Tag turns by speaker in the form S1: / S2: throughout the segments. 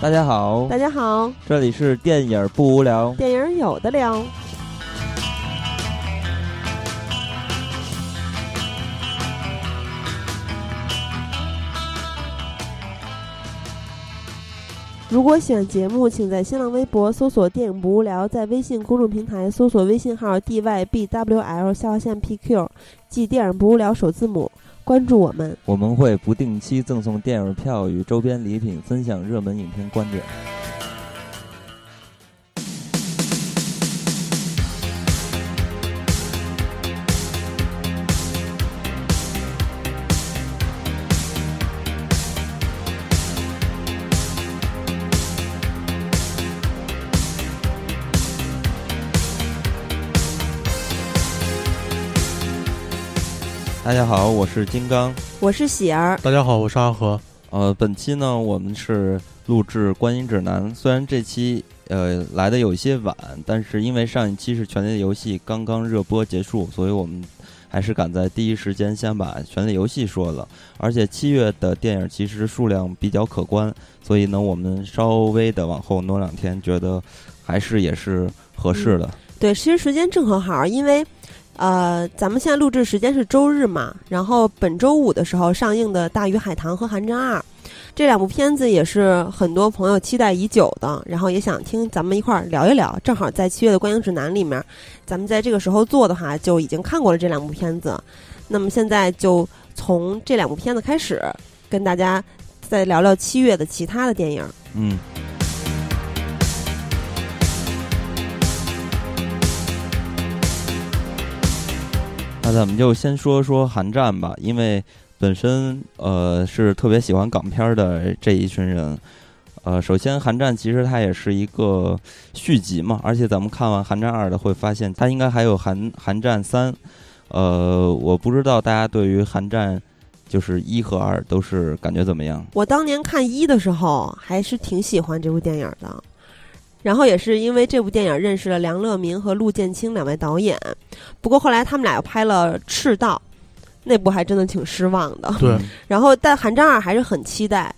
S1: 大家好，
S2: 大家好，
S1: 这里是电影不无聊，
S2: 电影有的聊。如果喜欢节目，请在新浪微博搜索“电影不无聊”，在微信公众平台搜索微信号 “dybwl” 下划线 “pq”，即“电影不无聊”首字母，关注我们。
S1: 我们会不定期赠送电影票与周边礼品，分享热门影片观点。大家好，我是金刚。
S2: 我是喜儿，
S3: 大家好，我是阿和。
S1: 呃，本期呢，我们是录制《观影指南》，虽然这期呃来的有一些晚，但是因为上一期是《权力的游戏》刚刚热播结束，所以我们还是赶在第一时间先把《权力的游戏》说了。而且七月的电影其实数量比较可观，所以呢，我们稍微的往后挪两天，觉得还是也是合适的。
S2: 对，其实时间正很好，因为呃，咱们现在录制时间是周日嘛，然后本周五的时候上映的《大鱼海棠》和《寒战二》这两部片子也是很多朋友期待已久的，然后也想听咱们一块儿聊一聊。正好在七月的观影指南里面，咱们在这个时候做的话，就已经看过了这两部片子。那么现在就从这两部片子开始，跟大家再聊聊七月的其他的电影。
S1: 嗯。那咱们就先说说韩战吧，因为本身呃是特别喜欢港片儿的这一群人。呃，首先，《寒战》其实它也是一个续集嘛，而且咱们看完《寒战二》的会发现，它应该还有韩《寒战三》。呃，我不知道大家对于《寒战》就是一和二都是感觉怎么样？
S2: 我当年看一的时候，还是挺喜欢这部电影的。然后也是因为这部电影认识了梁乐民和陆建清两位导演，不过后来他们俩又拍了《赤道》，那部还真的挺失望的。
S3: 对，
S2: 然后但《寒战二》还是很期待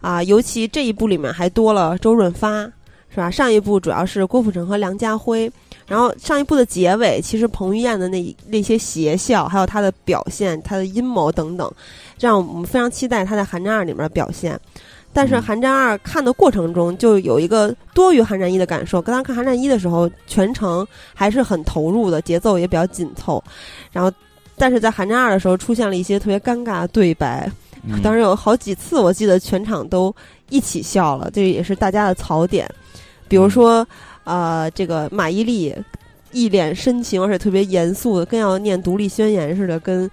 S2: 啊，尤其这一部里面还多了周润发，是吧？上一部主要是郭富城和梁家辉，然后上一部的结尾，其实彭于晏的那一那些邪笑，还有他的表现、他的阴谋等等，让我们非常期待他在《寒战二》里面的表现。但是《
S1: 嗯
S2: 寒战二》看的过程中，就有一个多于《寒战一》的感受。刚刚看《寒战一》的时候，全程还是很投入的，节奏也比较紧凑。然后，但是在《寒战二》的时候，出现了一些特别尴尬的对白，
S1: 嗯
S2: 当时有好几次，我记得全场都一起笑了，这也是大家的槽点。比
S1: 嗯
S2: 如说，呃，这个马伊琍一脸深情而且特别严肃的，跟要念独立宣言似的，跟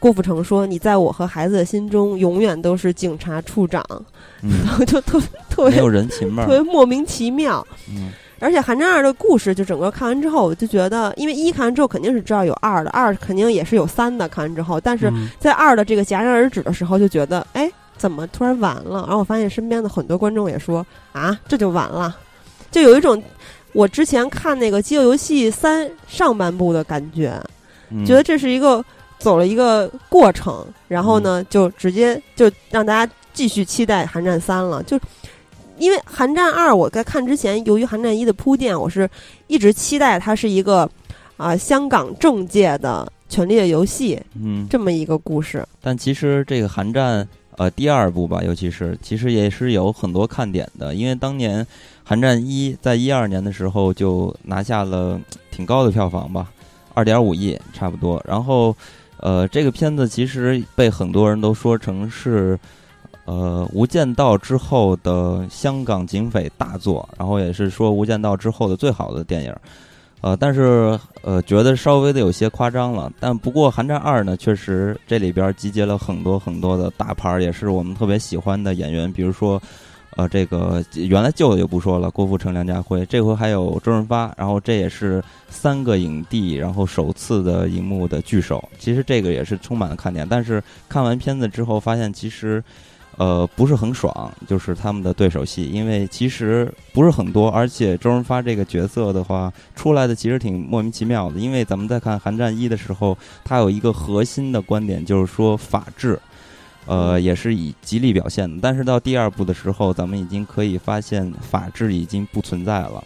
S2: 郭富城说：“你在我和孩子的心中，永远都是警察处长。
S1: 嗯”
S2: 然后就特特
S1: 没
S2: 别
S1: 有人情味
S2: 特
S1: 儿。
S2: 别莫名其妙。
S1: 嗯
S2: 而且《寒战二》的故事，就整个看完之后，我就觉得，因为一看完之后肯定是知道有二的，二肯定也是有三的。看完之后，但是
S3: 嗯
S2: 在二的这个戛然而止的时候，就觉得哎，怎么突然完了？然后我发现身边的很多观众也说啊，这就完了，就有一种我之前看那个《饥饿游戏三》上半部的感觉，
S1: 嗯
S2: 觉得这是一个走了一个过程，然后呢，就直接就让大家继续期待《寒战三》了，就。因为《寒战二》，我在看之前，由于《寒战一》的铺垫，我是一直期待它是一个啊、香港政界的权力的游戏
S1: 嗯，
S2: 这么一个故事。
S1: 但其实这个韩战，呃，第二部吧，尤其是其实也是有很多看点的，因为当年韩战一在一二年的时候就拿下了挺高的票房吧，二点五亿差不多。然后，呃，这个片子其实被很多人都说成是。呃，《无间道》之后的香港警匪大作，然后也是说《无间道》之后的最好的电影，呃，但是呃，觉得稍微的有些夸张了。但不过《寒战二》呢，确实这里边集结了很多很多的大牌儿，也是我们特别喜欢的演员，比如说。呃，这个原来旧的就不说了，郭富城、梁家辉，这回还有周润发，然后这也是三个影帝，然后首次的荧幕的聚首。其实这个也是充满了看点，但是看完片子之后发现，其实呃不是很爽，就是他们的对手戏，因为其实不是很多，而且周润发这个角色的话，出来的其实挺莫名其妙的，因为咱们在看《寒战一》的时候，他有一个核心的观点，就是说法治。呃，也是以极力表现的。但是到第二部的时候，咱们已经可以发现法治已经不存在了，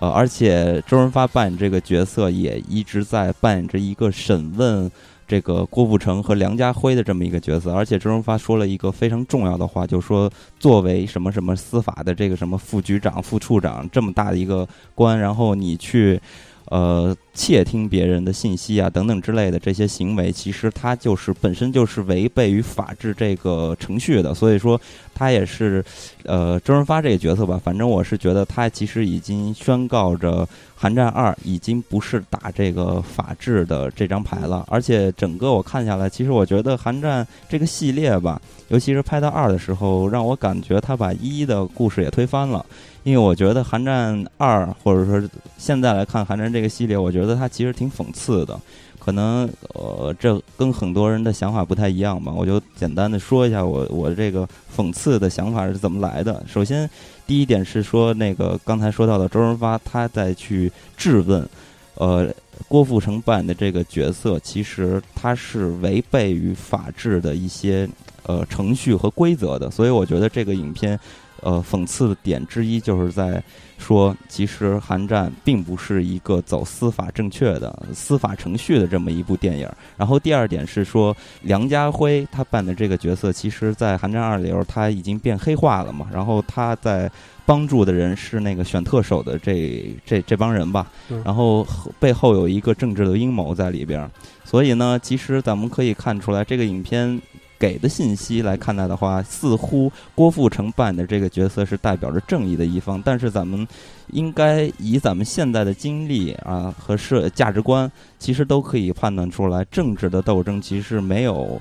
S1: 呃，而且周润发扮演这个角色也一直在扮演着一个审问这个郭富城和梁家辉的这么一个角色。而且周润发说了一个非常重要的话，就是说作为什么什么司法的这个什么副局长、副处长这么大的一个官，然后你去。呃，窃听别人的信息啊，等等之类的这些行为，其实它就是本身就是违背于法治这个程序的。所以说，他也是，呃，周润发这个角色吧，反正我是觉得他其实已经宣告着《寒战二》已经不是打这个法治的这张牌了。而且整个我看下来，其实我觉得《寒战》这个系列吧，尤其是拍到二的时候，让我感觉他把一的故事也推翻了。因为我觉得《寒战二》或者说现在来看《寒战》这个系列，我觉得它其实挺讽刺的，可能呃这跟很多人的想法不太一样吧。我就简单的说一下我我这个讽刺的想法是怎么来的。首先，第一点是说那个刚才说到的周润发他在去质问，呃郭富城扮演的这个角色，其实他是违背于法治的一些呃程序和规则的，所以我觉得这个影片。呃，讽刺的点之一就是在说，其实《寒战》并不是一个走司法正确的呃司法程序的这么一部电影。然后第二点是说，梁家辉他扮的这个角色，其实在《寒战二》里头他已经变黑化了嘛。然后他在帮助的人是那个选特首的这这这帮人吧。然后背后有一个政治的阴谋在里边。所以呢，其实咱们可以看出来，这个影片。给的信息来看待的话，似乎郭富城扮的这个角色是代表着正义的一方，但是咱们应该以咱们现在的经历啊和社价值观，其实都可以判断出来，政治的斗争其实没有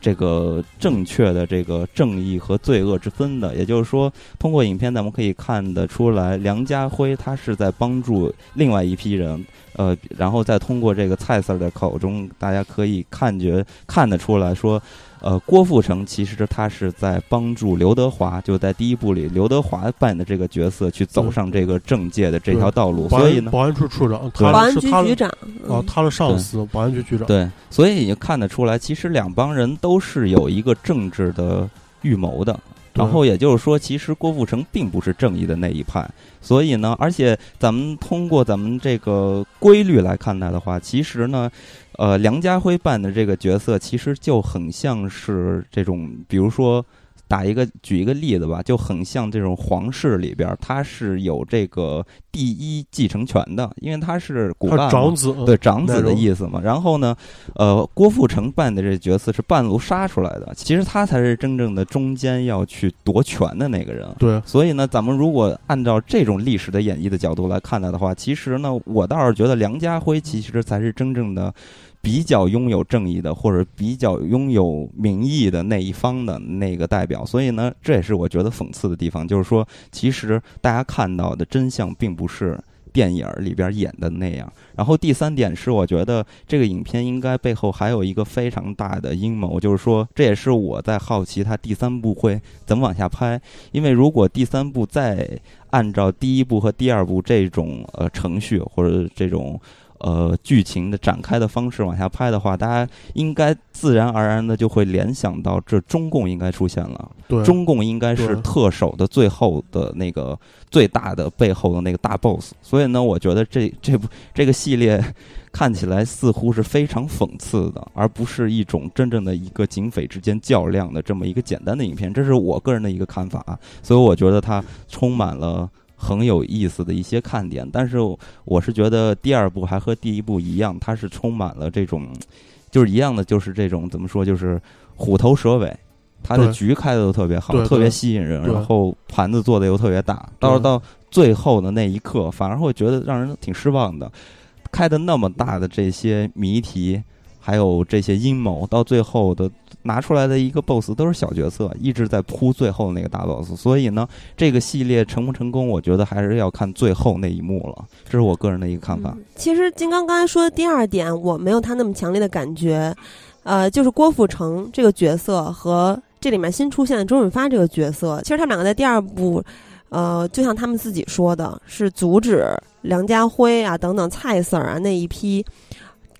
S1: 这个正确的这个正义和罪恶之分的。也就是说，通过影片咱们可以看得出来，梁家辉他是在帮助另外一批人。呃，然后再通过这个蔡 Sir 的口中，大家可以看觉看得出来说，呃，郭富城其实他是在帮助刘德华，就在第一部里刘德华扮演的这个角色去走上这个政界的这条道路。
S3: 保
S1: 所以
S3: 安
S1: 呢，
S3: 保安处处长，
S1: 对
S3: 他
S2: 保安
S3: 是
S2: 局
S3: 他
S2: 局
S3: 的
S2: 长，
S3: 哦
S2: 嗯，
S3: 他的上司，保安局局长。
S1: 对，所以也看得出来，其实两帮人都是有一个政治的预谋的。
S3: 对
S1: 然后也就是说，其实郭富城并不是正义的那一派，所以呢，而且咱们通过咱们这个规律来看待的话，其实呢，呃，梁家辉扮的这个角色其实就很像是这种，比如说打一个举一个例子吧，就很像这种皇室里边儿，他是有这个第一继承权的，因为他是骨
S3: 他
S1: 干
S3: 是
S1: 嘛
S3: 长子，嗯
S1: 对长子
S3: 那
S1: 的
S3: 种
S1: 意思嘛。然后呢，呃，郭富城扮的这角色是半路杀出来的，其实他才是真正的中间要去夺权的那个人。啊
S3: 对，
S1: 所以呢，咱们如果按照这种历史的演绎的角度来看待的话，其实呢，我倒是觉得梁家辉其实才是真正的比较拥有正义的，或者比较拥有民意的那一方的那个代表。所以呢，这也是我觉得讽刺的地方，就是说，其实大家看到的真相并不是。电影里边演的那样，然后第三点是，我觉得这个影片应该背后还有一个非常大的阴谋，就是说，这也是我在好奇它第三部会怎么往下拍，因为如果第三部再按照第一部和第二部这种呃程序或者这种呃剧情的展开的方式往下拍的话，大家应该自然而然的就会联想到这中共应该出现了，
S3: 对，
S1: 中共应该是
S3: 对
S1: 特首的最后的那个最大的背后的那个大 boss。所以呢，我觉得这这部这个系列 看起来似乎是非常讽刺的，而不是一种真正的一个警匪之间较量的这么一个简单的影片。这是我个人的一个看法啊，所以我觉得它充满了。很有意思的一些看点，但是我是觉得第二部还和第一部一样，它是充满了这种，就是一样的，就是这种怎么说，就是虎头蛇尾，它的
S3: 对
S1: 局开的都特别好，
S3: 对
S1: 特别
S3: 对
S1: 吸引人，
S3: 对
S1: 然后盘子做的又特别大，到时候到最后的那一刻，反而会觉得让人挺失望的。开的那么大的这些谜题，还有这些阴谋，到最后的拿出来的一个 BOSS 都是小角色，一直在铺最后那个大 BOSS。所以呢，这个系列成不成功，我觉得还是要看最后那一幕了。这是我个人的一个看法。
S2: 嗯其实金刚刚才说的第二点，我没有他那么强烈的感觉，呃，就是郭富城这个角色和这里面新出现的周润发这个角色，其实他们两个在第二部，呃，就像他们自己说的，是阻止梁家辉啊等等蔡 Sir 啊那一批。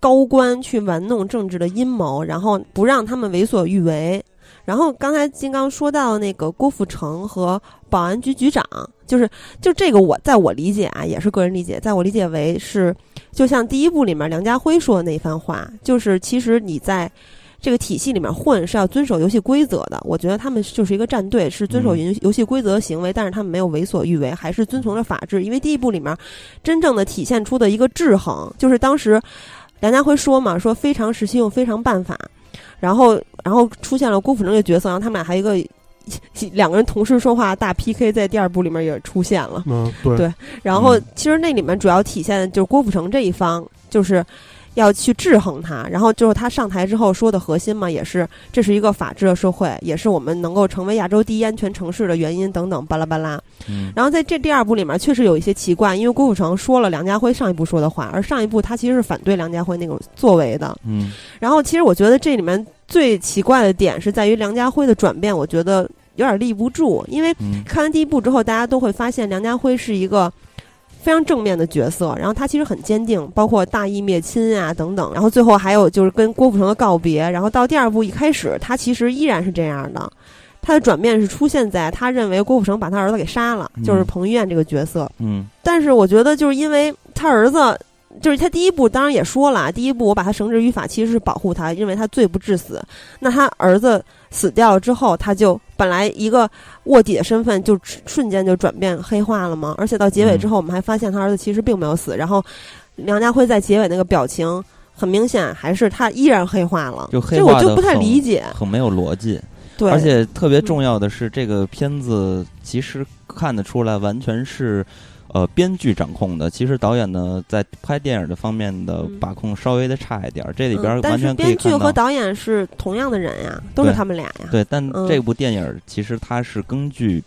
S2: 高官去玩弄政治的阴谋，然后不让他们为所欲为，然后刚才金刚说到那个郭富城和保安局局长，就是就这个我在我理解啊，也是个人理解，在我理解为是，就像第一部里面梁家辉说的那一番话，就是其实你在这个体系里面混是要遵守游戏规则的。我觉得他们就是一个战队，是遵守游游戏规则的行为，但是他们没有为所欲为，还是遵从着法治。因为第一部里面真正的体现出的一个制衡，就是当时梁家辉说嘛，说非常时期用非常办法，然后然后出现了郭富城这个角色，然后他们俩还有一个。 两个人同时说话大 PK 在第二部里面也出现了，
S3: 嗯，对
S2: 对然后
S1: 嗯
S2: 其实那里面主要体现就是郭富城这一方，就是要去制衡他。然后就是他上台之后说的核心嘛，也是这是一个法治的社会，也是我们能够成为亚洲第一安全城市的原因等等巴拉巴拉。
S1: 嗯
S2: 然后在这第二部里面确实有一些奇怪，因为郭富城说了梁家辉上一部说的话，而上一部他其实是反对梁家辉那种作为的。
S1: 嗯
S2: 然后其实我觉得这里面最奇怪的点是在于梁家辉的转变，我觉得有点立不住，因为
S1: 嗯
S2: 看完第一部之后，大家都会发现梁家辉是一个非常正面的角色，然后他其实很坚定，包括大义灭亲啊等等，然后最后还有就是跟郭富城的告别，然后到第二部一开始，他其实依然是这样的。他的转变是出现在他认为郭富城把他儿子给杀了，
S1: 嗯
S2: 就是彭于晏这个角色。
S1: 嗯
S2: 但是我觉得，就是因为他儿子，就是他第一步当然也说了，第一步我把他绳之于法，其实是保护他，因为他罪不至死。那他儿子死掉了之后，他就本来一个卧底的身份就瞬瞬间就转变黑化了
S1: 嗯
S2: 嘛。而且到结尾之后，我们还发现他儿子其实并没有死。然后梁家辉在结尾那个表情，很明显还是他依然黑化了，
S1: 就黑
S2: 这
S1: 化
S2: 我就
S1: 得
S2: 不太
S1: 很
S2: 理解。
S1: 很没有逻辑，
S2: 对，
S1: 而且特别重要的是，这个片子其实看得出来，完全是呃编剧掌控的。其实导演呢，在拍电影的方面的
S2: 嗯
S1: 把控稍微的差一点儿，这里边
S2: 嗯
S1: 儿
S2: 但
S1: 完
S2: 是
S1: 全可以
S2: 编剧
S1: 看
S2: 和
S1: 到。
S2: 导演是同样的人呀，都是
S1: 对
S2: 他们俩呀。
S1: 对，但
S2: 嗯
S1: 这部电影儿其实它是根据。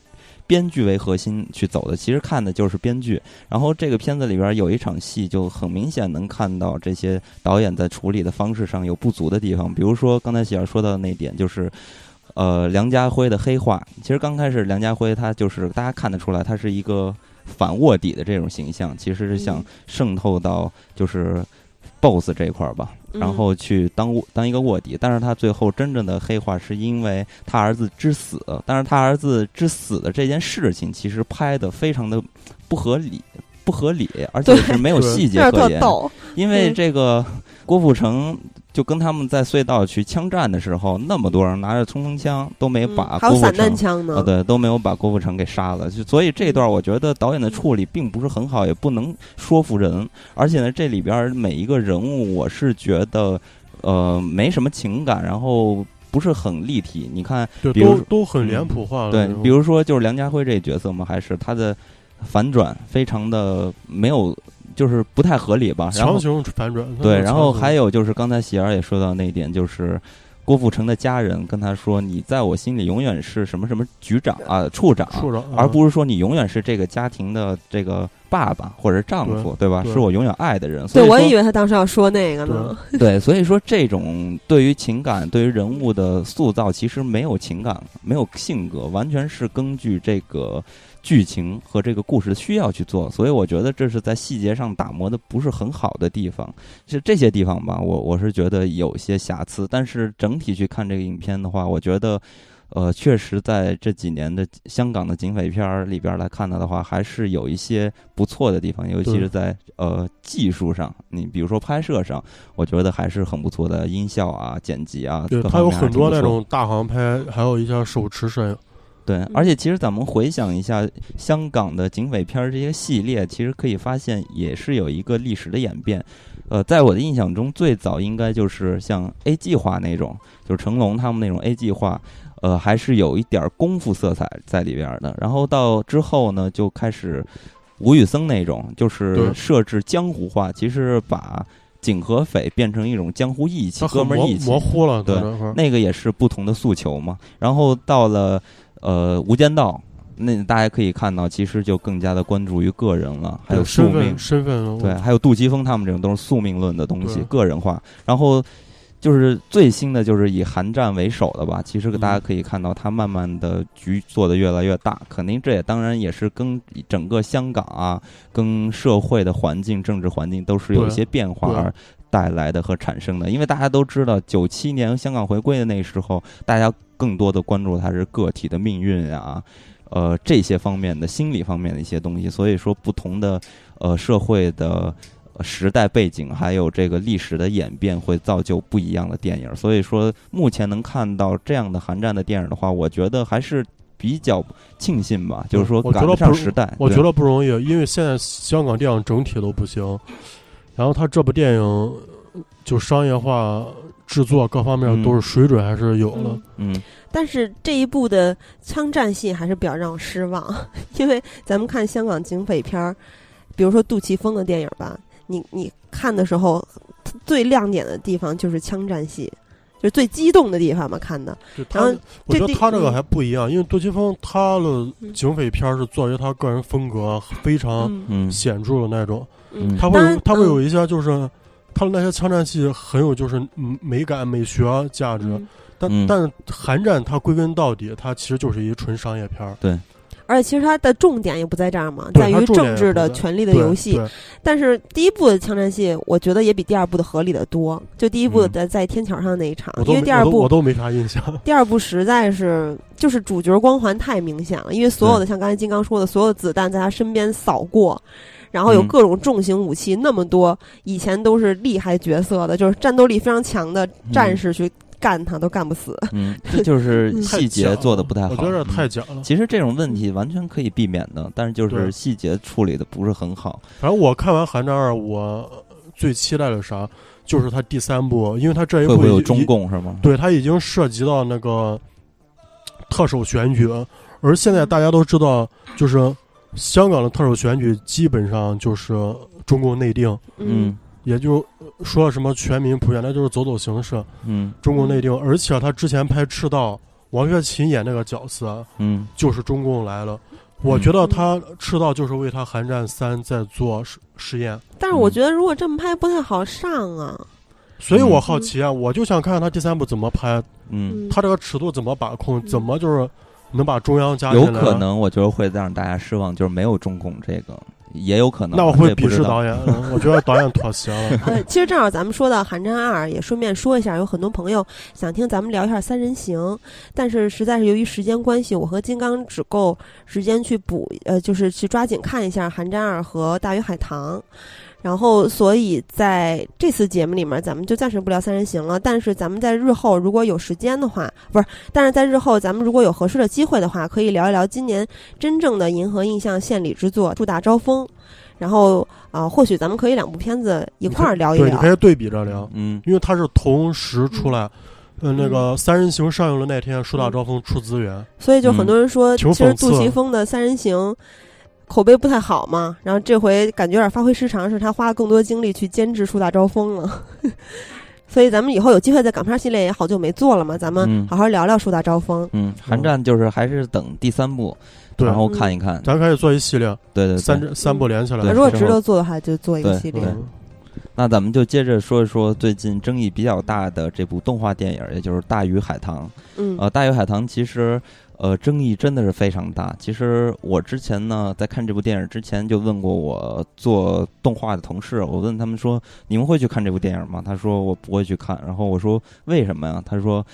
S1: 编剧为核心去走的，其实看的就是编剧。然后这个片子里边儿有一场戏，就很明显能看到这些导演在处理的方式上有不足的地方。比如说刚才喜儿说到的那一点，就是呃梁家辉的黑化。其实刚开始梁家辉他就是大家看得出来，他是一个反卧底的这种形象，其实是想
S2: 嗯
S1: 渗透到就是 BOSS 这一块儿吧。
S2: 嗯
S1: 然后去当卧当一个卧底，但是他最后真正的黑化是因为他儿子之死，但是他儿子之死的这件事情其实拍的非常的不合理，不合理，而且
S2: 对
S1: 是没有
S3: 对
S1: 细节
S2: 这
S1: 可
S2: 特
S1: 言，
S2: 逗，
S1: 因为
S2: 嗯
S1: 这个郭富城。就跟他们在隧道去枪战的时候，那么多人拿着冲锋枪都没
S2: 嗯
S1: 把郭
S2: 还有
S1: 富
S2: 散
S1: 城
S2: 弹枪呢。
S1: 啊，对，都没有把郭富城给杀了，就所以这段我觉得导演的处理并不是很好，也不能说服人。而且呢，这里边儿每一个人物，我是觉得呃没什么情感，然后不是很立体。你看，
S3: 对，
S1: 比如
S3: 都
S1: 说
S3: 都很脸谱化了
S1: 对
S3: 那，种。
S1: 比如说就是梁家辉这角色嘛，还是他的反转非常的没有，就是不太合理吧。然后
S3: 强行反转，
S1: 对，
S3: 那种
S1: 然后
S3: 强行
S1: 还有就是刚才喜儿也说到那一点，就是郭富城的家人跟他说：“你在我心里永远是什么什么局长啊，处长。”
S3: 处长，
S1: 而
S3: 啊
S1: 不是说你永远是这个家庭的这个爸爸或者丈夫，对吧？
S3: 对
S1: 是我永远爱的人。所
S2: 对，
S1: 以
S2: 我也以
S1: 说，
S2: 为他当时要说那个呢。
S1: 对，所以说这种对于情感、对于人物的塑造，其实没有情感，没有性格，完全是根据这个剧情和这个故事的需要去做。所以我觉得这是在细节上打磨的不是很好的地方，是这些地方吧？我我是觉得有些瑕疵，但是整体去看这个影片的话，我觉得呃，确实在这几年的香港的警匪片儿里边儿来看到的话，还是有一些不错的地方，尤其
S3: 对
S1: 是在呃技术上，你比如说拍摄上，我觉得还是很不错的，音效啊、剪辑啊，
S3: 对
S1: 各
S3: 他
S1: 方
S3: 有
S1: 面还
S3: 很
S1: 挺
S3: 多
S1: 不
S3: 那
S1: 错
S3: 种嗯大航拍，还有一些手持摄影，
S1: 对，而且其实咱们回想一下香港的警匪片儿这些系列，其实可以发现也是有一个历史的演变。呃，在我的印象中，最早应该就是像 A 计划那种，就是成龙他们那种 A 计划，呃，还是有一点儿功夫色彩在里边儿的。然后到之后呢，就开始吴宇森那种，就是
S3: 对
S1: 设置江湖化，其实把警和匪变成一种江湖义气
S3: 他、
S1: 哥
S3: 很
S1: 们儿
S3: 模
S1: 义气
S3: 模。糊了，
S1: 对
S3: 在这块儿
S1: 那个也是不同的诉求嘛。然后到了呃《无间道》，那大家可以看到，其实就更加的关注于个人了，还有
S3: 对
S1: 宿
S3: 身
S1: 命
S3: 份，身份了
S1: 对，还有杜琪峰他们这种都是宿命论的东西
S3: 嗯对，
S1: 个人化。然后就是最新的就是以韩战为首的吧，其实
S3: 嗯
S1: 大家可以看到，它慢慢的局做的越来越大，肯定这也当然也是跟整个香港啊，跟社会的环境、政治环境都是有一
S3: 对
S1: 些变化
S3: 对
S1: 而。带来的和产生的，因为大家都知道，九七年香港回归的那时候，大家更多的关注的还是个体的命运啊，呃这些方面的心理方面的一些东西。所以说，不同的呃社会的呃时代背景，还有这个历史的演变，会造就不一样的电影。所以说，目前能看到这样的韩战的电影的话，我觉得还是比较庆幸吧，就是说
S3: 嗯我觉
S1: 赶
S3: 得
S1: 得上
S3: 不
S1: 时代。
S3: 我
S1: 对
S3: 觉得不容易，因为现在香港电影整体都不行，然后他这部电影就商业化制作各方面
S1: 嗯
S3: 都是水准还是有了。
S2: 嗯
S1: 嗯，
S2: 但是这一部的枪战戏还是比较让我失望， 因为咱们看香港警匪片儿，比如说杜琪峰的电影吧，你你看的时候，最亮点的地方就是枪战戏，就是最激动的地方嘛，看的。
S3: 就
S2: 然
S3: 他
S2: 后，
S3: 我
S2: 这
S3: 觉得
S2: 第
S3: 他这个
S2: 嗯
S3: 还不一样，因为杜琪峰他的
S2: 嗯
S3: 警匪片儿是作为他个人风格非常
S2: 嗯
S1: 嗯
S3: 显著的那种，
S1: 嗯
S3: 他会
S2: 当然
S3: 有他
S2: 嗯
S3: 会有一些就是他的那些枪战戏很有就是嗯美感美学价值，
S2: 嗯
S3: 但、
S1: 嗯
S3: 但是韩战它归根到底，它其实就是一纯商业片儿，
S2: 而且其实它的重点也不在这儿嘛，
S3: 对
S2: 在
S3: 它
S2: 于
S3: 重点
S2: 政
S3: 也
S2: 治
S3: 不
S2: 的
S3: 在
S2: 权力的
S3: 对
S2: 游戏。
S3: 对
S2: 但是第一部的枪战戏，我觉得也比第二部的合理的多。就第一部
S1: 嗯
S2: 的在天桥上那一场，
S3: 我都
S2: 因为
S3: 没
S2: 第二
S3: 我都我
S2: 部
S3: 都没啥印象。
S2: 第二部实在是就是主角光环太明显了，因为所
S3: 嗯
S2: 有的像刚才金刚说的，所有的子弹在他身边扫过。然后有
S1: 嗯
S2: 各种重型武器，那么多以前都是厉害角色的，就是战斗力非常强的战士去干他都干不死。
S1: 嗯，这就是
S3: 太
S1: 细
S3: 假
S1: 节
S3: 了
S1: 做的不太好。
S3: 我觉得
S1: 嗯
S3: 太假了。
S1: 其实这种问题完全可以避免的，但是就是
S3: 对
S1: 细节处理的不是很好。
S3: 反正我看完《寒战二》，我最期待的是啥？就是它第三部，因为它这一
S1: 会
S3: 部
S1: 不会有
S3: 已
S1: 中，共是吗
S3: 已？对，它已经涉及到那个特首选举，而现在大家都知道，就是香港的特首选举基本上就是中共内定，
S1: 嗯
S3: 也就说什么全民普选，那就是走走形式，
S1: 嗯
S3: 中共内定。而且他之前拍《赤道》，王学勤演那个角色
S1: 嗯
S3: 就是中共来了。我觉得他《赤道》就是为他《寒战三》在做实实验。
S2: 但是我
S1: 嗯
S2: 觉得如果这么拍不太好上啊。
S3: 所以我好奇啊，我就想看看他第三部怎么拍，
S1: 嗯，
S2: 嗯
S3: 他这个尺度怎么把控，
S2: 嗯
S3: 怎么就是能把中央加进
S1: 有
S3: 来。
S1: 可。能我觉得会让大家失望，就是没有中共这个，也有可能。
S3: 那我会鄙
S1: 不知
S3: 视
S1: 道。
S3: 导演，嗯我觉得导演妥协了。
S2: 呃，其实正好咱们说到《寒战二》，也顺便说一下，有很多朋友想听咱们聊一下《三人行》，但是实在是由于时间关系，我和金刚只够时间去补，呃，就是去抓紧看一下《寒战二》和《大鱼海棠》。然后，所以在这次节目里面，咱们就暂时不聊《三人行》了。但是，咱们在日后如果有时间的话，不是，但是在日后咱们如果有合适的机会的话，可以聊一聊今年真正的银河印象献礼之作《树大招风》。然后啊、或许咱们可以两部片子 一块儿聊一
S3: 对，你
S2: 聊。
S3: 可以对比着聊，
S1: 嗯
S3: 因为他是同时出来。嗯，那个《三人行》上映的那天，《树大招风》出资
S1: 嗯
S3: 源，
S2: 所以就很多人说，
S3: 挺
S2: 其实
S3: 讽刺
S2: 杜琪峰的《三人行》口碑不太好嘛，然后这回感觉有点发挥失常，是他花了更多精力去监制《树大招风》了。 所以咱们以后有机会在港片系列也好久没做了嘛，咱们
S1: 嗯
S2: 好好聊聊《树大招风》。
S1: 嗯，寒战就是还是等第三部，
S3: 对
S1: 然后看一看。
S3: 咱可以做一系列，
S1: 对对
S3: 三
S1: 对，
S3: 支三部连起来。
S1: 对
S2: 如果
S1: 是
S2: 值得做的话，就做一个
S1: 对
S2: 系列
S1: 对。
S3: 嗯，
S1: 那咱们就接着说一说最近争议比较大的这部动画电影，也就是《大鱼海棠》。
S2: 嗯
S1: 呃，《大鱼海棠》其实呃争议真的是非常大。其实我之前呢，在看这部电影之前就问过我做动画的同事，我问他们说：“你们会去看这部电影吗？”他说：“我不会去看。”然后我说：“为什么呀？”他说：“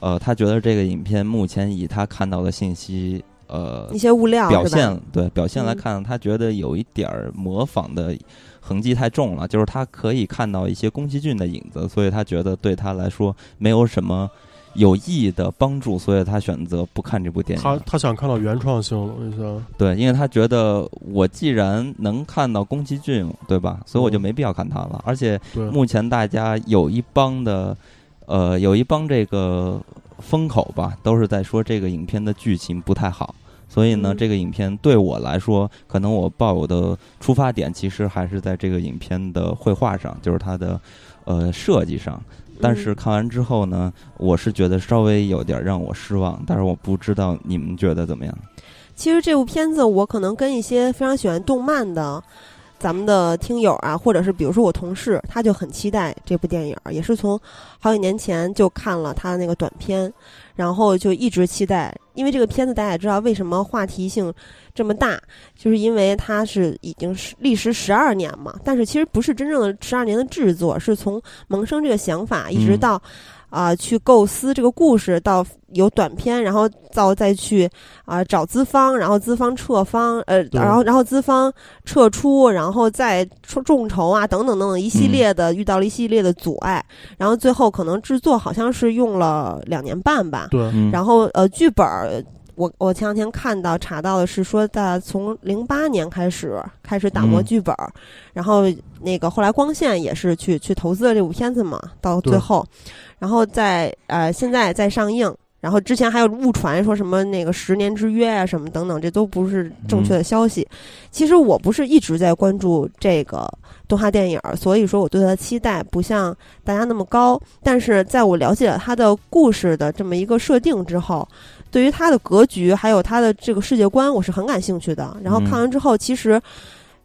S1: 呃，他觉得这个影片目前以他看到的信息，呃
S2: 一，些物料
S1: 表
S2: 是吧
S1: 现对表现来
S2: 嗯
S1: 看，他觉得有一点儿模仿的痕迹太重了，就是他可以看到一些宫崎骏的影子，所以他觉得对他来说没有什么有意义的帮助，所以他选择不看这部电
S3: 他
S1: 影。
S3: 他想看到原创性了一些。
S1: 对，因为他觉得我既然能看到宫崎骏，对吧？所以我就没必要看他了。而且
S3: 对，
S1: 目前大家有一帮的，呃，有一帮这个风口吧，都是在说这个影片的剧情不太好。所以呢，
S2: 嗯
S1: 这个影片对我来说，可能我抱有的出发点其实还是在这个影片的绘画上，就是它的呃设计上。但是看完之后呢，我是觉得稍微有点让我失望，但是我不知道你们觉得怎么样？
S2: 其实这部片子，我可能跟一些非常喜欢动漫的咱们的听友啊，或者是比如说我同事，他就很期待这部电影，也是从好几年前就看了他的那个短片，然后就一直期待。因为这个片子大家也知道，为什么话题性这么大，就是因为它是已经是历时十二年嘛。但是其实不是真正的十二年的制作，是从萌生这个想法一直
S1: 嗯
S2: 到。啊、去构思这个故事，到有短篇，然后到再去啊、找资方，然后资方撤方，呃，
S3: 对
S2: 然后然后资方撤出，然后再出众筹啊，等等等等一系列的、遇到了一系列的阻碍，然后最后可能制作好像是用了两年半吧，
S3: 对，
S1: 嗯，
S2: 然后呃，剧本儿，我我前两天看到查到的是说，在从零八年开始开始打磨
S1: 嗯
S2: 剧本，儿，然后那个后来光线也是去去投资了这部片子嘛，到最
S3: 对
S2: 后，然后在呃现在在上映。然后之前还有误传说什么那个十年之约啊什么等等，这都不是正
S1: 嗯
S2: 确的消息。其实我不是一直在关注这个动画电影儿，所以说我对它的期待不像大家那么高。但是在我了解了它的故事的这么一个设定之后，对于它的格局还有它的这个世界观，我是很感兴趣的。然后看
S1: 嗯
S2: 完之后，其实。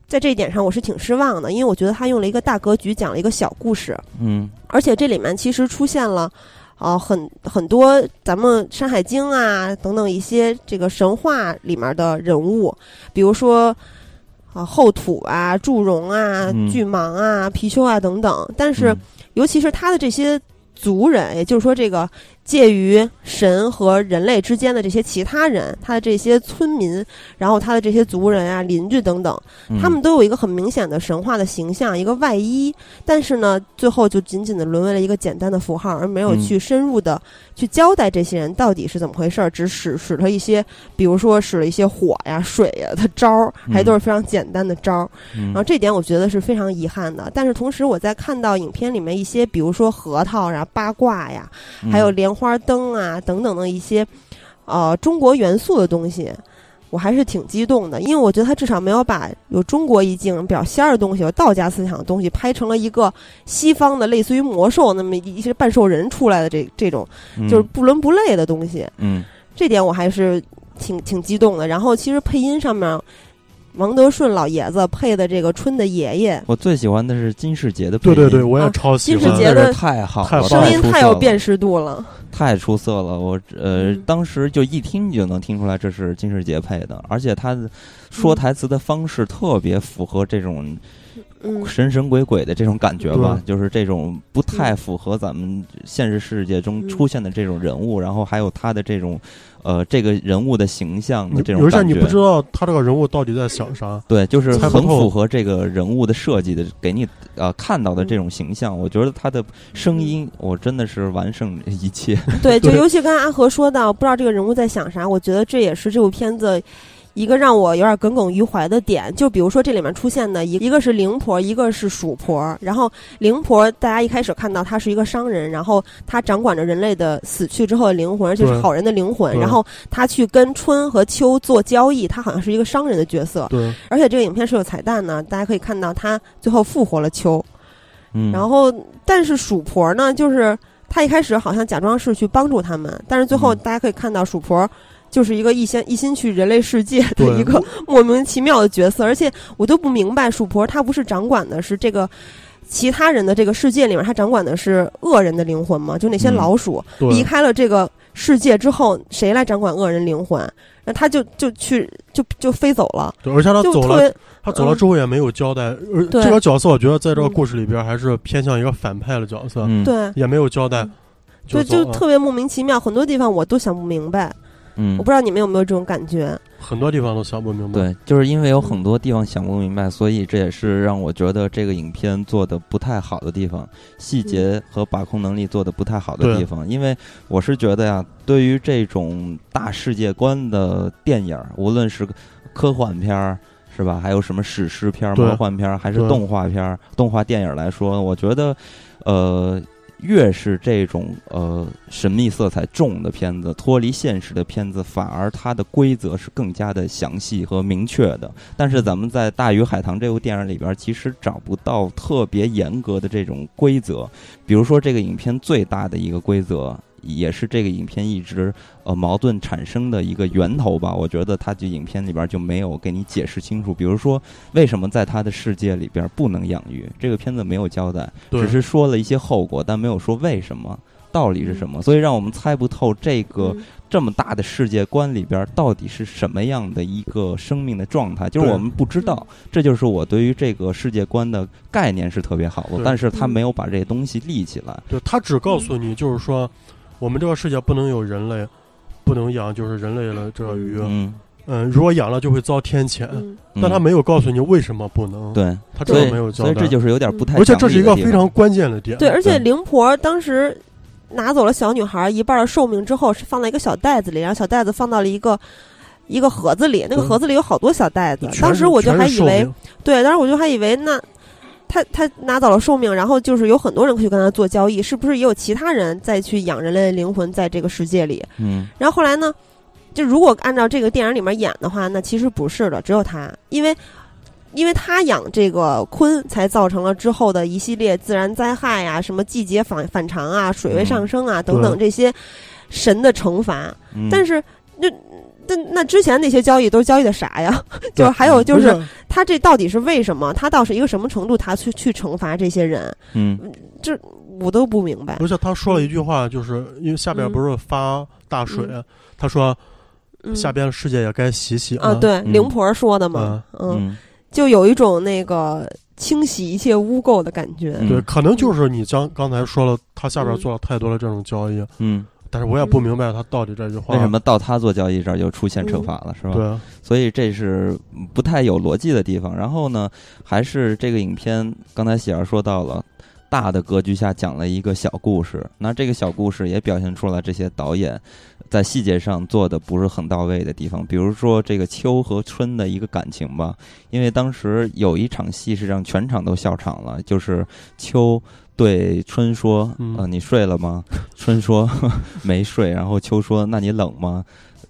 S2: 在这一点上，我是挺失望的，因为我觉得他用了一个大格局讲了一个小故事，
S1: 嗯
S2: 而且这里面其实出现了，啊、很很多咱们《山海经啊》等等一些这个神话里面的人物，比如说啊、后土啊、祝融啊
S1: 嗯、
S2: 巨蟒啊、貔貅啊等等。但是
S1: 嗯，
S2: 尤其是他的这些族人，也就是说这个介于神和人类之间的这些其他人，他的这些村民，然后他的这些族人啊、邻居等等，
S1: 嗯
S2: 他们都有一个很明显的神话的形象，一个外衣，但是呢，最后就仅仅的沦为了一个简单的符号，而没有
S1: 嗯
S2: 去深入的去交代这些人到底是怎么回事儿，只使使了一些，比如说使了一些火呀、水呀的招儿，还都是非常简单的招儿。
S1: 嗯
S2: 然后这点我觉得是非常遗憾的。但是同时，我在看到影片里面一些，比如说核桃呀、八卦呀，
S1: 嗯
S2: 还有莲花灯啊等等的一些呃中国元素的东西，我还是挺激动的，因为我觉得他至少没有把有中国意境、比较仙儿的东西、有道家思想的东西拍成了一个西方的类似于魔兽那么一些半兽人出来的这这种
S1: 嗯
S2: 就是不伦不类的东西，
S1: 嗯
S2: 这点我还是挺挺激动的。然后其实配音上面。王德顺老爷子配的这个春的爷爷，
S1: 我最喜欢的是金世杰的配
S3: 对
S1: 音，
S3: 对对，我
S2: 啊
S3: 也超喜
S2: 金世
S3: 欢。
S2: 杰
S1: 那
S2: 的
S1: 是太好
S3: 太
S1: 了，
S3: 棒
S2: 声
S3: 了
S2: 音
S1: 出
S2: 太
S1: 色
S2: 有
S1: 了
S2: 辨识度了。
S1: 太出色了，我呃
S2: 嗯，
S1: 当时就一听你就能听出来这是金世杰配的，而且他说台词的方式特别符合这种
S2: 嗯，
S1: 神神鬼鬼的这种感觉吧，就是这种不太符合咱们现实世界中
S2: 嗯
S1: 出现的这种人物，然后还有他的这种呃这个人物的形象
S3: 你
S1: 的这
S3: 有
S1: 种
S3: 一下
S1: 感
S3: 你不知
S1: 觉。
S3: 道他这个人物到底在想啥，
S1: 对，就是
S2: 猜
S1: 很
S3: 不透
S1: 符合这个人物的设计的，给你呃
S2: 嗯
S1: 看到的这种形象。我觉得他的声音，我真的是完胜一 切。
S2: 对，就
S3: 对
S2: 尤其刚才阿和说到，不知道这个人物在想啥，我觉得这也是这部片子一个让我有点耿耿于怀的点。就比如说这里面出现的一一个是灵婆，一个是鼠婆。然后灵婆，大家一开始看到她是一个商人，然后她掌管着人类的死去之后的灵魂，而且是
S3: 对
S2: 好人的灵魂。
S3: 对
S2: 然后她去跟春和秋做交易，她好像是一个商人的角色。
S3: 对，
S2: 而且这个影片是有彩蛋呢，大家可以看到她最后复活了秋。
S1: 嗯，
S2: 然后，但是鼠婆呢，就是她一开始好像假装是去帮助他们，但是最后
S1: 嗯
S2: 大家可以看到鼠婆。就是一个一心一心去人类世界的
S3: 对
S2: 一个 莫名其妙的角色，而且我都不明白，鼠婆她不是掌管的是这个其他人的这个世界里面，她掌管的是恶人的灵魂吗？就那些
S1: 嗯
S2: 老鼠、
S3: 对
S2: 离开了这个世界之后，谁来掌管恶人灵魂？那她就就去就就飞走了，
S3: 对，而且他
S2: 就
S3: 走
S2: 特
S3: 了，
S2: 别
S3: 他走了之后也没有交代。而
S2: 对
S3: 这个角色，我觉得在这个
S2: 嗯
S3: 故事里边还是偏向一个反派的角色，
S1: 嗯，
S2: 对
S3: 也没有交代，
S2: 对，
S3: 走
S2: 就
S3: 了
S2: 特别莫名其妙，很多地方我都想不明白。
S1: 嗯，
S2: 我不知道你们有没有这种感觉？
S3: 很多地方都想不明白。
S1: 对，就是因为有很多地方想不明白，所以这也是让我觉得这个影片做的不太好的地方，细节
S2: 嗯
S1: 和把控能力做的不太好的地方。因为我是觉得呀，对于这种大世界观的电影儿，无论是科幻片儿。是吧？还有什么史诗片儿、
S3: 对
S1: 魔幻片儿，还是
S3: 对
S1: 动画片儿、动画电影儿来说，我觉得，呃，越是这种呃神秘色彩重的片子，脱离现实的片子，反而它的规则是更加的详细和明确的。但是咱们在《大鱼海棠》这部电影里边，其实找不到特别严格的这种规则。比如说，这个影片最大的一个规则，也是这个影片一直呃矛盾产生的一个源头吧。我觉得它就影片里边就没有给你解释清楚。比如说，为什么在他的世界里边不能养鱼？这个片子没有交代。
S3: 对
S1: 只是说了一些后果，但没有说为什么。道理是什
S3: 嗯
S1: 么，所以让我们猜不透这个
S2: 嗯
S1: 这么大的世界观里边儿到底是什么样的一个生命的状态，就是
S3: 对嗯
S1: 我们不知道。这就是我对于这个世界观的概念是特别好的，
S3: 对
S1: 但是他
S2: 嗯
S1: 没有把这些东西立起来。
S3: 对他只告诉你，就是说，我们这个世界不能有人类，不能养就是人类的这个鱼，
S1: 嗯，
S3: 嗯，如果养了就会遭天谴，
S2: 嗯
S3: 但他
S1: 嗯
S3: 没有告诉你为什么不能，
S1: 对，
S3: 他这
S1: 所
S3: 个
S1: 以
S3: 没有交
S1: 所以
S3: 代嗯
S1: 这，就是有点不太
S3: 而且
S1: 讲
S3: 这是
S1: 理
S3: 一个
S1: 的地
S3: 非
S1: 方
S3: 常关键的点，
S2: 对，而且
S1: 对
S2: 灵婆当时拿走了小女孩一半的寿命之后，是放在一个小袋子里，然后小袋子放到了一个一个盒子里，那个
S3: 对
S2: 盒子里有好多小袋子
S3: 全。是
S2: 当时我就
S3: 嗯全是
S2: 还以
S3: 寿
S2: 为
S3: 命，
S2: 对，当时我就还以为那。他他拿走了寿命，然后就是有很多人可以跟他做交易，是不是也有其他人再去养人类的灵魂在这个世界里？
S1: 嗯
S2: 然后后来呢，就如果按照这个电影里面演的话，那其实不是的，只有他，因为因为他养这个鲲，才造成了之后的一系列自然灾害啊，什么季节反反常啊、水位上升啊、等等这些神的惩罚。
S1: 嗯，
S2: 但是那。那那之前那些交易都是交易的啥呀？就是还有就
S3: 不
S2: 是他这到底是为什么？他到是一个什么程度？他去去惩罚这些人，
S1: 嗯
S2: 我都不明白。
S3: 而且他说了一句话，就是因为下边不是发大水，他说
S2: 嗯
S3: 下边的世界也该洗洗
S2: 啊，
S3: 了，
S2: 对，
S1: 嗯
S2: 灵婆说的嘛，嗯，
S1: 嗯
S2: 就有一种那个清洗一切污垢的感觉。
S1: 嗯
S3: 对，可能就是你将刚才说了，他下
S2: 嗯
S3: 边做了太多的这种交易，
S1: 嗯，
S3: 但是我也不明白他到底这句话
S1: 为什么到他做交易这儿就出现惩罚了，是吧？
S3: 嗯对，
S1: 所以这是不太有逻辑的地方。然后呢，还是这个影片刚才喜儿说到了。大的格局下讲了一个小故事，那这个小故事也表现出了这些导演在细节上做的不是很到位的地方，比如说这个秋和春的一个感情吧，因为当时有一场戏是让全场都笑场了，就是秋对春说：“
S3: 嗯
S1: 呃，你睡了吗？”春说：“ 没睡。”然后秋说：“ 那你冷吗？”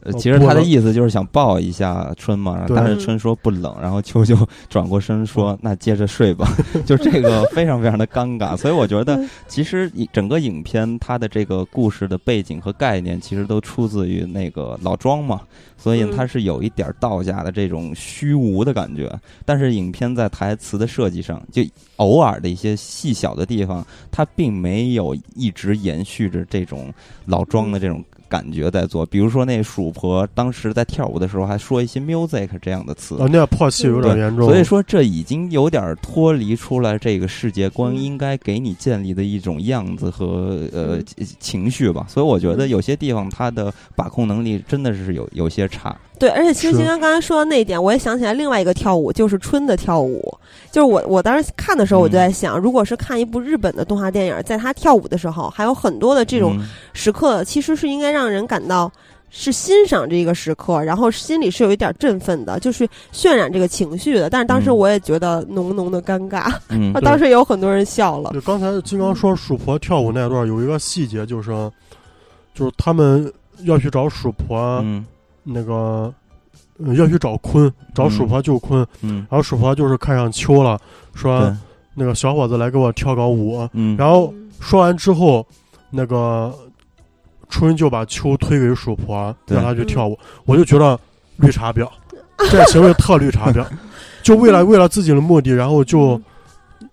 S1: 呃，
S3: 哦
S1: 其实
S3: 不
S1: 他的
S3: 冷
S1: 意思就是想抱一下春嘛，然后
S3: 对
S1: 但是春说不冷，然后秋就 转过身说：“那接着睡吧。” 就这个非常非常的尴尬，所以我觉得其实一整个影片它的这个故事的背景和概念，其实都出自于那个老庄嘛，所以
S2: 嗯
S1: 它是有一点道家的这种虚无的感觉。但是影片在台词的设计上，就偶尔的一些细小的地方，它并没有一直延续着这种老庄的这种感觉在做。比如说那鼠婆当时在跳舞的时候，还说一些 music 这样的词
S2: 哦
S3: 啊，，那破戏有点
S1: 对
S3: 严重，
S1: 所以说，这已经有点儿脱离出来这个世界观
S2: 嗯
S1: 应该给你建立的一种样子和呃
S2: 嗯
S1: 情情绪吧。所以我觉得有些地方它的把控能力真的是有有些差。
S2: 对，而且其实
S3: 是
S2: 金刚刚才说的那一点，我也想起来另外一个跳舞，就是春的跳舞。就是我我当时看的时候，
S3: 嗯
S2: 我就在想，如果是看一部日本的动画电影，在他跳舞的时候，还有很多的这种
S1: 嗯
S2: 时刻，其实是应该让人感到。是欣赏这个时刻，然后心里是有一点振奋的，就是渲染这个情绪的。但是当时
S1: 嗯
S2: 我也觉得浓浓的尴尬，
S1: 嗯
S2: 啊，
S3: 对
S2: 当时也有很多人笑了。
S3: 对，刚才金刚说鼠婆跳舞那段有一个细节，就是就是他们要去找鼠 婆，
S1: 嗯
S3: 那个、嗯要去找鲲，找鼠婆救鲲，
S1: 嗯，
S3: 然后鼠婆就是看上秋了，说
S1: 对，
S3: 那个小伙子来给我跳个舞，
S1: 嗯，
S2: 啊
S3: 然后说完之后，那个春就把秋推给鼠婆，
S1: 对
S3: 让她去跳舞，我就觉得绿茶婊，这行为特绿茶婊，就为了为了自己的目的，然后就。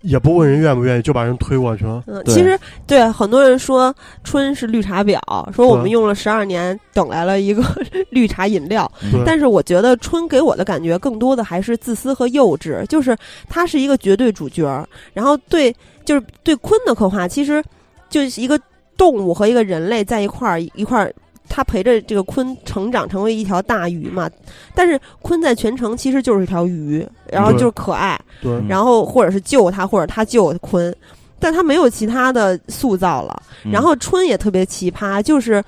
S3: 也不问人愿不愿意，就把人推过去了。
S2: 嗯，
S1: 对
S2: 其实对很多人说春是绿茶婊，说我们
S3: 对
S2: 用了十二年等来了一个 绿茶饮料。
S1: 嗯
S2: 但是我觉得春给我的感觉更多的还是自私和幼稚，就是他是一个绝对主角儿，然后对就是对鲲的刻画，其实就是一个动物和一个人类在一块儿一块儿。他陪着这个鲲成长，成为一条大鱼嘛。但是鲲在全程其实就是一条鱼，然后
S3: 对
S2: 就是可爱，
S3: 对，
S1: 嗯
S2: 然后或者是救他，或者他救鲲，但他没有其他的塑造了。
S1: 嗯
S2: 然后春也特别奇葩，就是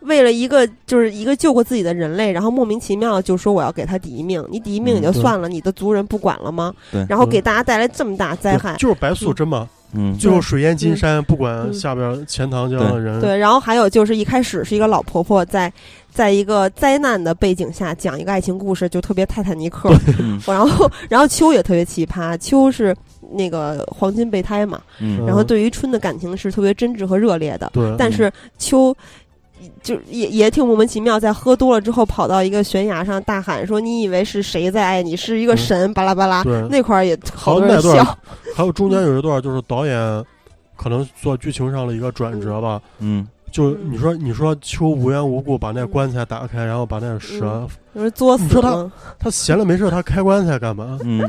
S2: 为了一个就是一个救过自己的人类，然后莫名其妙就说我要给他抵一命，你抵一命也就
S3: 嗯对
S2: 算了，你的族人不管了吗
S1: 对？
S2: 然后
S3: 嗯
S2: 给大家带来这么大灾害。
S3: 就是白素贞嘛，
S1: 嗯
S3: 最后水淹金山，不管
S2: 嗯
S3: 下边钱塘江的人，
S2: 对，然后还有就是一开始是一个老婆婆在，在一个灾难的背景下讲一个爱情故事，就特别泰坦尼克。
S1: 嗯
S2: 然后， 然后秋也特别奇葩，秋是那个黄金备胎嘛，
S1: 嗯
S2: 然后对于春的感情是特别真挚和热烈的，
S3: 对
S2: 但是秋就也也挺莫名其妙，在喝多了之后跑到一个悬崖上大喊说：“你以为是谁在爱你？是一个神！”巴拉巴拉，
S3: 对。
S2: 那块儿也好
S3: 好
S2: 多
S3: 那
S2: 人
S3: 段
S2: 笑。
S3: 还有中间有一段就是导演可能做剧情上的一个转折吧。
S1: 嗯，
S3: 就
S2: 嗯
S3: 你说，你说秋无缘无故把那棺材打开，然后把那蛇，
S2: 就是作
S3: 你
S2: 死
S3: 说他
S2: 嘛。
S3: 他闲了没事，他开棺材干嘛？
S1: 嗯，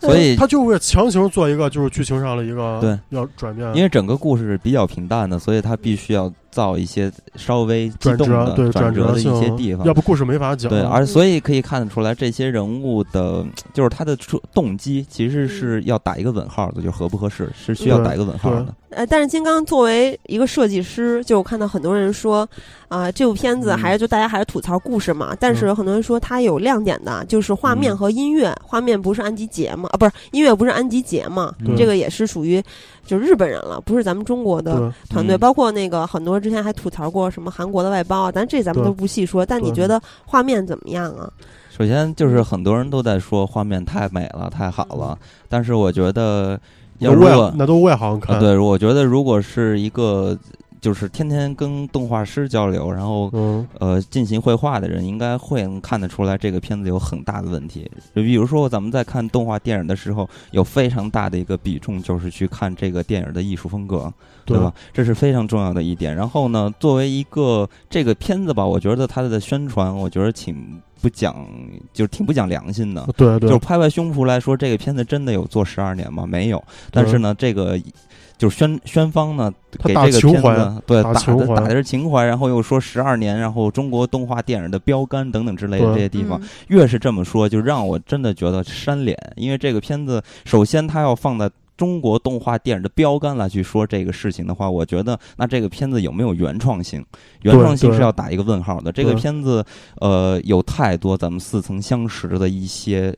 S1: 所以
S3: 他就为了强行做一个就是剧情上的一个
S1: 对
S3: 要转变，
S1: 因为整个故事是比较平淡的，所以他必须要造一些稍微激
S3: 转
S1: 动
S3: 折
S1: 的
S3: 对
S1: 转
S3: 折
S1: 的一
S3: 性
S1: 些地方
S3: 要。不故事没法讲。
S1: 对，而
S2: 嗯
S1: 所以可以看得出来，这些人物的，就是他的出动机，其实是要打一个问号的，就是合不合适，是需要
S3: 对
S1: 打一个问号的。
S2: 呃，但是金刚作为一个设计师，就我看到很多人说，啊、这部片子
S1: 嗯
S2: 还是就大家还是吐槽故事嘛。但是有很多人说它有亮点的，就是画面
S1: 嗯
S2: 和音乐。画面不是安吉杰嘛？啊，不是音乐不是安吉杰嘛？
S1: 对
S3: 嗯
S2: 这个也是属于就日本人了，不是咱们中国的
S3: 对，
S2: 团队。
S1: 嗯
S2: 包括那个很多之前还吐槽过什么韩国的外包啊，咱这咱们
S3: 对
S2: 都不细说。但你
S3: 对
S2: 觉得画面怎么样啊？
S1: 首先就是很多人都在说画面太美了，太好了，但是我觉得要如
S3: 外
S1: 果
S3: 那都外行看。
S1: 啊，对，我觉得如果是一个就是天天跟动画师交流，然后
S3: 嗯，
S1: 呃进行绘画的人，应该会能看得出来这个片子有很大的问题。就比如说咱们在看动画电影的时候，有非常大的一个比重就是去看这个电影的艺术风格，对吧？？这是非常重要的一点。然后呢，作为一个这个片子吧，我觉得它的宣传，我觉得挺不讲，就是挺不讲良心的。
S3: 对
S1: 就是
S3: 对，
S1: 拍拍胸脯来说，这个片子真的有做十二年吗？没有。但是呢，这个就是宣宣方呢，
S3: 他
S1: 给
S3: 打
S1: 这个
S3: 情
S1: 片
S3: 怀
S1: 子对
S3: 打
S1: 打
S3: 情
S1: 的
S3: 怀
S1: 打的是情怀，然后又说十二年，然后中国动画电影的标杆等等之类的
S3: 对
S1: 这些地方，
S2: 嗯
S1: 越是这么说，就让我真的觉得扇脸，因为这个片子首先它要放在。中国动画电影的标杆来去说这个事情的话，我觉得那这个片子有没有原创性？原
S3: 对
S1: 创性是
S3: 对
S1: 要打一个问号的。这个
S3: 对
S1: 片子，呃，有太多咱们似曾相识的一些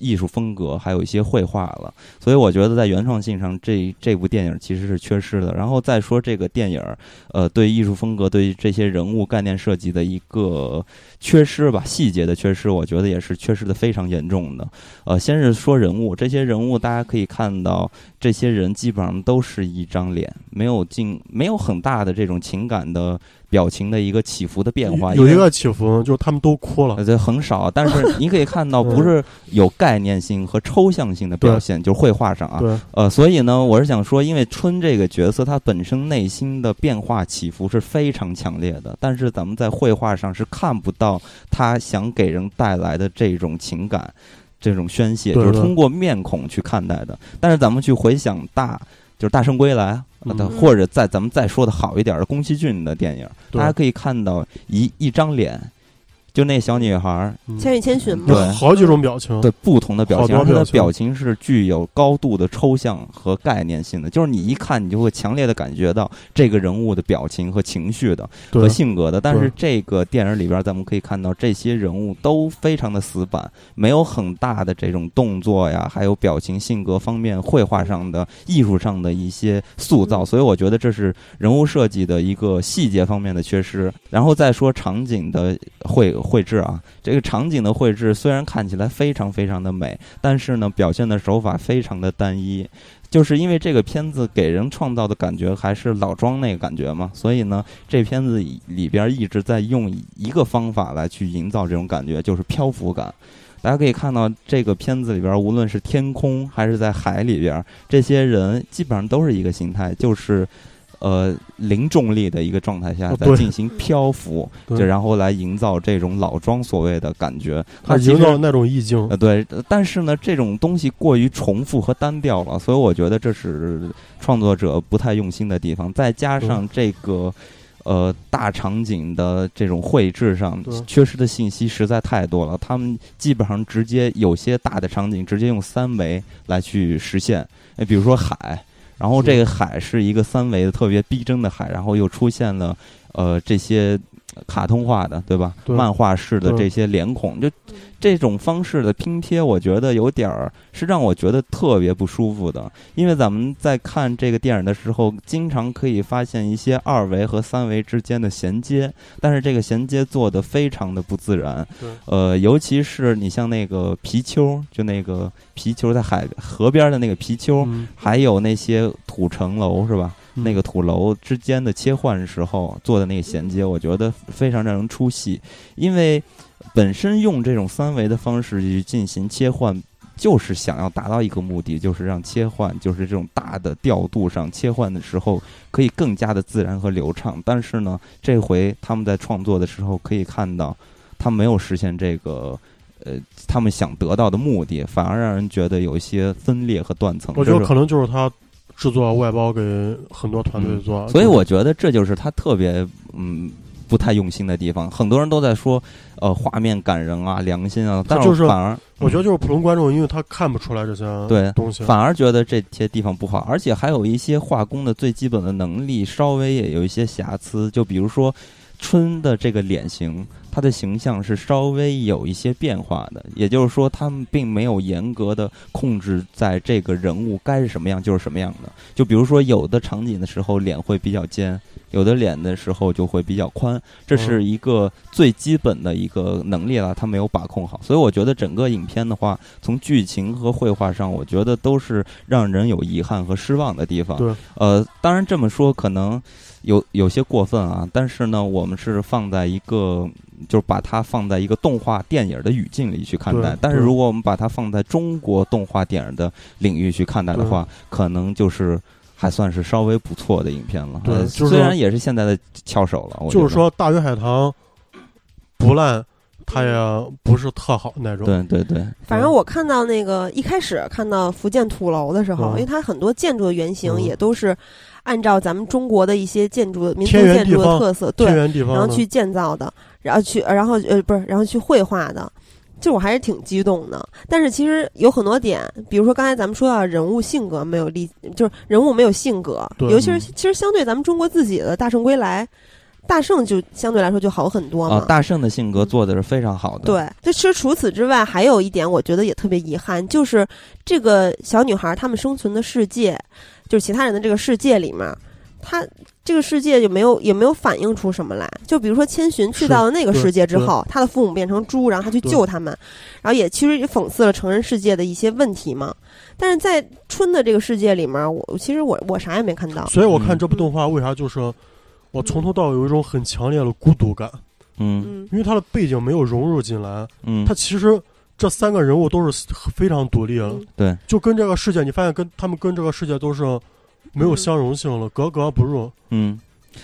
S1: 艺术风格，还有一些绘画了。所以我觉得在原创性上，这这部电影其实是缺失的。然后再说这个电影，呃，对艺术风格、对这些人物概念设计的一个缺失吧，细节的缺失，我觉得也是缺失的非常严重的。呃，先是说人物，这些人物大家可以看到，这些人基本上都是一张脸，没有进，没有很大的这种情感的表情的一个起伏的变化，
S3: 有
S1: 因
S3: 一
S1: 为
S3: 个起伏，就是他们都哭了
S1: 呃，。对，很少，但是你可以看 到，
S3: 嗯
S1: 不是有概念性和抽象性的表现，就是绘画上啊。
S3: 对，
S1: 呃，所以呢，我是想说，因为春这个角色，他本身内心的变化起伏是非常强烈的，但是咱们在绘画上是看不到他想给人带来的这种情感。这种宣泄
S3: 对
S1: 就是
S3: 对
S1: 通过面孔去看待的，但是咱们去回想大，就是《大圣归来》
S3: 嗯
S1: 呃或者再咱们再说的好一点的宫崎骏的电影，
S3: 对
S1: 大家可以看到一一张脸，就那小女孩儿，
S3: 嗯
S2: 千与千寻嘛，
S1: 对
S3: 有好几种表情。
S1: 对不同的表
S3: 好
S1: 情，
S3: 多
S1: 而它的
S3: 表情
S1: 表情是具有高度的抽象和概念性的，就是你一看你就会强烈的感觉到这个人物的表情和情绪的
S3: 对
S1: 和性格的。但是
S3: 对
S1: 这个电影里边，咱们可以看到这些人物都非常的死板，没有很大的这种动作呀，还有表情、性格方面、绘画上的、艺术上的一些塑造。
S2: 嗯
S1: 所以我觉得这是人物设计的一个细节方面的缺失。然后再说场景的绘绘制啊，这个场景的绘制虽然看起来非常非常的美，但是呢，表现的手法非常的单一。就是因为这个片子给人创造的感觉还是老庄那个感觉嘛，所以呢，这片子里边一直在用一个方法来去营造这种感觉，就是漂浮感。大家可以看到，这个片子里边，无论是天空还是在海里边，这些人基本上都是一个心态，就是呃零重力的一个状态下
S3: 哦
S1: 在
S3: 对
S1: 进行漂浮，
S3: 对
S1: 就然后来营造这种老庄所谓的感觉。
S3: 他
S1: 它其实
S3: 营造那种意境嗯
S1: 呃，，对，呃但是呢，这种东西过于重复和单调了，所以我觉得这是创作者不太用心的地方。再加上这个，呃，大场景的这种绘制上
S3: 对
S1: 缺失的信息实在太多了，他们基本上直接有些大的场景直接用三维来去实现，呃比如说海。然后这个海是一个三维的特别逼真的海，然后又出现了，呃，这些卡通化的，对吧？
S3: 对
S1: 漫画式的
S3: 对
S1: 这些脸孔，就这种方式的拼贴，我觉得有点儿是让我觉得特别不舒服的。因为咱们在看这个电影的时候，经常可以发现一些二维和三维之间的衔接，但是这个衔接做的非常的不自然
S3: 对。
S1: 呃，尤其是你像那个皮丘，就那个皮丘在海河边的那个皮丘，
S3: 嗯
S1: 还有那些土城楼是吧？
S3: 嗯
S1: 那个土楼之间的切换时候做的那个衔接，我觉得非常让人出戏，因为本身用这种三维的方式去进行切换。就是想要达到一个目的，就是让切换，就是这种大的调度上切换的时候可以更加的自然和流畅。但是呢，这回他们在创作的时候可以看到，他没有实现这个。呃，他们想得到的目的，反而让人觉得有一些分裂和断层。
S3: 我觉
S1: 这
S3: 得
S1: 是
S3: 可能就是他制作外包给很多团队做，
S1: 嗯所以我觉得这就是他特别嗯不太用心的地方。很多人都在说呃画面感人啊、良心啊，但
S3: 就是
S1: 反而
S3: 我觉得
S1: 嗯
S3: 就是普通观众，因为他看不出来这些
S1: 对
S3: 东西。
S1: 嗯反而觉得这些地方不好，而且还有一些画工的最基本的能力稍微也有一些瑕疵，就比如说春的这个脸型。他的形象是稍微有一些变化的，也就是说，他们并没有严格的控制在这个人物该是什么样就是什么样的。就比如说，有的场景的时候脸会比较尖，有的脸的时候就会比较宽，这是一个最基本的一个能力了，他没有把控好。所以我觉得整个影片的话，从剧情和绘画上，我觉得都是让人有遗憾和失望的地方。
S3: 对，
S1: 呃，当然这么说可能有有些过分啊，但是呢，我们是放在一个，就是把它放在一个动画电影的语境里去看待
S3: 对。
S1: 但是
S3: 对
S1: 如果我们把它放在中国动画电影的领域去看待的话，可能就是。还算是稍微不错的影片了，
S3: 对
S1: 呃
S3: 就
S1: 虽
S3: 是说
S1: 然也是现在的翘首了，我觉
S3: 就
S1: 得
S3: 是，说大鱼海棠不烂，它也不是特好那种。
S1: 对对对，
S2: 反正我看到那个一开始看到福建土楼的时候，
S3: 嗯
S2: 因为它很多建筑的原型
S3: 嗯
S2: 也都是按照咱们中国的一些建筑、民族
S3: 天圆
S2: 建筑
S3: 地
S2: 的
S3: 方
S2: 特色，对
S3: 天，圆地方
S2: 然后
S3: 呢
S2: 去建造的，然后去，然后呃，不是，然后去绘画的。就我还是挺激动的，但是其实有很多点，比如说刚才咱们说到人物性格没有立，就是人物没有性格，
S3: 对
S2: 尤其是
S1: 嗯
S2: 其实相对咱们中国自己的《大圣归来》，大圣就相对来说就好很多嘛。
S1: 啊，大圣的性格做的是非常好的，
S2: 对，就其实除此之外，还有一点我觉得也特别遗憾，就是这个小女孩她们生存的世界，就是其他人的这个世界里面，她这个世界也没有也没有反映出什么来。就比如说千寻去
S3: 是
S2: 到了那个
S3: 对
S2: 世界之
S3: 对
S2: 后，她的父母变成猪，然后她去
S3: 对
S2: 救他们，然后也其实也讽刺了成人世界的一些问题嘛。但是在春的这个世界里面，我其实我我啥也没看到。
S3: 所以我
S1: 嗯
S3: 看这部动画，为啥就是我从头到尾有一种很强烈的孤独感，
S1: 嗯
S2: 嗯，
S3: 因为它的背景没有融入进来。
S1: 嗯
S3: 它，其实这三个人物都是非常独立的
S2: 嗯，
S1: 对，
S3: 就跟这个世界，你发现跟他们跟这个世界都是没有相容性了，格格不入。
S1: 嗯，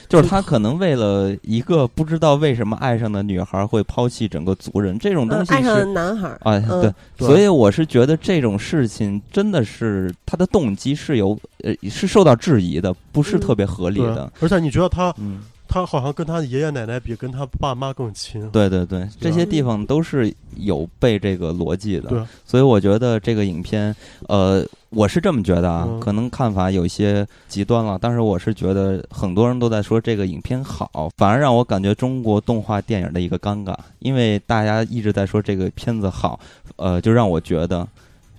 S1: 就是他可能为了一个不知道为什么爱上的女孩会抛弃整个族人，这种
S3: 呃
S2: 嗯
S1: 东西
S2: 爱上了
S1: 是。
S2: 男孩儿，
S1: 啊，
S2: 嗯
S1: 对，
S3: 对
S1: 所以我是觉得这种事情真的是他的动机是有呃是受到质疑的，不是
S2: 嗯
S1: 特别合理
S3: 对
S1: 的。，
S3: 而且你觉得他
S1: 嗯，
S3: 他好像跟他爷爷奶奶比，跟他爸妈更亲。
S1: 对对对，这些地方都是有被这个逻辑
S3: 对
S1: 的，所以我觉得这个影片，呃，我是这么觉得啊，
S3: 嗯
S1: 可能看法有些极端了，但是我是觉得很多人都在说这个影片好，反而让我感觉中国动画电影的一个尴尬，因为大家一直在说这个片子好，呃，就让我觉得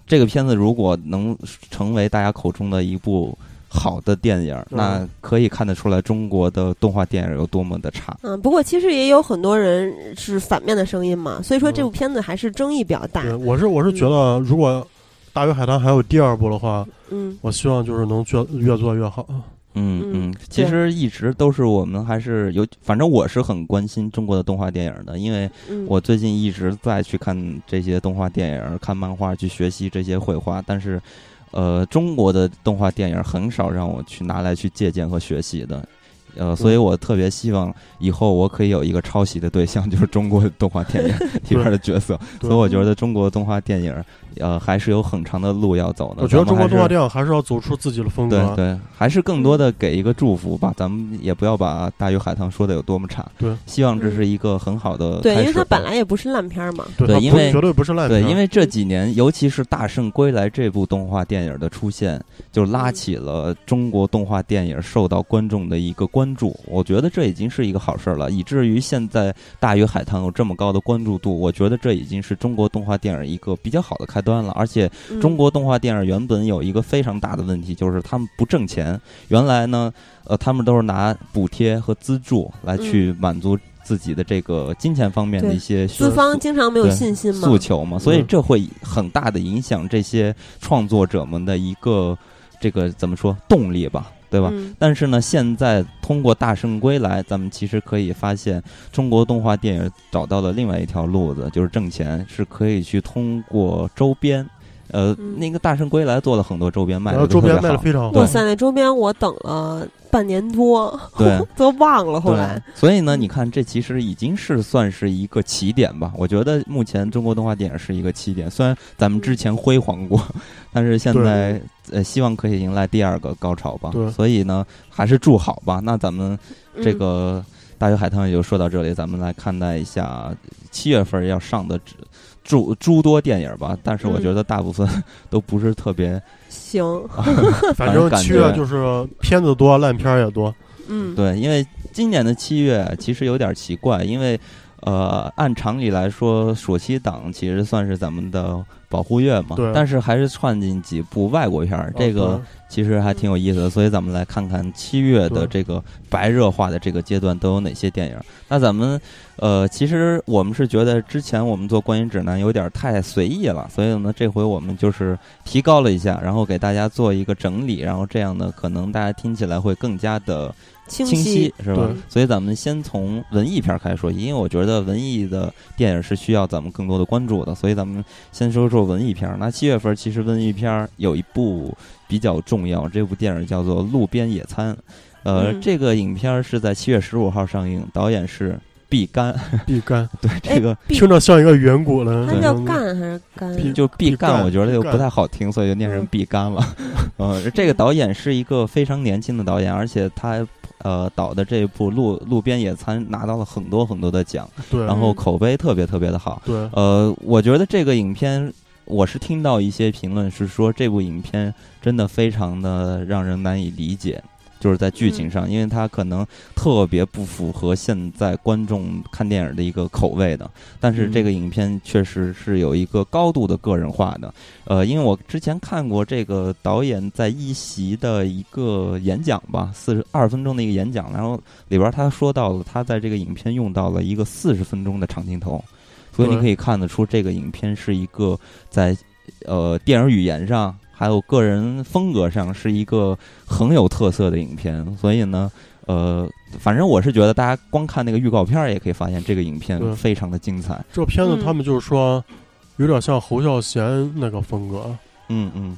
S1: 这个片子如果能成为大家口中的一部。好的电影，
S3: 嗯
S1: 那可以看得出来中国的动画电影有多么的差。
S2: 嗯，不过其实也有很多人是反面的声音嘛，所以说这
S3: 嗯
S2: 部片子还是争议比较大。
S3: 对，我是我是觉得，如果大鱼海棠还有第二部的话，
S2: 嗯，
S3: 我希望就是能越越做越好。
S1: 嗯
S2: 嗯
S1: 嗯，其
S2: 对
S1: 实一直都是我们还是有，反正我是很关心中国的动画电影的，因为
S2: 嗯
S1: 我最近一直在去看这些动画电影、看漫画，去学习这些绘画，但是。呃，中国的动画电影很少让我去拿来去借鉴和学习的，呃，所以我特别希望以后我可以有一个抄袭的对象，就是中国的动画电影 里边的角色。
S3: 对
S1: 所以我觉得中国动画电影，呃，还是有很长的路要走的。
S3: 我觉得
S1: 咱
S3: 中
S1: 们还
S3: 国
S1: 是
S3: 动画电影还是要走出自己的风
S1: 对
S3: 格。
S1: 对，还是更多的给一个祝福吧。咱们也不要把《大鱼海棠》说的有多么差，
S3: 对
S1: 希望这是一个很好的
S2: 嗯对，
S1: 开
S2: 因为
S1: 始
S2: 它
S1: 吧
S2: 本来也不是烂片儿嘛。
S3: 对
S1: 对
S3: 它
S1: 因
S3: 不
S1: 为
S3: 绝对不是烂
S1: 对，
S3: 片。
S1: 因为这几年，尤其是《大圣归来》这部动画电影的出现，就拉起了中国动画电影受到观众的一个关注。我觉得这已经是一个好事儿了，以至于现在《大鱼海棠》有这么高的关注度，我觉得这已经是中国动画电影一个比较好的开端了，而且
S2: 嗯
S1: 中国动画电影原本有一个非常大的问题，就是他们不挣钱。原来呢，呃，他们都是拿补贴和资助来去满足自己的这个金钱方面的一些需
S2: 嗯资方经常没有信心嘛
S1: 诉。求嘛，所以
S3: 嗯
S1: 这会很大的影响这些创作者们的一个这个怎么说动力吧，对吧？
S2: 嗯
S1: 但是呢，现在通过《大圣归来》，咱们其实可以发现，中国动画电影找到了另外一条路子，就是挣钱，是可以去通过周边。呃，
S2: 嗯
S1: 那个《大圣归来》做了很多周边卖
S3: 然
S1: 的
S3: 后
S1: 都特
S3: 周
S1: 别好，
S3: 边卖的非常好
S1: 对
S2: 哇，塞，那周边我等了半年多，
S1: 对
S2: 都忘了后来
S1: 对。，所以呢，
S2: 嗯
S1: 你看，这其实已经是算是一个起点吧。我觉得目前中国动画电影是一个起点，虽然咱们之前辉煌 过，但是现在呃，希望可以迎来第二个高潮吧
S3: 对。
S1: 所以呢，还是祝好吧。那咱们
S2: 嗯
S1: 这个大鱼海棠也就说到这里，咱们来看待一下七月份要上的诸诸多电影吧。但是我
S2: 嗯
S1: 觉得大部分都不是特别
S2: 嗯行，
S3: 反正
S1: 感
S3: 七
S1: 觉
S3: 月就是片子多，烂片儿也多。
S2: 嗯，
S1: 对，因为今年的七月其实有点奇怪，因为呃，按常理来说，暑期档其实算是咱们的保护月嘛
S3: 对，啊
S1: 但是还是串进几部外国片儿，这 个其实还挺有意思的。所以咱们来看看七月的这个白热化的这个阶段都有哪些电影。那咱们呃，其实我们是觉得之前我们做观影指南有点太随意了，所以呢，这回我们就是提高了一下，然后给大家做一个整理，然后这样呢，可能大家听起来会更加的。
S2: 清
S1: 清晰是吧
S3: 对？
S1: 所以咱们先从文艺片儿开始说，因为我觉得文艺的电影是需要咱们更多的关注的，所以咱们先说说文艺片儿。那七月份其实文艺片儿有一部比较重要，这部电影叫做《路边野餐》，呃，
S2: 嗯
S1: 这个影片儿是在七月十五号上映，导演是毕赣，
S3: 必干，
S1: 对这个。
S2: 毕
S3: 听着像一个远古的
S2: 它
S1: 嗯
S3: 那
S2: 叫
S3: 种
S2: 干还是干？啊
S3: 毕
S1: 就毕赣，
S3: 赣
S1: 我觉得
S3: 毕
S1: 又
S3: 赣
S1: 不太好听，所以就念成
S2: 嗯
S1: 毕赣了。 呃，这个导演是一个非常年轻的导演，而且他呃导的这部《路路边野餐》拿到了很多很多的奖，
S3: 对，
S1: 然后
S2: 嗯
S1: 口碑特别特别的好。
S3: 对，
S1: 呃，我觉得这个影片，我是听到一些评论是说这部影片真的非常的让人难以理解，就是在剧情上，因为它可能特别不符合现在观众看电影的一个口味的。但是这个影片确实是有一个高度的个人化的。呃，因为我之前看过这个导演在一席的一个演讲吧，四十二分钟的一个演讲，然后里边儿他说到了他在这个影片用到了一个四十分钟的长镜头，所以你
S3: 对
S1: 可以看得出这个影片是一个在呃电影语言上还有个人风格上是一个很有特色的影片，所以呢。呃，反正我是觉得大家光看那个预告片儿也可以发现，这个影片
S3: 对
S1: 非常的精彩。
S3: 这片子
S2: 嗯
S3: 他们就是说有点像侯孝贤那个风格。
S1: 嗯嗯，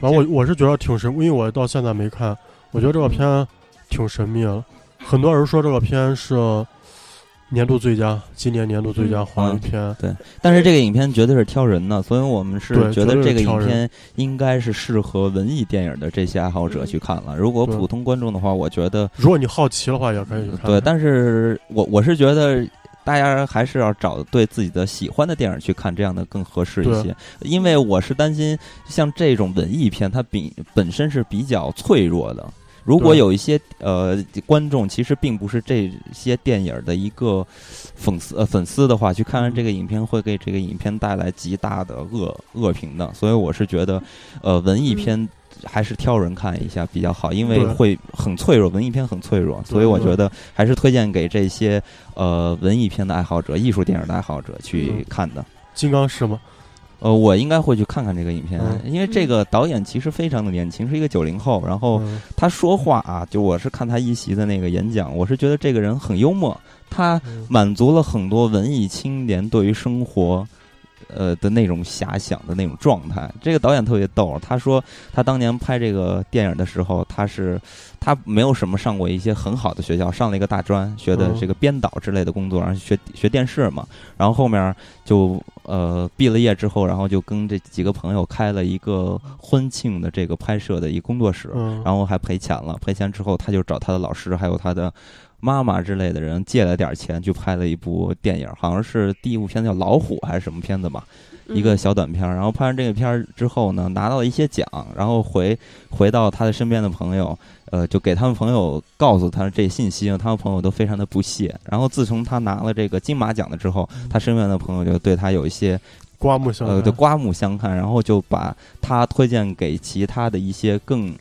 S3: 然后我我是觉得挺神，因为我到现在没看，我觉得这个片挺神秘的。很多人说这个片是年度最佳，今年年度最佳华语
S1: 嗯
S3: 片。
S1: 但是这个影片绝对是挑人的，所以我们是
S3: 对
S1: 觉得
S3: 绝对
S1: 这
S3: 是
S1: 个影
S3: 挑
S1: 片应该是适合文艺电影的这些爱好者去看了。如果
S3: 嗯对
S1: 普通观众的话，我觉得
S3: 如果你好奇的话，也可以去看。
S1: 嗯对，但是我我是觉得。大家还是要找对自己的喜欢的电影去看，这样的更合适一些
S3: 对。
S1: 因为我是担心像这种文艺片，它比本身是比较脆弱的。如果
S3: 对
S1: 有一些呃观众其实并不是这些电影的一个粉丝呃粉丝的话，去看完这个影片会给这个影片带来极大的恶恶评的。所以我是觉得，呃，文艺片还是挑人看一下比较好，因为
S3: 对
S1: 会很脆弱，文艺片很脆弱，所以
S3: 嗯
S1: 我觉得还是推荐给这些呃文艺片的爱好者、艺术电影的爱好者去
S3: 嗯
S1: 看的。
S3: 金刚石嘛，
S1: 呃，我应该会去看看这个影片，
S3: 嗯
S1: 因为这个导演其实非常的年轻，是一个九零后。然后
S3: 嗯
S1: 他说话啊，就我是看他一席的那个演讲，我是觉得这个人很幽默，他
S3: 嗯
S1: 满足了很多文艺青年对于生活。呃的那种遐想的那种状态，这个导演特别逗。他说他当年拍这个电影的时候，他是他没有什么上过一些很好的学校，上了一个大专，学的
S3: 嗯
S1: 这个编导之类的工作，然后学学电视嘛。然后后面就呃毕了业之后，然后就跟这几个朋友开了一个婚庆的这个拍摄的一个工作室，
S3: 嗯，
S1: 然后还赔钱了。赔钱之后，他就找他的老师还有他的妈妈之类的人借了点钱，去拍了一部电影，好像是第一部片叫《老虎》还是什么片子吧，
S2: 嗯
S1: 一个小短片儿。然后拍完这个片儿之后呢，拿到了一些奖，然后回回到他的身边的朋友，呃，就给他们朋友告诉他这信息，他们朋友都非常的不屑。然后自从他拿了这个金马奖了之后，他身边的朋友就对他有一些
S3: 刮目相
S1: 呃，
S3: 看。
S1: 就刮目相看，然后就把他推荐给其他的一些更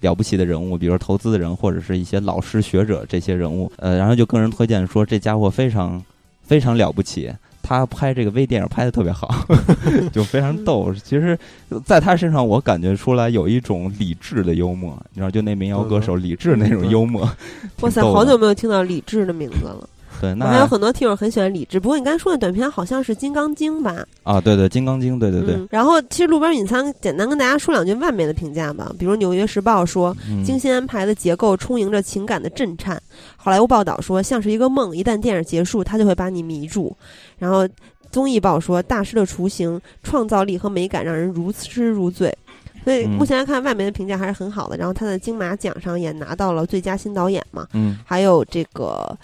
S1: 了不起的人物，比如投资的人或者是一些老师学者这些人物，呃，然后就跟人推荐说这家伙非常非常了不起。他拍这个微电影拍的特别好， 就非常逗。
S2: 嗯
S1: 其实，在他身上我感觉出来有一种理智的幽默，你知道，就那民谣歌手李志那种幽默。
S2: 哇塞，
S1: 挺逗的
S2: 好久没有听到李志的名字了。
S1: 对，
S2: 我还有
S1: 那
S2: 很多听友很喜欢李治，不过你刚才说的短片好像是《金刚经》吧？
S1: 啊，对对，《金刚经》，对对对，
S2: 嗯。然后其实《路边野餐》简单跟大家说两句外媒的评价吧，比如《纽约时报》说，
S1: 嗯
S2: 精心安排的结构充盈着情感的震颤。好莱坞报道说，像是一个梦，一旦电影结束，它就会把你迷住。然后综艺报说，大师的雏形、创造力和美感让人如痴如醉。所以
S1: 嗯
S2: 目前来看，外媒的评价还是很好的。然后他在金马奖上也拿到了最佳新导演嘛，
S1: 嗯
S2: 还有这个。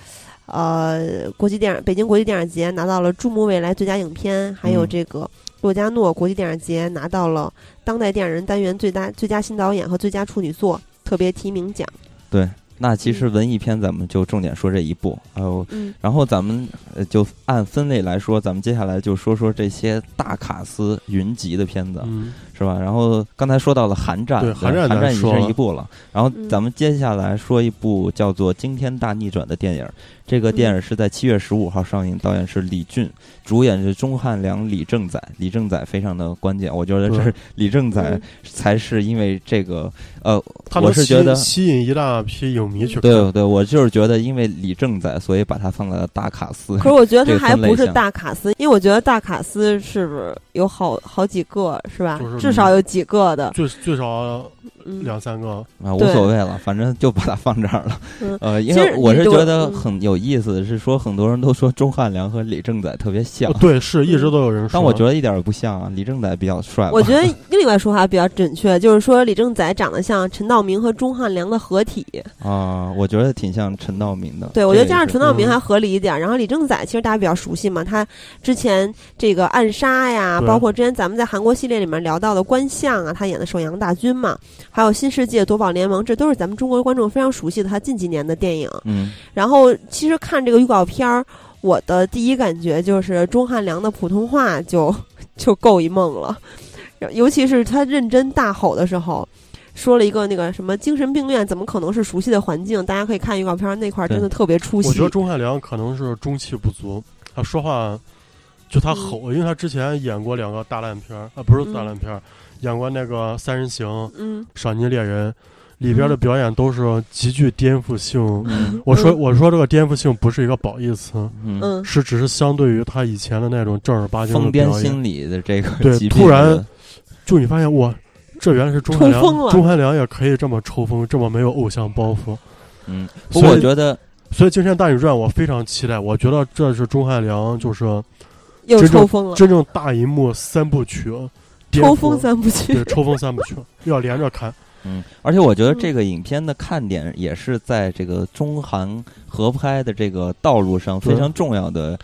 S2: 呃，国际电影北京国际电影节拿到了《注目未来》最佳影片，还有
S1: 嗯
S2: 这个洛迦诺国际电影节拿到了当代电影人单元最大最佳新导演和最佳处女作特别提名奖。
S1: 对。那其实文艺片咱们就重点说这一部，还有
S2: 嗯，
S1: 然后咱们呃就按分类来说，咱们接下来就说说这些大卡司云集的片子，
S3: 嗯，
S1: 是吧？然后刚才说到了寒战，
S3: 对
S1: 吧
S3: 寒
S1: 寒
S3: 战咱
S1: 已
S3: 说
S1: 经
S3: 了
S1: 是一部了。然后
S2: 嗯
S1: 咱们接下来说一部叫做《惊天大逆转》的电影，这个电影是在七月十五号上映，导演是李俊，主演是钟汉良、李正宰。李正宰非常的关键，我觉得
S3: 对
S1: 这是李正宰
S2: 嗯
S1: 才是因为这个呃，
S3: 他
S1: 我
S3: 能
S1: 是
S3: 吸
S1: 觉得
S3: 引吸引一大批影迷去看，
S1: 对对，我就是觉得因为李正宰，所以把他放在了大卡司。
S2: 可是我觉得
S1: 这
S2: 他
S1: 个
S2: 还
S1: 分类
S2: 不是
S1: 项
S2: 大卡司，因为我觉得大卡司是不是有好好几个是吧？
S1: 嗯
S3: 就是
S2: 至少有几个的，
S3: 最最少
S2: 嗯，
S3: 两三个，
S1: 啊，无
S2: 对
S1: 所谓了，反正就把它放这儿了。
S2: 嗯
S1: 呃，因
S2: 其
S1: 为
S2: 实
S1: 我
S2: 你
S1: 是
S2: 就
S1: 觉得
S2: 嗯
S1: 很有意思，的是说很多人都说钟汉良和李正宰特别像
S3: 哦，对，是一直都有人说。
S1: 但我觉得一点儿也不像啊，李正宰比较帅吧。
S2: 我觉得另外说法比较准确，就是说李正宰长得像陈道明和钟汉良的合体。
S1: 啊，我觉得挺像陈道明的。
S2: 对，我觉得
S1: 这
S2: 这样陈
S1: 陈
S2: 道明还合理一点。然后李正宰其实大家比较熟悉嘛，他之前这个暗杀呀，
S3: 对
S2: 包括之前咱们在韩国系列里面聊到的关相啊，他演的首阳大军嘛，还有新世界夺宝联盟，这都是咱们中国观众非常熟悉的他近几年的电影。
S1: 嗯
S2: 然后其实看这个预告片儿，我的第一感觉就是钟汉良的普通话就 就够一梦了，尤其是他认真大吼的时候。说了一个那个什么精神病院，怎么可能是熟悉的环境？大家可以看预告片儿那块儿，真的特别出
S3: 我
S2: 戏
S3: 觉。得钟汉良可能是中气不足，他说话就他吼，因为他之前演过两个大烂片儿啊，不是大烂片儿，演过那个《三人行》《
S2: 嗯，
S3: 赏金猎人》，里边的表演都是极具颠覆性。
S1: 嗯
S3: 我说我说这个颠覆性不是一个褒义词，
S1: 嗯，
S2: 嗯，
S3: 是只是相对于他以前的那种正儿八经的
S1: 疯癫
S3: 表演，
S1: 心理的这个
S3: 对
S1: 疾
S3: 突
S1: 病
S3: 然
S1: 的
S3: 就你发现哇，这原来是钟汉
S2: 抽风
S3: 良，
S2: 了
S3: 钟汉良也可以这么抽风，这么没有偶像包袱。
S1: 嗯，不过
S3: 所
S1: 我
S3: 以
S1: 觉得
S3: 所以《惊天大逆转》我非常期待，我觉得这是钟汉良就是
S2: 又
S3: 真正
S2: 抽风了，
S3: 真正大银幕三部曲，啊颠覆
S2: 抽风三部曲嗯
S3: 对。抽风三部曲要连着看，
S1: 嗯，而且我觉得这个影片的看点也是在这个中韩合拍的这个道路上非常重要的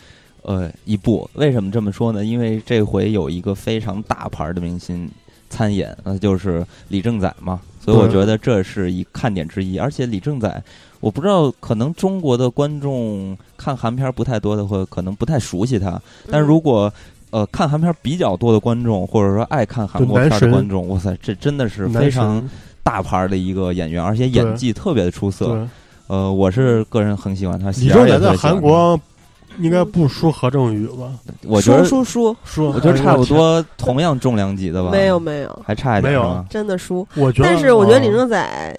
S1: 呃一步。为什么这么说呢？因为这回有一个非常大牌的明星参演，那就是李正宰嘛，所以我
S3: 对
S1: 觉得这是一看点之一。而且李正宰，我不知道可能中国的观众看韩片不太多的，会可能不太熟悉他，
S3: 嗯
S1: 但是如果呃看韩片比较多的观众，或者说爱看韩
S3: 就
S1: 国
S3: 男
S1: 片儿的
S3: 神
S1: 观众，哇塞，这真的 是
S3: 男
S1: 非
S3: 神
S1: 常大牌的一个演员，而且演技特别的出色。
S3: 对。
S1: 呃，我是个人很喜欢他。
S3: 李
S1: 喜儿
S3: 正
S1: 也
S3: 宰
S1: 特
S3: 在
S1: 别喜欢
S3: 韩国应该不输何正宇吧？
S1: 他，我觉
S2: 输
S1: 得
S2: 输输，
S3: 输，
S1: 我觉得差不多同样重量级的吧，
S2: 没有，没有，
S1: 还差一点
S3: 没有啊
S1: 是吗？
S2: 真的输。
S3: 哎。我觉得，
S2: 但是我觉得李
S3: 啊，
S2: 正宰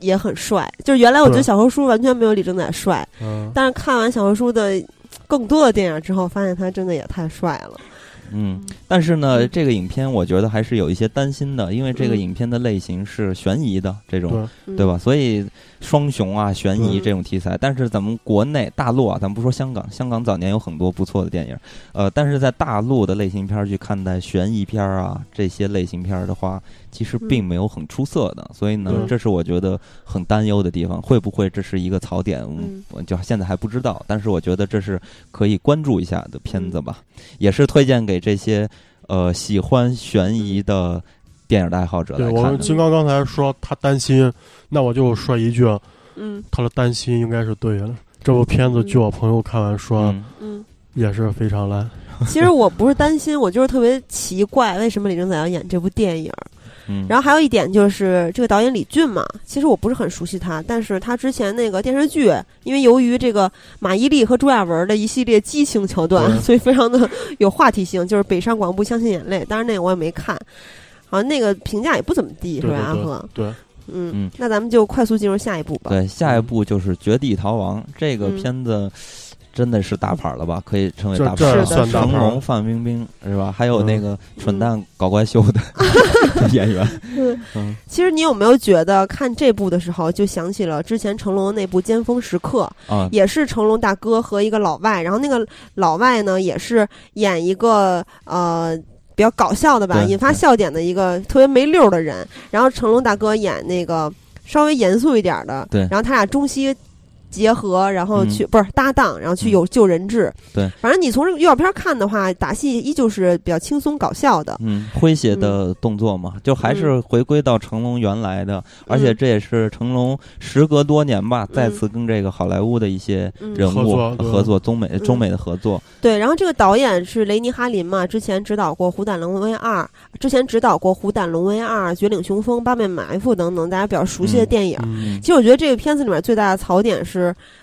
S2: 也很帅，就是原来我觉得
S3: 对
S2: 小何叔完全没有李正宰帅，
S3: 嗯，
S2: 但是看完小何叔的更多的电影之后，发现他真的也太帅了。
S1: 嗯，但是呢，
S2: 嗯
S1: 这个影片我觉得还是有一些担心的，因为这个
S2: 嗯
S1: 影片的类型是悬疑的这种。
S3: 对
S2: 嗯
S1: 对吧？？所以双雄啊、悬疑
S2: 嗯
S1: 这种题材，但是咱们国内大陆啊，咱们不说香港，香港早年有很多不错的电影，呃，但是在大陆的类型片儿去看待悬疑片儿啊这些类型片儿的话，其实
S2: 嗯
S1: 并没有很出色的，所以呢，
S3: 对
S1: 这是我觉得很担忧的地方，会不会这是一个槽点？
S2: 嗯
S1: 我就现在还不知道，但是我觉得这是可以关注一下的片
S2: 嗯
S1: 子吧，也是推荐给这些呃喜欢悬疑的电影的爱好者
S3: 对
S1: 来
S3: 我
S1: 看
S3: 们
S1: 的。
S3: 金刚刚才说他担心，那我就说一句，
S2: 嗯
S3: 他的担心应该是对的。这部片子，据我朋友看完说，
S1: 嗯
S2: 嗯，
S3: 也是非常烂。
S2: 其实我不是担心，我就是特别奇怪，为什么李正宰要演这部电影？
S1: 嗯，
S2: 然后还有一点就是这个导演李俊嘛，其实我不是很熟悉他，但是他之前那个电视剧，因为由于这个马伊琍和朱亚文的一系列激情桥段，
S3: 对
S2: 所以非常的 有话题性，就是《北上广不相信眼泪》，当然那个我也没看，好像那个评价也不怎么地，是
S3: 对
S2: 吧？阿
S3: 对
S2: 赫，
S3: 对对，
S2: 嗯
S1: 嗯
S2: 那咱们就快速进入下一步吧。
S1: 对，下一步就是《绝地逃亡》这个
S2: 嗯
S1: 片子，真的是大牌了吧？可以称为
S3: 这
S1: 大牌
S3: 这
S1: 了。
S2: 是的
S3: 算
S2: 是
S3: 大
S2: 的
S1: 成
S3: 牌儿
S1: 龙、范冰冰是吧？还有
S3: 嗯
S1: 那个蠢蛋搞怪秀的 演员，嗯
S2: 其实你有没有觉得看这部的时候，就想起了之前成龙的那部《尖峰时刻》，
S1: 啊，
S2: 也是成龙大哥和一个老外，然后那个老外呢也是演一个呃比较搞笑的吧，
S1: 对
S2: 引发笑点的一个特别没溜儿的人，然后成龙大哥演那个稍微严肃一点儿的，
S1: 对
S2: 然后他俩中西。结合，然后
S1: 嗯
S2: 去、不是搭档，然后去
S1: 嗯
S2: 有救人质。
S1: 对，
S2: 反正你从这个预告片看的话，打戏依旧是比较轻松搞笑的。
S1: 嗯，诙谐的动作嘛，
S2: 嗯
S1: 就还是回归到成龙原来的，而且这也是成龙时隔多年吧，再次跟这个好莱坞的一些
S2: 嗯
S1: 人
S3: 合
S1: 物
S3: 作对
S1: 合作，中美中美的合作，
S2: 对，然后这个导演是雷尼·哈林嘛，之前指导过《虎胆龙威二》，之前指导过《虎胆龙威二》《绝岭雄风》《八面埋伏》等等大家比较熟悉的
S1: 嗯
S2: 电影。
S3: 嗯
S2: 其实我觉得这个片子里面最大的槽点是，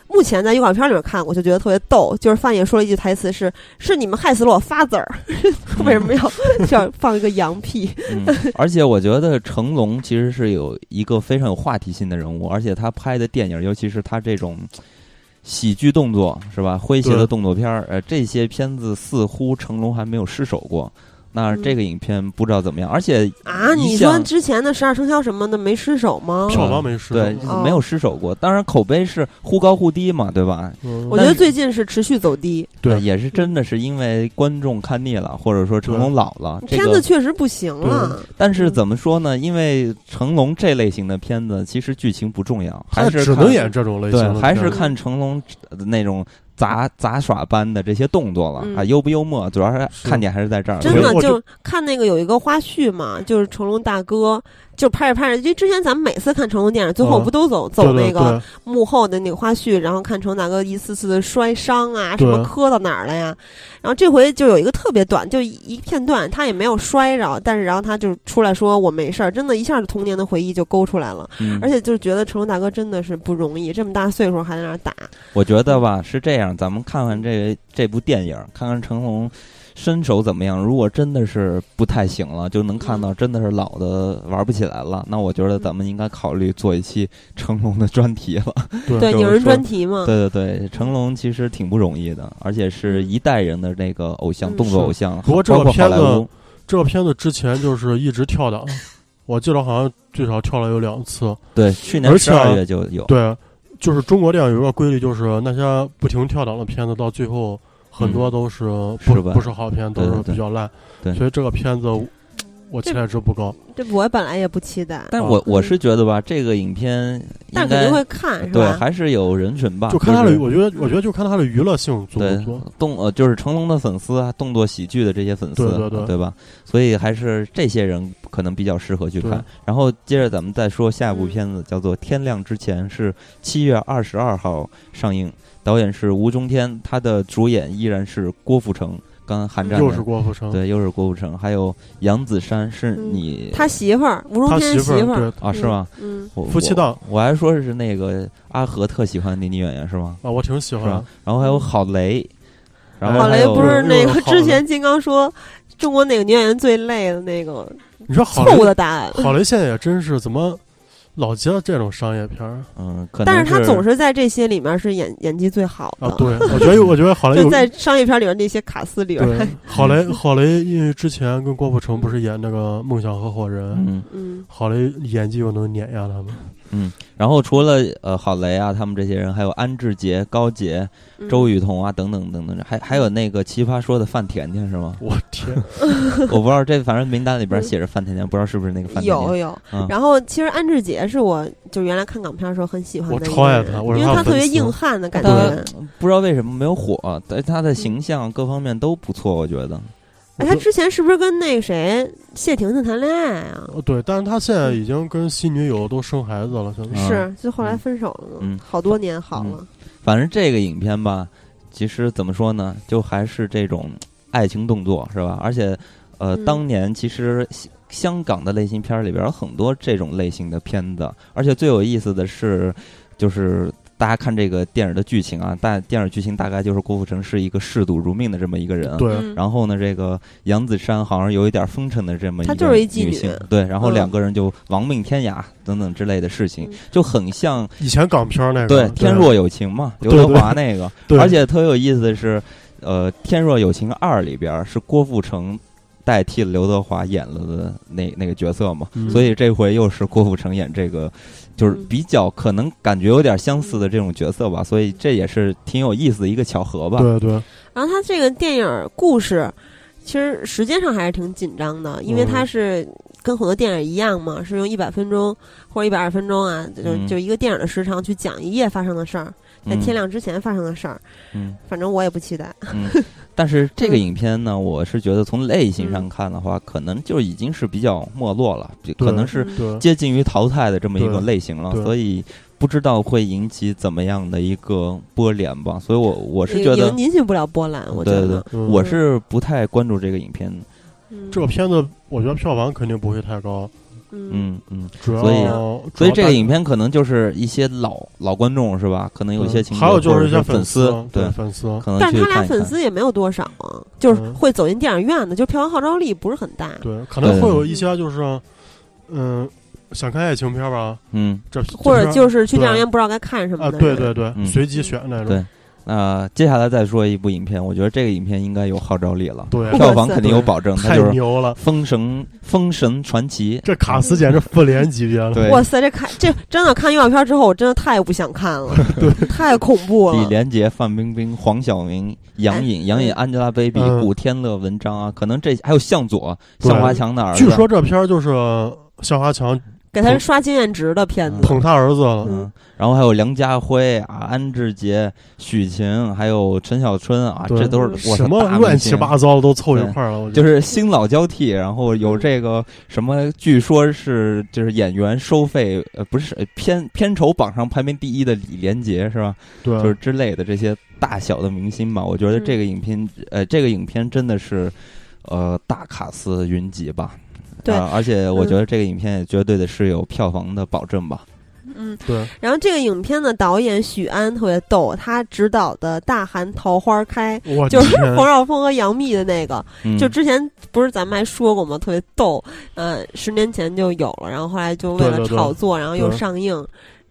S2: 目前在预告片里面看，我就觉得特别逗，就是范爷说了一句台词是：“是你们害死了我发子儿， 为什么要这样放一个 羊屁
S1: 嗯，而且我觉得成龙其实是有一个非常有话题性的人物，而且他拍的电影，尤其是他这种喜剧动作是吧，诙谐的
S3: 对
S1: 动作片儿，呃，这些片子似乎成龙还没有失手过。那
S2: 嗯
S1: 这个影片不知道怎么样，而且
S2: 啊？
S1: 一
S2: 你说
S1: 向
S2: 之前的十二生肖什么的没失手吗？
S3: 票房没失手，
S1: 对，
S2: 哦
S1: 没有失手过。当然口碑是忽高忽低嘛，对吧？
S3: 嗯
S2: 我觉得最近是持续走低，
S3: 对
S1: 也是真的是因为观众看腻了，或者说成龙老了。这
S2: 片
S1: 个
S2: 子，确实不行了。
S1: 但是
S2: 嗯
S1: 怎么说呢？因为成龙这类型的片子，其实剧情不重要，还
S3: 他
S1: 是
S3: 只
S1: 看
S3: 能演这种类型
S1: 对，
S3: 的
S1: 还
S3: 片
S1: 是
S3: 子
S1: 看成龙呃那种杂杂耍般的这些动作了、
S2: 嗯
S1: 啊，幽不幽默，主要是
S3: 是
S1: 看点还是在这儿。
S2: 真
S3: 我觉
S2: 的
S3: 得我
S2: 就看那个有一个花絮嘛，就是成龙大哥就拍着拍着，因为之前咱们每次看成龙电影，最后
S3: 嗯
S2: 不都走走
S3: 对
S2: 那
S3: 对
S2: 个
S3: 对，
S2: 幕后的那个花絮，然后看成大哥一次次的摔伤啊，什
S3: 对
S2: 么磕到哪儿了呀？然后这回就有一个特别短，就一片段，他也没有摔着，但是然后他就出来说我没事儿，真的一下童年的回忆就勾出来了，
S1: 嗯
S2: 而且就觉得成龙大哥真的是不容易，这么大岁数还在那儿打，
S1: 我觉得吧是这样，咱们看看这这部电影，看看成龙身手怎么样。如果真的是不太行了，就能
S2: 嗯
S1: 看到真的是老的玩不起来了，那我觉得咱们应该考虑做一期成龙的专题了。
S2: 对，
S1: 就是
S2: 有人
S1: 说
S2: 专题嘛，
S1: 对对对，成龙其实挺不容易的，而且是一代人的那个偶像，
S2: 嗯
S1: 动作
S3: 是
S1: 偶像，
S3: 不过这
S1: 包
S3: 个
S1: 括好莱
S3: 片子
S1: 坞。
S3: 这个片子之前就是一直跳档，我记得好像最少跳了有两次。
S1: 对，去年
S3: 而
S1: 十
S3: 且啊
S1: 二月就有。
S3: 对，就是中国电影有一个规律，就是那些不停跳档的片子，到最后很多都是不、
S1: 失败
S3: 不是好片，都
S1: 嗯对
S3: 是
S1: 对对
S3: 比较烂。
S1: 对
S3: 所以这个片子我期待值不高。
S2: 这我本来也不期待，
S1: 但
S3: 啊
S1: 我我是觉得吧，这个影片
S2: 但
S1: 应
S2: 是肯
S1: 该
S2: 定会看，是
S1: 对
S2: 吧？
S1: 还是有人群吧，
S3: 就看它
S1: 啊是
S3: 的，我觉得，我觉得就看它的娱乐性足
S1: 对
S3: 不足。
S1: 动呃就是成龙的粉丝啊，动作喜剧的这些粉丝，啊
S3: 对对对
S1: 吧？所以还是这些人可能比较适合去看
S3: 对。
S1: 然后接着咱们再说下一部
S2: 嗯
S1: 片子，叫做《天亮之前》，是七月二十二号上映，导演是吴中天，他的主演依然是郭富城，刚韩战
S3: 又
S1: 的
S3: 是郭富城，
S1: 对，又是郭富城，还有杨子姗，是
S2: 嗯
S1: 你、
S2: 他媳妇儿吴
S3: 他
S2: 中天
S3: 媳妇
S2: 妇
S3: 儿
S2: 儿，
S3: 对
S1: 啊是吗？
S2: 嗯，
S1: 我
S3: 夫妻档
S1: 我，我还说是那个阿和特喜欢的女演员是吗？
S3: 啊，我挺喜
S1: 是
S3: 欢
S1: 吧。？然后还有郝蕾，然后
S2: 郝
S1: 还
S2: 蕾
S1: 有
S2: 不是那
S3: 又
S2: 个
S3: 是郝
S2: 之
S3: 蕾
S2: 前金刚说中国哪个女演员最累的那个
S3: 你说
S2: 错
S3: 好
S2: 误
S3: 雷，
S2: 的答案。
S3: 好雷现在也真是怎么老接这种商业片儿啊
S1: 嗯，可能
S2: 但是他总
S1: 是
S2: 是在这些里面是演演技最好的，
S3: 啊？对，我觉得有，我觉得好雷
S2: 就
S3: 有
S2: 在商业片里面那些卡司里边，
S3: 对，郝雷，郝雷，因为之前跟郭富城不是演那个《梦想合伙人》，
S1: 嗯，
S2: 嗯，
S3: 郝雷演技又能碾压他们。？
S1: 然后除了呃郝蕾啊，他们这些人，还有安志杰、高洁、
S2: 嗯
S1: 周雨彤啊，等等等等，还还有那个《奇葩说》的范甜甜是吗
S3: 我天，
S1: 我不知道这反正名单里边写着范甜甜，不知道是不是那个范甜
S2: 有
S1: 甜。
S2: 有
S3: 啊
S1: 嗯。
S2: 然后其我安志杰是我就原来看港片的时候很喜欢
S3: 我
S2: 的一
S3: 超
S2: 个
S3: 爱
S2: 人，
S3: 他，
S2: 因
S3: 我是
S2: 为
S3: 他
S2: 他
S3: 的
S2: 特
S3: 粉
S2: 别
S3: 丝
S2: 硬汉的感
S1: 他
S2: 觉。
S1: 不知道为什么没有火，但是他的形象各方面都不错，我觉得。
S2: 哎，他之前是不是跟那个谁谢婷婷谈恋爱啊？
S3: 呃对，但是他现在已经跟新女友都生孩子了，现在
S1: 嗯
S2: 是，就后来分手了，
S1: 嗯
S2: 好多年好
S1: 嗯
S2: 了。
S1: 反正这个影片吧，其实怎么说呢，就还是这种爱情动作是吧？而且，呃，
S2: 嗯
S1: 当年其实香香港的类型片儿里边有很多这种类型的片子，而且最有意思的是，就是大家看这个电影的剧情啊，大电影剧情大概就是郭富城是一个嗜赌如命的这么一个人，
S3: 对，
S2: 嗯
S1: 然后呢，这个杨子姗好像有一点风尘的这么一个
S2: 她就是一妓
S1: 女
S2: 女
S1: 性，对，然后
S2: 嗯
S1: 两个人就亡命天涯等等之类的事情
S2: 嗯，
S1: 就很像
S3: 以前港片儿那个
S1: 对
S3: 对
S1: 《天若有情》嘛，刘
S3: 对
S1: 德华那个，
S3: 对
S1: 而且特有意思的是，呃，《天若有情二》里边是郭富城代替了刘德华演了的那那个角色嘛，
S3: 嗯
S1: 所以这回又是郭富城演这个，就是比较可能感觉有点相似的这种角色吧，所以这也是挺有意思的一个巧合吧。
S3: 对对
S2: 然后他这个电影故事，其实时间上还是挺紧张的，因为
S3: 嗯
S2: 它是跟很多电影一样嘛，是用一百分钟或者一百二十分钟啊，就、
S1: 嗯
S2: 就一个电影的时长去讲一夜发生的事儿，在
S1: 嗯
S2: 天亮之前发生的事儿。
S1: 嗯
S2: 反正我也不期待。
S1: 嗯，但是这个影片呢，我是觉得从类型
S2: 嗯
S1: 上看的话，可能就已经是比较没落了，比可能是
S2: 嗯
S3: 对，
S1: 接近于淘汰的这么一个
S3: 对
S1: 类型了，
S3: 对
S1: 所以不知道会引起怎么样的一个波澜吧。所以我我是
S2: 也
S1: 觉
S2: 也
S1: 得，
S2: 引起不了波澜，我觉
S1: 对对
S2: 得
S1: 对。，
S3: 嗯
S1: 我是不太关注这个影片的。
S2: 嗯
S3: 这片子我觉得票房肯定不会太高，
S2: 嗯
S1: 嗯嗯，
S3: 主要
S1: 所以
S3: 主
S1: 所
S3: 要
S1: 以这
S3: 大
S1: 个影片可能就是一些老老观众是吧？可能有一些情
S3: 嗯
S1: 节，
S3: 还有就
S1: 或者
S3: 一些
S1: 粉
S3: 丝，
S1: 对
S3: 对，粉丝，
S1: 可能
S2: 但
S1: 去
S2: 是他
S1: 看
S2: 俩
S1: 一看
S2: 粉。丝也没有多少啊，就是
S3: 嗯
S2: 会走进电影院的，就票房号召力不是很大。
S3: 对，可能
S1: 对
S3: 会有一些就是，嗯，想看爱情片儿吧，
S1: 嗯，
S3: 这
S2: 或者
S3: 是
S2: 就是去
S3: 对
S2: 电影院不知道该看什
S3: 啊，
S2: 么的人。
S3: 对对对
S1: 嗯，
S3: 随机选那
S1: 对
S3: 种，
S1: 那接下来再说一部影片，我觉得这个影片应该有号召力了，
S3: 对，
S1: 票房肯定有保证，它
S3: 太
S1: 就是《
S3: 牛了，
S1: 封神封神传奇》。
S3: 这卡斯简直复联级别了，
S1: 对，
S2: 哇塞，这看这真的看预告片之后，我真的太不想看 了，太恐怖
S1: 李
S2: 了。
S1: 连杰、范冰冰、黄晓明、杨颖、杨颖、Angelababy、
S3: 嗯
S1: 古天乐、文章啊，可能这还有向佐、
S3: 对
S1: 向华强的儿子。
S3: 据说这片儿就是向华强
S2: 给他刷经验值的片子，
S3: 捧他儿子了，
S1: 嗯，然后还有梁家辉啊、安志杰、许晴，还有陈小春啊，
S3: 对
S1: 这都是我
S3: 什么乱七八
S1: 糟。
S3: 糟的都凑一块儿了，我觉
S1: 就
S3: 得
S1: 是新老交替，然后有这个什么，据说是就是演员收费，呃，不是呃片片酬榜上排名第一的李连杰是吧？
S3: 对，
S1: 就是之类的这些大小的明星吧。我觉得这个
S2: 嗯
S1: 影片，呃，这个影片真的是，呃，大卡司云集吧。
S2: 对
S1: 啊而且我觉得这个影片也绝对的是有票房的保证吧。
S2: 嗯，
S3: 对，
S2: 然后这个影片的导演许鞍特别逗，他执导的《大韩桃花开》
S3: 我
S2: 就是
S3: 天
S2: 冯绍峰和杨幂的那个，
S1: 嗯，
S2: 就之前不是咱们还说过吗？特别逗，呃，十年前就有了，然后后来就为
S3: 对
S2: 了
S3: 对对
S2: 炒作，然后又
S3: 对
S2: 上映，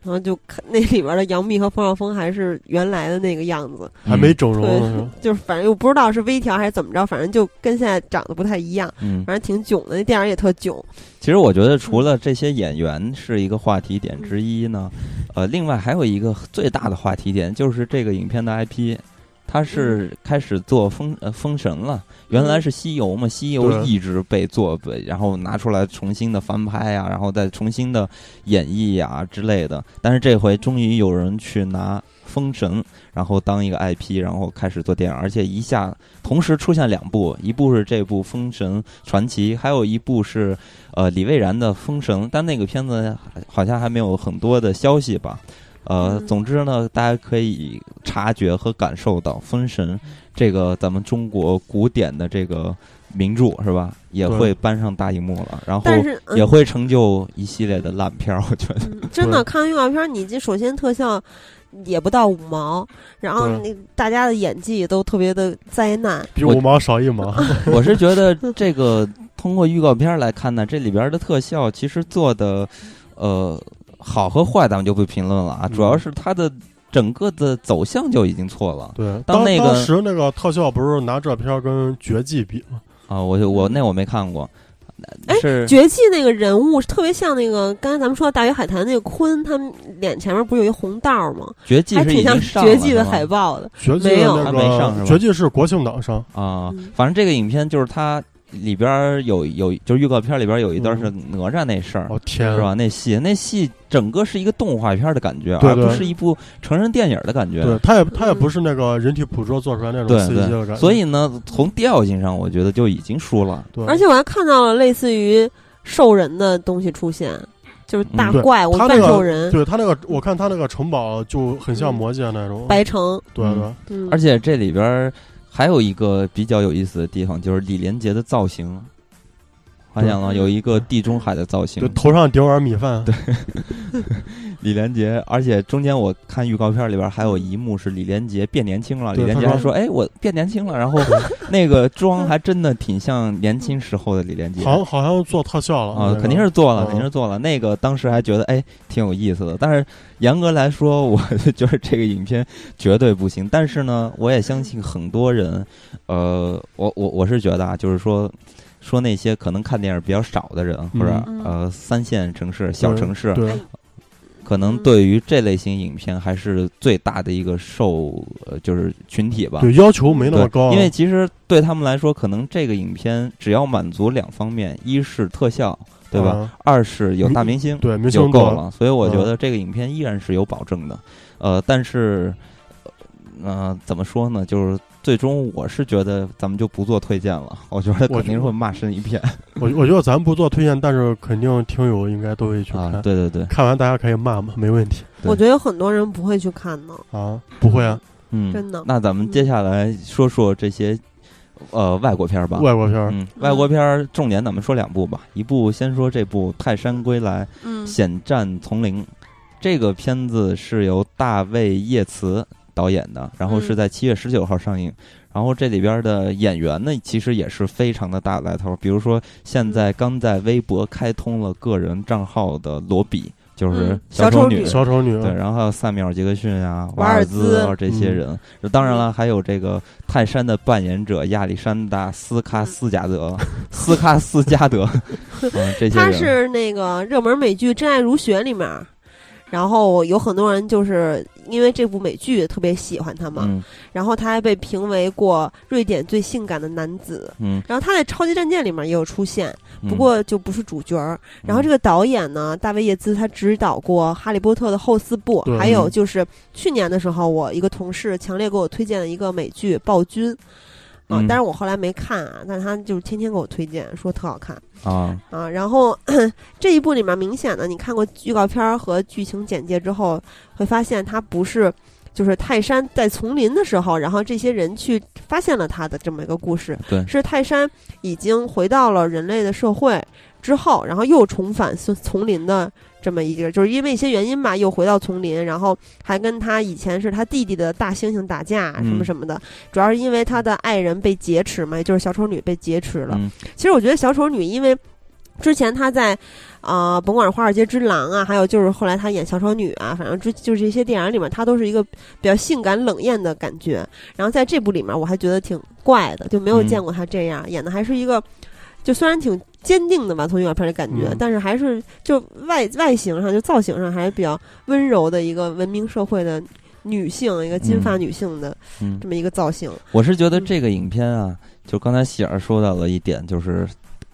S2: 然后就看那里边的杨幂和冯绍峰还是原来的那个样子，
S3: 还没整容
S2: 对
S3: 呢，是吧
S2: 就是反正我不知道是微调还是怎么着，反正就跟现在长得不太一样，
S1: 嗯，
S2: 反正挺囧的。那电影也特囧，
S1: 其实我觉得除了这些演员是一个话题点之一呢，呃，另外还有一个最大的话题点就是这个影片的 IP。它是开始做封呃封神了，原来是西游嘛，西游
S3: 对
S1: 一直被做，被然后拿出来重新的翻拍呀、然后再重新的演绎呀、之类的。但是这回终于有人去拿封神，然后当一个 IP，然后开始做电影，而且一下同时出现两部，一部是这部《封神传奇》，还有一部是呃李蔚然的《封神》，但那个片子好像还没有很多的消息吧。呃，
S2: 嗯
S1: 总之呢，大家可以察觉和感受到《封神》这个咱们中国古典的这个名著是吧，也
S3: 对
S1: 会搬上大荧幕了，然后
S2: 但是、嗯、
S1: 也会成就一系列的烂片儿，我觉得。
S2: 嗯真的看完预告片儿，你这首先特效也不到五毛，然后
S3: 对
S2: 那大家的演技也都特别的灾难。
S3: 比
S1: 我
S3: 五毛少一 毛，
S1: 我是觉得这个通过预告片儿来看呢，这里边儿的特效其实做的，呃，好和坏咱们就不评论了啊，
S3: 嗯
S1: 主要是它的整个的走向就已经错了
S3: 对，
S1: 当
S3: 当
S1: 那个
S3: 当时那个特效不是拿这片儿跟绝技比吗？
S1: 啊。我就我那我没看过，
S2: 哎
S1: 是
S2: 绝技那个人物特别像那个刚才咱们说的大鱼海棠那个鲲，他们脸前面不是有一红道儿吗？
S1: 绝技
S2: 还
S1: 是已
S2: 挺像
S1: 经上
S2: 绝
S1: 了
S2: 技
S1: 是
S2: 的
S1: 吗
S2: 海报的。
S3: 绝技
S2: 没有
S3: 的
S1: 还
S3: 那
S1: 没上是吧
S3: 个绝技是国庆档上，
S1: 啊
S2: 嗯，
S1: 反正这个影片就是它里边儿有有就是预告片里边儿有一段
S3: 嗯
S1: 是哪吒那事儿，
S3: 哦天，
S1: 嗯是吧？那戏那戏整个是一个动画片儿的感觉，
S3: 对
S1: 而不
S3: 对
S1: 是一部成人电影儿的感觉。
S3: 对，他也他也不是那个人体捕捉做出来那种
S1: 对
S3: CG 的感
S1: 对，
S3: 觉，
S1: 所以呢，从调性上，我觉得就已经输了。
S3: 对，
S2: 而且我还看到了类似于兽人的东西出现，就是大
S1: 嗯
S3: 对
S2: 怪物、
S3: 他那
S2: 半
S3: 个
S2: 兽人、
S3: 对他那个，我看他那个城堡就很像魔界那种，
S2: 白城。
S3: 对对
S1: 嗯，
S2: 嗯，
S1: 而且这里边儿还有一个比较有意思的地方，就是李连杰的造型，发现了
S2: 对
S1: 有一个地中海的造型
S3: 就，头上顶碗米饭，对
S1: 李连杰，而且中间我看预告片里边还有一幕是李连杰变年轻了，李
S3: 对
S1: 连杰
S3: 他
S1: 还
S3: 说
S1: 说：“哎，我变年轻了。”然后 那个妆还真的挺像年轻时候的李连杰，
S3: 好像好像做特效了
S1: 啊
S3: 那，个
S1: 肯定是做了，
S3: 嗯
S1: 肯定是做了。那个当时还觉得哎挺有意思的，但是严格来说，我 就觉得这个影片绝对不行。但是呢，我也相信很多人，呃，我我我是觉得啊，就是说。说那些可能看电影比较少的人，或者、
S2: 嗯
S1: 呃三线城市、小城市，
S3: 对，
S1: 可能对于这类型影片还是最大的一个受呃就是群体吧。
S3: 对，要求没那么
S1: 对
S3: 高，
S1: 因为其实对他们来说，可能这个影片只要满足两方面：一是特效，对吧？
S3: 啊？
S1: 二是有大明星
S3: 对，明
S1: 就
S3: 星
S1: 够
S3: 多，
S1: 了，所以我
S3: 嗯
S1: 觉得这个影片依然是有保证的。呃，但是，呃，怎么说呢？就是最终我是觉得咱们就不做推荐了， 我觉得
S3: 我
S1: 肯定
S3: 觉
S1: 会骂声一片
S3: 我我觉得咱不做推荐，但是肯定听友应该都会去
S1: 啊！
S3: 看，
S1: 对对对，
S3: 看完大家可以骂骂，没问题
S1: 对
S2: 我觉得有很多人不会去看呢。
S3: 啊，不会啊，
S1: 嗯，
S2: 真的
S1: 那咱们接下来说说这些呃外国片儿吧。
S3: 外国片儿，
S1: 嗯，外国片儿重点咱们说两部吧，一部先说这部《泰山归来》，
S2: 嗯
S1: 险战丛林。这个片子是由大卫·叶茨导演的，然后是
S2: 嗯
S1: 在七月十九号上映。然后这里边的演员呢，其实也是非常的大来头，比如说现在刚在微博开通了个人账号的罗比，就是
S2: 嗯小
S1: 丑
S2: 丑女
S3: 小丑女，
S1: 对，然后还有萨米尔·杰克逊啊、
S2: 瓦
S1: 瓦
S2: 尔
S1: 兹啊
S2: 兹
S1: 这些
S3: 嗯
S1: 人。当然了，还有这个泰山的扮演者亚历山大·斯卡斯加 德、斯卡斯加德，嗯，这些
S2: 他
S1: 人
S2: 是那个热门美剧《真爱如雪》里面，然后有很多人就是因为这部美剧特别喜欢他嘛，
S1: 嗯
S2: 然后他还被评为过瑞典最性感的男子。
S1: 嗯，
S2: 然后他在《超级战舰》里面也有出现，
S1: 嗯
S2: 不过就不是主角儿。然后这个导演呢，大卫·叶兹，他指导过《哈利波特》的后四部，
S3: 对
S1: 嗯
S2: 还有就是去年的时候，我一个同事强烈给我推荐了一个美剧《暴君》啊，
S1: 嗯
S2: 但是我后来没看啊，但他就是天天给我推荐，说特好看。
S1: 啊，
S2: 啊，然后 这一部里面明显的，你看过预告片儿和剧情简介之后，会发现它不是就是泰山在丛林的时候，然后这些人去发现了他的这么一个故事，
S1: 对
S2: 是泰山已经回到了人类的社会之后，然后又重返丛丛林的这么一个，就是因为一些原因吧，又回到丛林，然后还跟他以前是他弟弟的大猩猩打架什
S1: 嗯
S2: 么什么的，主要是因为他的爱人被劫持嘛，也就是小丑女被劫持了。
S1: 嗯
S2: 其实我觉得小丑女，因为之前她在呃，甭管是《华尔街之狼》啊，还有就是后来她演小丑女啊，反正就就是这些电影里面，她都是一个比较性感冷艳的感觉。然后在这部里面，我还觉得挺怪的，就没有
S1: 嗯
S2: 见过她这样、演的，还是一个就虽然挺坚定的吧，从预告片的感觉，
S3: 嗯
S2: 但是还是就外外形上就造型上还是比较温柔的一个文明社会的。女性一个金发
S1: 嗯
S2: 女性的
S1: 嗯
S2: 这么一个造型，
S1: 我是觉得这个影片啊，就刚才喜儿说到了一点，就是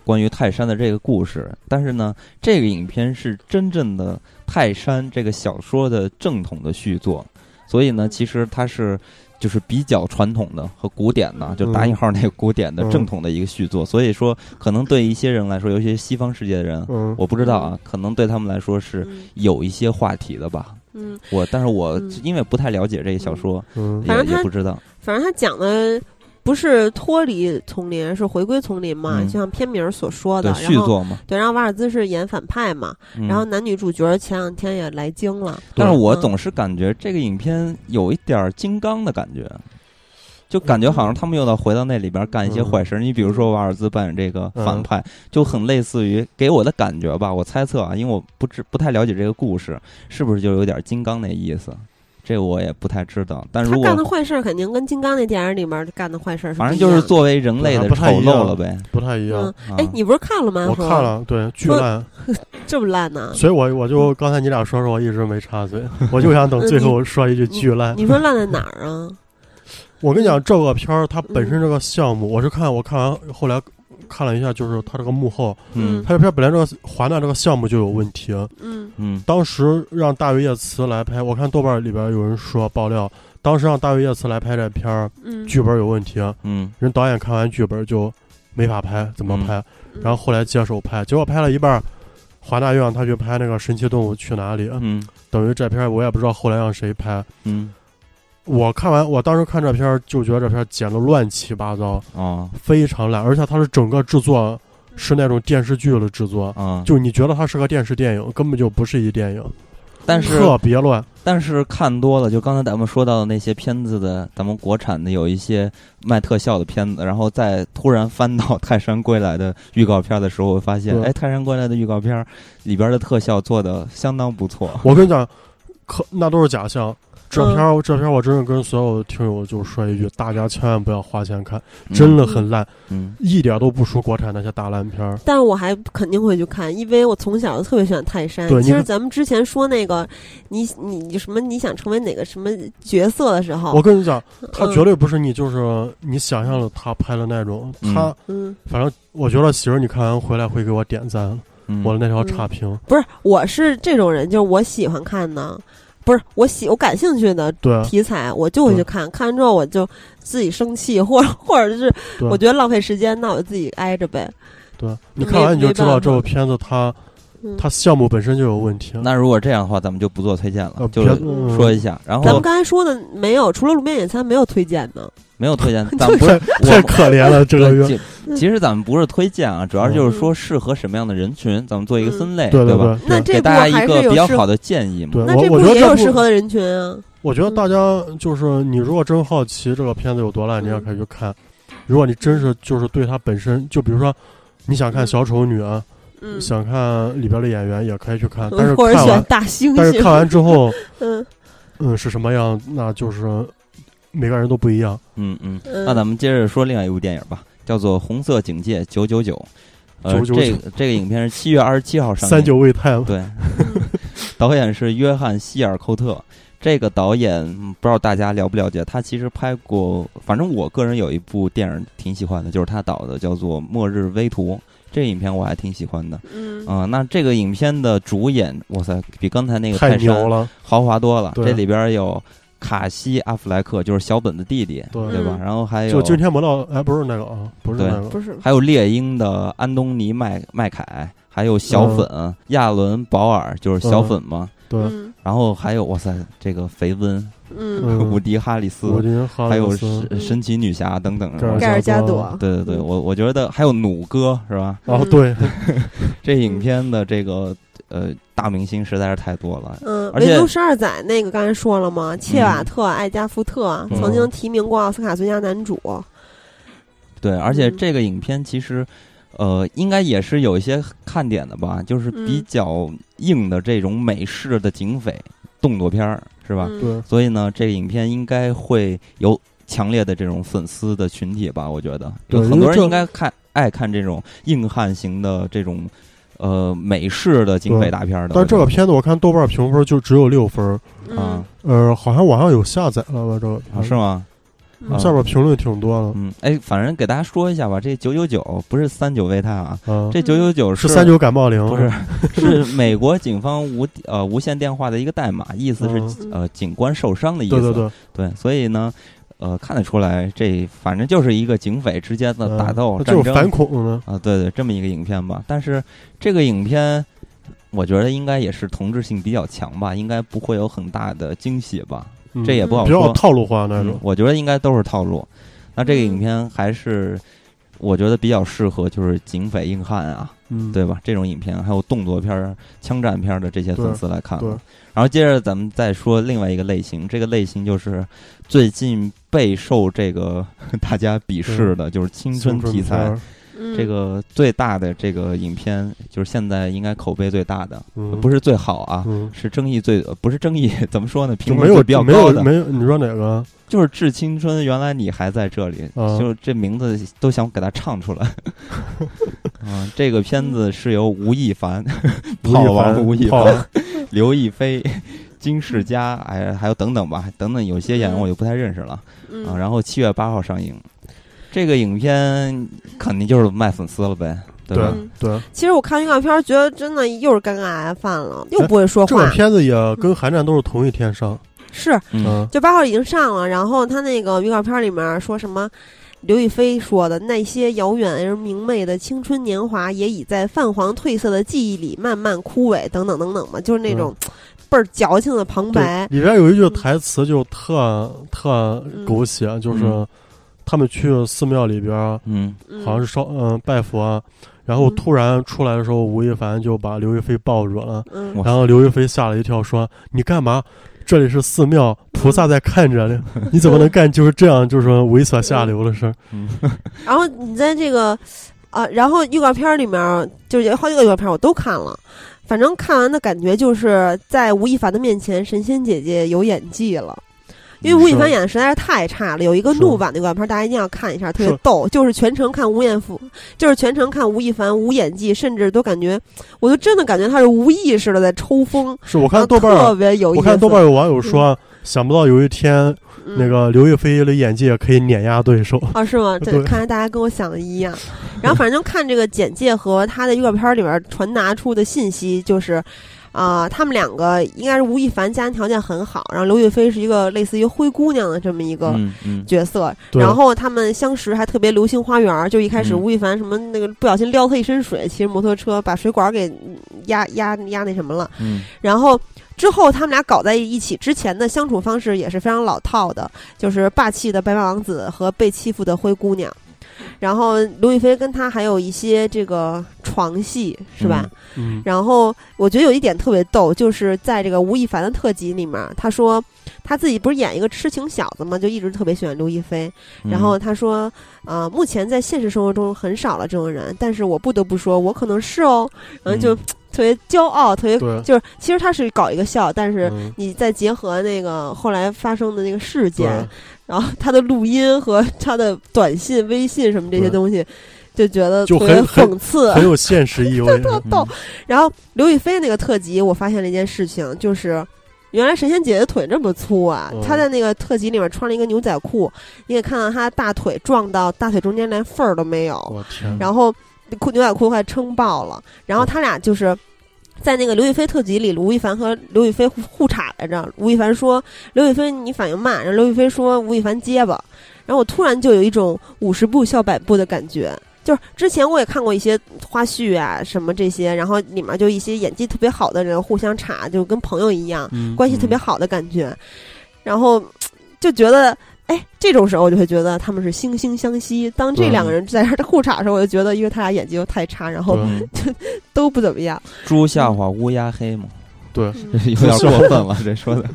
S1: 关于泰山的这个故事。但是呢，这个影片是真正的泰山这个小说的正统的续作，所以呢，其实它是。就是比较传统的和古典的，就打引号那个古典的
S3: 嗯
S1: 正统的一个续作，所以说可能对一些人来说，尤其是西方世界的人，
S3: 嗯，
S1: 我不知道啊，可能对他们来说是
S2: 嗯
S1: 有一些话题的吧。
S2: 嗯，
S1: 我，但是我
S2: 嗯
S1: 因为不太了解这个小说，
S3: 嗯
S2: 反正
S1: 也也
S2: 它
S1: 不知道。
S2: 反正他讲的不是脱离丛林，是回归丛林嘛，
S1: 嗯
S2: 就像片名儿所说的
S1: 对。续
S2: 然后
S1: 作嘛，
S2: 对，然后瓦尔兹是演反派嘛，
S1: 嗯
S2: 然后男女主角前两天也来京了，
S1: 但是我
S2: 嗯
S1: 总是感觉这个影片有一点儿金刚的感觉，就感觉好像他们又到回到那里边干一
S2: 嗯
S1: 些坏事。你比如说瓦尔兹扮演这个反派，就很类似于给我的感觉吧，我猜测啊，因为我不知不太了解这个故事，是不是就有点金刚那意思？这我也不太知道。但
S2: 他
S1: 如
S2: 干的
S1: 果
S2: 坏事儿肯定跟金刚那电影里面干的坏事儿
S1: 反正
S2: 不一
S1: 就
S2: 样
S1: 是作为人类的丑
S3: 对还不太一样
S1: 陋了呗。
S3: 不太一样
S2: 嗯。，哎
S1: 啊，
S2: 你不是看了吗？
S3: 我
S2: 和
S3: 看，了，对，巨
S2: 不
S3: 烂，
S2: 这么烂呢、
S3: 所以我我就刚才你俩说说，我一直没插嘴，我就想等最
S2: 嗯
S3: 后说一句巨烂。
S2: 你说烂在哪儿啊？
S3: 我跟你讲，这个片儿它本身这个项目，我是看我看完后来看了一下，就是它这个幕后，
S1: 嗯
S3: 它这片儿本来这个华纳这个项目就有问题，
S2: 嗯
S1: 嗯
S3: 当时让大卫叶茨来拍，我看豆瓣里边有人说爆料，当时让大卫叶茨来拍这片儿，
S2: 嗯，
S3: 剧本有问题，
S1: 嗯
S3: 人导演看完剧本就没法拍，怎么拍？
S2: 嗯
S3: 然后后来接手拍，结果拍了一半儿，华纳又让他去拍那个《神奇动物去哪里》
S1: 嗯
S3: 等于这片儿我也不知道后来让谁拍。
S1: 嗯
S3: 我看完，我当时看这片儿就觉得这片儿剪得乱七八糟，
S1: 哦
S3: 非常烂，而且它是整个制作是那种电视剧的制作，
S1: 啊
S3: 就你觉得它是个电视电影，根本就不是一电影。
S1: 但是
S3: 特别乱。
S1: 但是看多了，就刚才咱们说到的那些片子的，咱们国产的有一些卖特效的片子，然后再突然翻到《泰山归来》的预告片的时候，会发现，
S3: 对
S1: 哎，《泰山归来》的预告片里边的特效做的相当不错。
S3: 我跟你讲，可那都是假象。这
S2: 嗯
S3: 片儿、这片儿我真是跟所有的听友就说一句，大家千万不要花钱看，真的很烂，
S1: 嗯，
S3: 一点都不输国产那些大烂片儿。
S2: 但是我还肯定会去看，因为我从小就特别喜欢泰山。
S3: 对
S2: 其
S3: 你
S2: 实
S3: 看
S2: 咱们之前说那个，你你你什么你想成为哪个什么角色的时候，
S3: 我跟你讲，他
S2: 嗯
S3: 绝对不是你就是你想象的他拍的那种。
S1: 嗯
S3: 他
S2: 嗯，
S3: 反正我觉得媳妇儿，你看完回来会给我点赞，
S1: 嗯
S3: 我的那条
S2: 嗯
S3: 差评。
S2: 不是，我是这种人，就是我喜欢看的，不是我喜我感兴趣的
S3: 对啊
S2: 题材，我就会
S3: 嗯
S2: 去看，看完之后我就自己生气，或者或者是
S3: 对
S2: 我觉得浪费时间，那我自己挨着呗。
S3: 对，啊你
S2: 没
S3: 看完你就
S2: 没
S3: 知道
S2: 办
S3: 这
S2: 法
S3: 部片子它
S2: 嗯
S3: 它项目本身就有问题。啊
S1: 那如果这样的话，咱们就不做推荐
S3: 呃
S1: 了，就
S3: 别
S1: 是
S3: 嗯
S1: 说一下。然
S2: 咱们
S1: 后
S2: 刚才说的没有，除了路边野餐没有推荐的。
S1: 没有推荐，咱 们不是我
S3: 太可怜了，这个
S1: 对
S3: 月。
S1: 其其实咱们不是推荐啊，主要就是
S2: 嗯
S1: 说适合什么样的人群，咱们做一个分类，
S3: 嗯对
S1: 吧？
S3: 对，
S2: 那
S1: 给
S2: 这部
S1: 大家
S2: 还
S1: 一
S2: 是
S1: 个
S2: 有
S1: 比较
S2: 适
S1: 好的建议嘛。
S3: 对
S2: 那
S3: 我
S2: 这
S3: 我
S2: 部
S3: 觉得
S2: 也
S3: 这
S2: 有
S3: 部
S2: 适合的人群啊。
S3: 我觉得大家就是你，如果真好奇这个片子有多烂，你也可以去看。
S2: 嗯
S3: 如果你真是就是对它本身，就比如说你想看小丑女啊，
S2: 嗯，
S3: 想看里边的演员，也可以去 看。但是
S2: 或者
S3: 看
S2: 选
S3: 完，
S2: 大猩
S3: 但是
S2: 猩。
S3: 看完 之后，
S2: 嗯
S3: 嗯，是什么样，那就是每个人都不一样。
S1: 嗯嗯。
S2: 嗯，
S1: 那咱们接着说另外一部电影吧，叫做《红色警戒九九九》。呃，
S3: 999
S1: 这个这个影片是七月二十七号上映。
S3: 三九未太嘛，
S1: 对，导演是约翰·希尔寇特。这个导演嗯不知道大家了不了解，他其实拍过，反正我个人有一部电影挺喜欢的，就是他导的，叫做《末日危图》。这个影片我还挺喜欢的。
S2: 嗯
S1: 啊、那这个影片的主演，哇塞，比刚才那个
S3: 太
S1: 泰
S3: 牛
S1: 山
S3: 了。
S1: 豪华多了。
S3: 对
S1: 这里边有卡西·阿弗莱克，就是小本的弟弟，
S3: 对
S1: 对吧？
S2: 嗯
S1: 然后还有
S3: 就惊天魔盗，哎，不是那个啊，不是
S1: 对
S3: 那个，
S2: 不是，
S1: 还有猎鹰的安东尼麦麦凯，还有小粉、
S3: 嗯
S1: 亚伦保尔，就是小粉嘛。
S3: 对，
S2: 嗯
S1: 然后还有哇塞，这个肥温、
S2: 嗯，
S3: 嗯
S1: 伍迪哈里斯，
S3: 我今哈
S1: 还有
S3: 里斯
S1: 神神奇女侠等等。
S3: 盖
S1: 哇
S3: 尔
S1: 塞
S2: 盖尔加
S3: 加
S2: 朵
S3: 朵，
S1: 对对对，我我觉得还有弩哥是吧？
S3: 哦，对，
S1: 这影片的这个呃大明星实在是太多了。
S2: 嗯，
S1: 而
S2: 《
S1: 且
S2: 维都十二载》那个刚才说了吗？切瓦特·艾加福特
S1: 嗯
S2: 曾经提名过奥斯卡最佳男主。
S1: 对，而且
S2: 嗯
S1: 这个影片其实，呃，应该也是有一些看点的吧，就是比
S2: 嗯
S1: 较硬的这种美式的警匪动作片儿，是吧？
S2: 嗯
S3: 对，
S1: 所以呢，这个影片应该会有强烈的这种粉丝的群体吧，我觉得有
S3: 对
S1: 很
S3: 因为
S1: 多人
S3: 这
S1: 应该看爱看这种硬汉型的这种呃美式的警匪
S3: 对
S1: 大片儿的。
S3: 但是这
S1: 我
S3: 个
S1: 觉得
S3: 片子我看豆瓣评分就只有六分儿，
S1: 啊
S2: 嗯，
S3: 呃，好像网上有下载了吧？这个片
S1: 啊
S3: 子
S1: 是吗？
S2: 嗯
S3: 下边评论挺多
S1: 嗯，哎，反正给大家说一下吧，这九九九不是三九胃泰啊，
S3: 的啊，
S1: 这九九九
S3: 是三九感冒灵，
S1: 不是，是美国警方无呃无线电话的一个代码，意思是、
S2: 嗯
S1: 呃警官受伤的意思。啊
S3: 对对对，
S1: 对所以呢，呃，看得出来，这反正就是一个警匪之间的
S3: 嗯
S1: 打斗、
S3: 它
S1: 战
S3: 就是
S1: 争
S3: 反
S1: 啊、
S3: 恐呢，
S1: 对对，这么一个影片吧。但是这个影片，我觉得应该也是同质性比较强吧，应该不会有很大的惊喜吧，
S3: 嗯
S1: 这也不好
S3: 比
S1: 说。
S3: 较套路化那
S1: 嗯
S3: 种，，
S1: 我觉得应该都是套路。那这个影
S2: 嗯
S1: 片还是我觉得比较适合就是警匪硬汉啊，
S3: 嗯，
S1: 对吧？这种影片还有动作片儿、枪战片儿的这些粉丝来看
S3: 对
S1: 了。然后接着咱们再说另外一个类型，这个类型就是最近备受这个 大家鄙视的，就是青春题
S3: 片
S1: 材
S3: 儿。，
S2: 嗯
S1: 这个最大的这个影片，就是现在应该口碑最大的，
S3: 嗯，
S1: 不
S3: 是，
S1: 是最好啊。
S3: 嗯，
S1: 是争议最呃不是争议， 怎么说呢？
S3: 就
S1: 评论
S3: 没
S1: 最
S3: 有
S1: 比较
S3: 没有
S1: 高的，
S3: 没有，你说哪个？
S1: 就是《致青春》。原来你还在这里，
S3: 啊
S1: 就这名字都想给它唱出 来。嗯，这个片子是由吴亦凡、 炮王嗯吴亦
S3: 炮
S1: 凡、刘亦菲、 金世佳，哎，还有等等吧，等等，有些演员我就不太认识了
S2: 嗯
S1: 啊。然后七月八号上映，这个影片肯定就是卖粉丝了呗，对吧？
S2: 嗯
S3: 对对，
S2: 其实我看预告片，觉得真的又是尴尬癌犯了，又不会说
S3: 这个
S2: 话。
S3: 片子也跟寒战都是同一天上，
S2: 是
S1: 嗯，
S3: 嗯，
S2: 九八号已经上了，然后他那个预告片里面说什么？刘亦菲说的那些遥远而明媚的青春年华，也已在泛黄褪色的记忆里慢慢枯萎，等等等等嘛，就是那种倍儿矫情的旁
S3: 对，
S2: 白。嗯
S3: 里边有一句台词就特特狗血，就是
S1: 嗯
S3: 他们去寺庙里边。
S1: 嗯
S2: 嗯
S3: 好像是烧嗯拜佛啊，然后
S2: 嗯
S3: 突然出来的时候，吴亦凡就把刘亦菲抱住了，
S2: 嗯
S1: 哇，
S3: 然后刘亦菲吓了一跳，说：“你干嘛？这里是寺庙，菩萨在看着 呢，你怎么能干就是这样，就是说猥琐下流的事儿？”
S1: 嗯，
S2: 然后你在这个啊，然后预告片里面就是有好几个预告片我都看了，反正看完的感觉就是在吴亦凡的面前，神仙姐姐有演技了。因为吴亦凡
S3: 是
S2: 演的实在是太差了，有一个
S3: 嗯是
S2: 怒版的预告片，大家一定要看一下，特别
S3: 是
S2: 逗。就是全程看吴彦甫，就是全程看吴亦凡无演技，甚至都感觉，我就真的感觉他是无意识的在抽风。
S3: 是我
S2: 我
S3: 看豆
S2: 嗯
S3: 瓣
S2: 啊特
S3: 儿，啊
S2: 别有意思。
S3: 我看豆瓣儿有网友说，想不到有一天
S2: 嗯
S3: 那个刘亦菲的演技也可以碾压对 手。
S2: 啊，是吗？这
S3: 对
S2: 看来大家跟我想的一样。然后反正看这个简介和他的预告片里边传达出的信息，就是，啊、他们两个应该是吴亦凡家庭条件很好，然后刘亦菲是一个类似于灰姑娘的这么一个。
S1: 嗯嗯，
S2: 角色，
S3: 对
S2: 然后他们相识还特别流星花园儿，就一开始
S1: 嗯
S2: 吴亦凡什么那个不小心撩他一身水，骑着摩托车把水管给压压压那什么了，
S1: 嗯
S2: 然后之后他们俩搞在一起之前的相处方式也是非常老套的，就是霸气的白马王子和被欺负的灰姑娘。然后刘亦菲跟他还有一些这个床戏，是吧？
S3: 嗯，
S2: 然后我觉得有一点特别逗，就是在这个吴亦凡的特辑里面，他说他自己不是演一个痴情小子嘛，就一直特别喜欢刘亦菲。
S1: 嗯
S2: 然后他说，呃，目前在现实生活中很少了这种人，但是我不得不说，我可能是哦，然后就、
S1: 嗯
S2: 特别骄傲，特别
S3: 对，
S2: 就是其实他是搞一个笑，但是
S3: 嗯
S2: 你再结合那个后来发生的那个事件
S3: 对，，
S2: 然后他的录音和他的短信、微信什么这些
S3: 对
S2: 东西，就觉得特
S3: 就
S2: 别
S3: 很很
S2: 讽 刺。
S3: 很有嗯现实意味。
S2: 特逗。然后刘亦菲那个特辑，我发现了一件事情，就是。原来神仙姐姐腿这么粗啊！
S3: 嗯
S2: 她在那个特辑里面穿了一个牛仔裤，你也看到她大腿撞到大腿中间连缝儿都没有，
S3: 我天，
S2: 然后裤牛仔裤快撑爆了，然后他俩就是。在那个刘亦菲特辑里，吴亦凡和刘亦菲互互插来着。吴亦凡说：“刘亦菲，你反应慢。”然后刘亦菲说：“吴亦凡结巴。”然后我突然就有一种五十步笑百步的感觉。就是之前我也看过一些花絮啊，什么这些，然后里面就一些演技特别好的人互相插，就跟朋友一样。
S3: 嗯
S2: 关系特别好的感觉，然后就觉得，哎，这种时候我就会觉得他们是惺惺相惜。当这
S3: 对
S2: 两个人在这儿 互插的时候，我就觉得，因为他俩演技又太差，然后
S3: 对
S1: 嗯 嗯
S2: 都不怎么样。嗯
S1: 猪下滑乌鸦黑嘛，
S3: 对，
S1: 有点过分了，这说 的。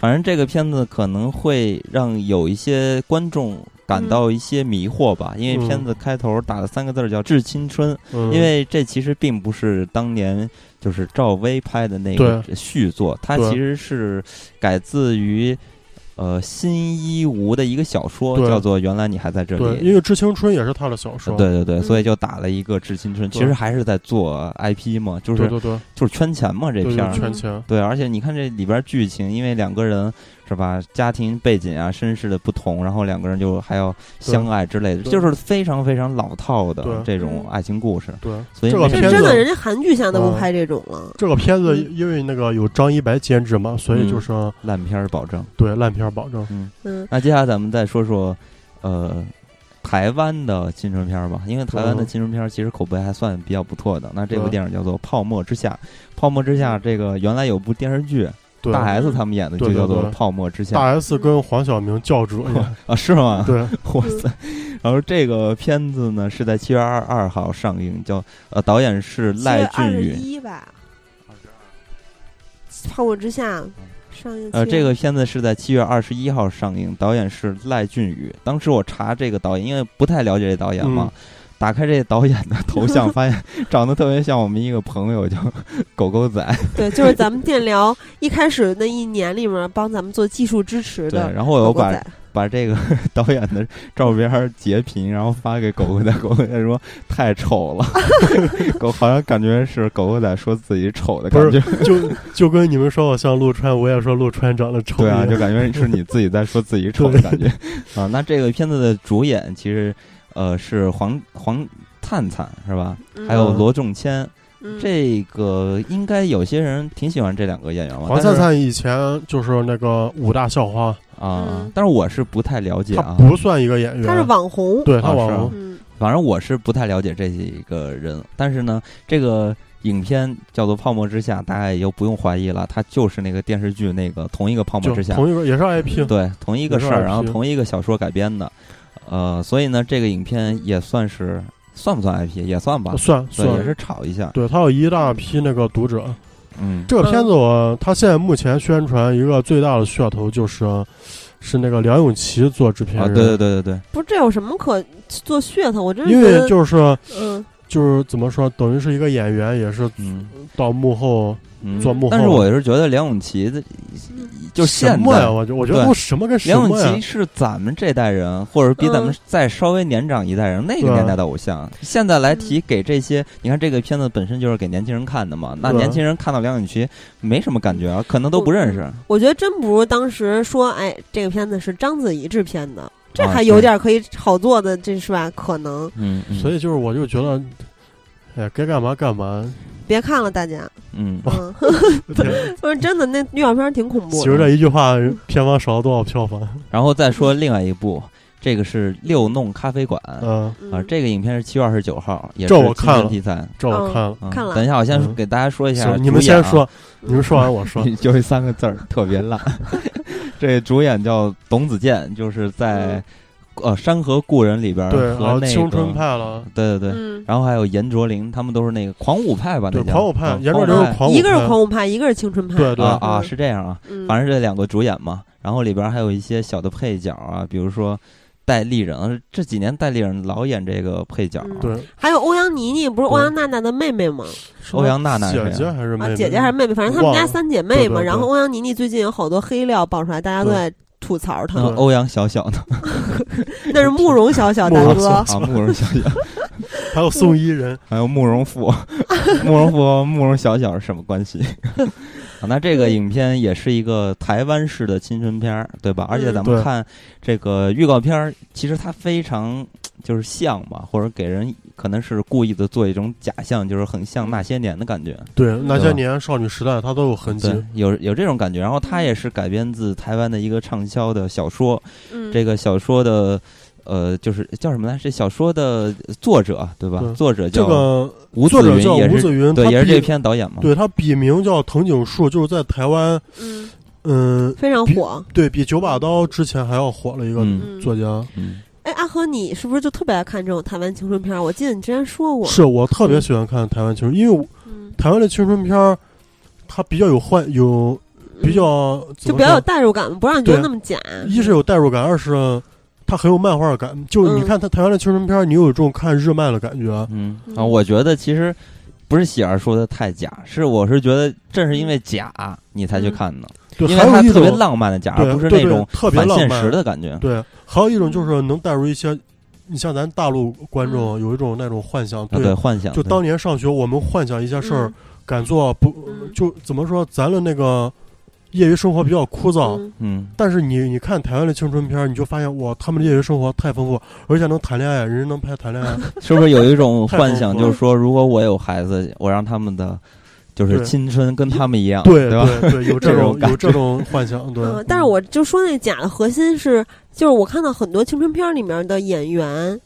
S1: 反正这个片子可能会让有一些观众感到
S3: 嗯
S1: 一些迷惑吧，因为片子开头打了三个字儿叫“致青春”，
S3: 嗯
S1: 因为这其实并不是当年就是赵薇拍的那个续作，它
S3: 对
S1: 其实是改自于。呃，新一无的一个小说
S3: 对
S1: 叫做《原来你还在这里》呃
S3: 对，，因为《致青春》也是他的小说。
S1: 对对对，
S2: 嗯
S1: 所以就打了一个《致青春》，
S3: 对
S1: 其实还是在做 IP 嘛，就
S3: 对
S1: 是
S3: 对对，
S1: 就是圈钱嘛，这
S3: 对
S1: 片儿
S3: 就是圈钱，
S1: 对，而且你看这里边剧情，因为两个人是吧，家庭背景啊、身世的不同，然后两个人就还要相爱之类的，
S3: 对
S1: 就是非常非常老套的
S3: 对
S1: 这种爱情故事。
S3: 对，
S1: 所以
S3: 这个
S1: 那
S2: 这
S1: 个
S3: 片
S2: 真的，
S3: 子
S2: 人家韩剧现在都不
S3: 嗯
S2: 拍这种了。
S3: 这个片子
S2: 嗯
S3: 因为那个有张一白监制嘛，
S1: 嗯
S3: 所以就是
S1: 烂片儿保证。
S3: 对烂片儿保证。
S2: 嗯，
S1: 那接下来咱们再说说，呃。台湾的青春片儿吧，因为台湾的
S3: 嗯
S1: 青春片儿其实口碑还算比较不错的。那这部
S3: 对
S1: 电影叫做《泡沫之夏》，《泡沫之夏》这个原来有部电视剧，
S3: 对，
S1: 大 S 他们演的
S3: 对
S1: 就
S3: 对
S1: 叫做《
S3: 对
S1: 泡沫之夏
S3: 大》S 跟黄晓明教主一 样，
S1: 啊，是吗？
S3: 对，
S1: 哇
S2: 嗯
S1: 塞！然后这个片子呢是在七月二十二号上映，叫呃导演是赖俊宇。
S2: 一吧，泡沫之夏上映。
S1: 呃，这个片子是在七月二十一号上映，导演是赖俊宇。当时我查这个导演，因为不太了解这导演
S3: 嗯
S1: 嘛，打开这导演的头像，发现长得特别像我们一个朋友叫 狗狗仔。
S2: 对，就是咱们电聊一开始那一年里面帮咱们做技术支持
S1: 对，
S2: 的
S1: 然后我
S2: 狗
S1: 又
S2: 狗
S1: 把
S2: 仔，
S1: 把这个 导演的照片儿截屏，然后发给狗狗仔，狗狗仔说太丑 了， 狗好像感觉是狗狗仔说自己丑的
S3: 不
S1: 感
S3: 是
S1: 觉。
S3: 就就跟你们说我像陆川，我也说陆川长得丑一
S1: 对啊，
S3: 样。
S1: 就感觉是你自己在说自己丑的感觉 啊。那这个片子的主演其实呃是黄黄灿灿是吧？
S2: 嗯
S1: 还有罗仲谦，
S2: 嗯
S1: 这个应该有些人挺喜欢这两个演员吧？
S3: 黄灿灿以前就是那个五大校花，
S1: 但是啊
S2: 嗯，
S1: 但是我是不太了解
S3: 他
S1: 啊，
S3: 不算一个演员，
S2: 他是网红，
S3: 对
S1: 啊
S3: 他网红
S1: 是，
S2: 嗯
S1: 反正我是不太了解这几个人，但是呢，这个。影片叫做《泡沫之夏》，大家也就不用怀疑了，它就是那个电视剧那个同一个《泡沫
S3: 就
S1: 之夏》，
S3: 同一个也是 IP，
S1: 对，同一个事
S3: 也
S1: 儿，
S3: 是
S1: 然后
S3: IP
S1: 同一个小说改编的，呃，所以呢，这个影片也算是算不算 IP？也算吧，
S3: 算
S1: 对，也
S3: 哦算，
S1: 是炒一下。
S3: 对，它有一大批那个读者。
S1: 嗯，
S3: 这个片子我，它现在目前宣传一个最大的噱头就是，是那个梁咏琪做制片
S1: 啊，
S3: 人，
S1: 对对对对对，
S2: 不是这有什么可做噱头？我真是
S3: 因
S2: 觉得
S3: 为就是
S2: 嗯
S3: 就是怎么说，等于是一个演员，也是
S1: 嗯
S3: 到幕后
S1: 嗯。
S3: 做幕后
S1: 但是我是觉得梁咏琪的，就
S3: 什
S1: 现
S3: 么呀？
S1: 在。
S3: 我觉我觉得
S1: 对
S3: 都什么跟什
S1: 梁
S3: 么
S1: 咏琪
S3: 呀？嗯
S1: 是咱们这代人，或者比咱们再稍微年长一代人、那个
S3: 对
S1: 年代的偶像。现在来提给这些，你看这个片子本身就是给年轻人看的嘛，那
S3: 对
S1: 年轻人看到梁咏琪没什么感觉啊，可能都不认识。
S2: 我觉得真不如当时说，哎，这个片子是章子怡制片的，这
S1: 啊
S2: 还有点可以炒作的，这是吧？可能
S1: 嗯，嗯
S3: 所以就是我就觉得，哎，该干嘛干嘛。
S2: 别看了，大家，
S1: 嗯，
S2: 嗯， 不是真的，那预告片儿挺恐怖
S3: 其
S2: 的。
S3: 实这一句话，片方少了多少票房？
S1: 然后再说另外一 部，这个是《六弄咖啡馆》
S3: 嗯，
S2: 嗯
S1: 啊，这个影片是七月二十九号，也是
S3: 这我
S1: 青
S3: 看
S1: 春
S3: 了
S1: 题材。
S3: 这我看了。
S1: 嗯
S2: 看了
S1: 等一下，我先
S3: 嗯
S1: 给大家说一下。啊
S3: 行，你们先，说，你们说完我说。
S1: 就是三个字儿，特别烂。 这主演叫董子健，就是在呃《山河故人》里边儿
S3: 嗯对，然
S1: 和
S3: 后
S1: 那个
S3: 青春，派了，
S1: 对对对。
S2: 嗯，
S1: 然后还有严卓林，他们都是那个狂舞派吧？
S3: 对
S1: 那叫
S3: 狂舞派
S1: 嗯
S3: 严卓林是
S1: 狂舞派
S3: 狂舞
S2: 一个是
S3: 派
S2: 狂舞派，一个是青春派。
S3: 对对
S1: 啊啊，
S2: 嗯
S1: 是这样啊。
S2: 嗯，
S1: 反正这两个主演嘛，然后里边还有一些小的配角啊，比如说戴立人，呃这几年戴立人老演这个配角啊、
S2: 嗯
S3: 对，
S2: 还有欧阳妮妮，不是欧
S3: 对
S2: 阳娜娜的妹妹吗？
S3: 是
S1: 欧阳娜娜
S3: 姐
S1: 是
S3: 姐
S1: 谁啊
S3: 还是妹
S2: 啊，
S3: 妹？嗯
S2: 姐姐还是妹妹，反正她
S3: 忘
S2: 们
S3: 了
S2: 家三姐妹
S3: 对
S2: 嘛。
S3: 对对
S2: 然后欧阳妮妮最近有好多黑料爆出来，大家都在吐槽她
S1: 那。嗯欧阳小小呢？
S2: 那是慕容小小
S3: 慕
S2: 大
S3: 容
S2: 哥
S3: 小
S1: 啊，慕容小 小，
S3: 还
S2: 嗯
S3: 有宋伊人，
S1: 还有慕容 复，慕容复和慕容小小是什么关系？ 啊，那这个影片也是一个台湾式的青春片儿，对
S2: 嗯
S1: 吧？而且咱
S3: 对
S1: 们看这个预告片儿，其实它非常就是像吧，或者给人可能是故意的做一种假象，就是很像那些年的感觉。
S3: 对，那些
S1: 对吧
S3: 年少女时代，它都有痕迹。
S1: 对，有有这种感觉。然后它也是改编自台湾的一个畅销的小说，
S2: 嗯，
S1: 这个小说的呃，就是叫什么来？这小说的作者对吧？
S3: 对
S1: 作者
S3: 这
S1: 叫
S3: 个
S1: 吴子
S3: 作者
S1: 云，
S3: 叫吴
S1: 也
S3: 子
S1: 是
S3: 云，
S1: 对，
S3: 他
S1: 也是这
S3: 笔
S1: 篇导演嘛。
S3: 对他笔名叫藤井树，就是在台湾，
S2: 嗯
S3: 嗯，
S2: 非常
S3: 比
S2: 火。
S3: 对比九把刀之前还要火了一个
S1: 嗯
S2: 嗯，
S3: 作家。
S1: 嗯，
S2: 哎，阿和，你是不是就特别爱看这种台湾青春片儿？我记得你之前说过，
S3: 是我特别喜欢看台湾青春，因为我
S2: 嗯，
S3: 台湾的青春片儿，它比较有幻，有比
S2: 嗯
S3: 较怎
S2: 就
S3: 么
S2: 比较有
S3: 说
S2: 代入感，不让你觉得
S3: 对
S2: 那么假。
S3: 一是有代入感，二是它很有漫画感。就你
S2: 嗯
S3: 看它台湾的青春片儿，你有一种看日漫的感觉。
S1: 嗯啊，
S2: 嗯
S1: 我觉得其实不是喜儿说的太假，是我是觉得正是因为假你才去看的，
S3: 对，
S1: 因为
S3: 还有
S1: 它
S3: 一
S1: 特别
S3: 种
S1: 浪漫的假，
S3: 对
S1: 而不是
S3: 对
S1: 那
S3: 对
S1: 种
S3: 特别
S1: 反
S3: 浪
S1: 现
S3: 漫
S1: 实的感觉。
S3: 对，还有一种
S2: 嗯
S3: 就是能带入一些，你像咱大陆观众有一种那种幻想，
S1: 啊，对，幻想
S3: 就
S1: 对
S3: 当年上学我们幻想一些事儿
S2: 嗯，
S3: 敢做不
S2: 嗯
S3: 就怎么说，咱的那个业余生活比较枯燥。
S2: 嗯
S1: 嗯
S3: 但是你你看台湾的青春片儿，你就发现哇，他们的业余生活太丰富，而且能谈恋爱，人家能拍谈恋爱，
S1: 是不是有一种
S3: 太丰
S1: 幻想，
S3: 富
S1: 就
S3: 了
S1: 是说，如果我有孩子，我让他们的就是
S3: 对
S1: 青春跟他们一样，
S3: 对
S1: 吧？
S3: 对对， 有
S1: 这种
S3: 种
S1: 感
S3: 有这种幻想，对
S2: 嗯，。但是我就说那假的核心是，就是我看到很多青春片儿里面的演员，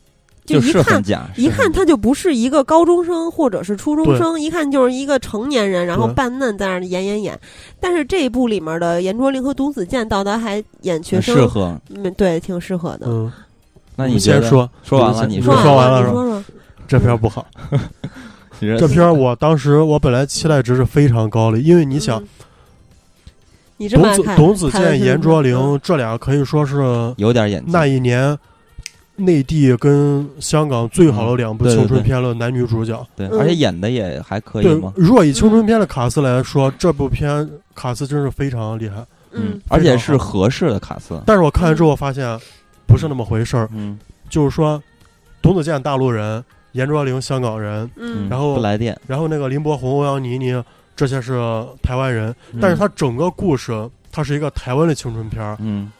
S1: 就
S2: 一
S1: 是
S2: 看
S1: 很假，
S2: 一
S1: 是很
S2: 看他就不是一个高中生或者是初中生，一看就是一个成年人，然后
S3: 对
S2: 扮嫩在那儿演演演。但是这一部里面的严卓林和董子健，到达还演学
S1: 很适
S2: 生，
S1: 合。
S2: 嗯，对，挺适合的。
S3: 嗯，
S1: 那
S3: 我
S1: 你
S3: 们
S1: 觉
S3: 先
S1: 得
S3: 说
S1: 说完了，
S3: 你
S1: 你
S3: 们
S1: 说
S3: 先说完了
S2: 你
S3: 是吧
S2: 说说，
S3: 这片儿不好。
S1: 你觉得
S3: 这片儿我当时我本来期待值是非常高的，因为你想
S2: 嗯，，你这么
S3: 董
S2: 爱
S3: 子
S2: 看
S3: 董子
S2: 台湾
S3: 健、
S2: 青春
S3: 严卓
S2: 片嗯
S3: 玲这俩可以说是
S1: 有点演技，
S3: 那一年内地跟香港最好的两部
S1: 嗯对对
S3: 青春
S1: 对
S3: 片的男女主角。
S1: 对，
S2: 嗯
S1: 而且演的也还可以
S3: 对
S1: 嘛，，
S3: 如果以青春片的卡斯来说，这部片卡斯真是非常厉害。
S2: 嗯，
S1: 而且是
S3: 非常
S1: 合适的卡斯，
S3: 但是我看完之后发现不是那么回事儿，
S1: 嗯
S3: 就是说，董子健大陆人，严卓玲香港人，
S1: 嗯，
S2: 嗯
S3: 然后
S1: 不来电，
S3: 然后那个林柏宏、欧阳妮妮这些是台湾人，但是
S1: 他
S3: 它整个故事它是一个台湾的青春片儿，
S1: 嗯，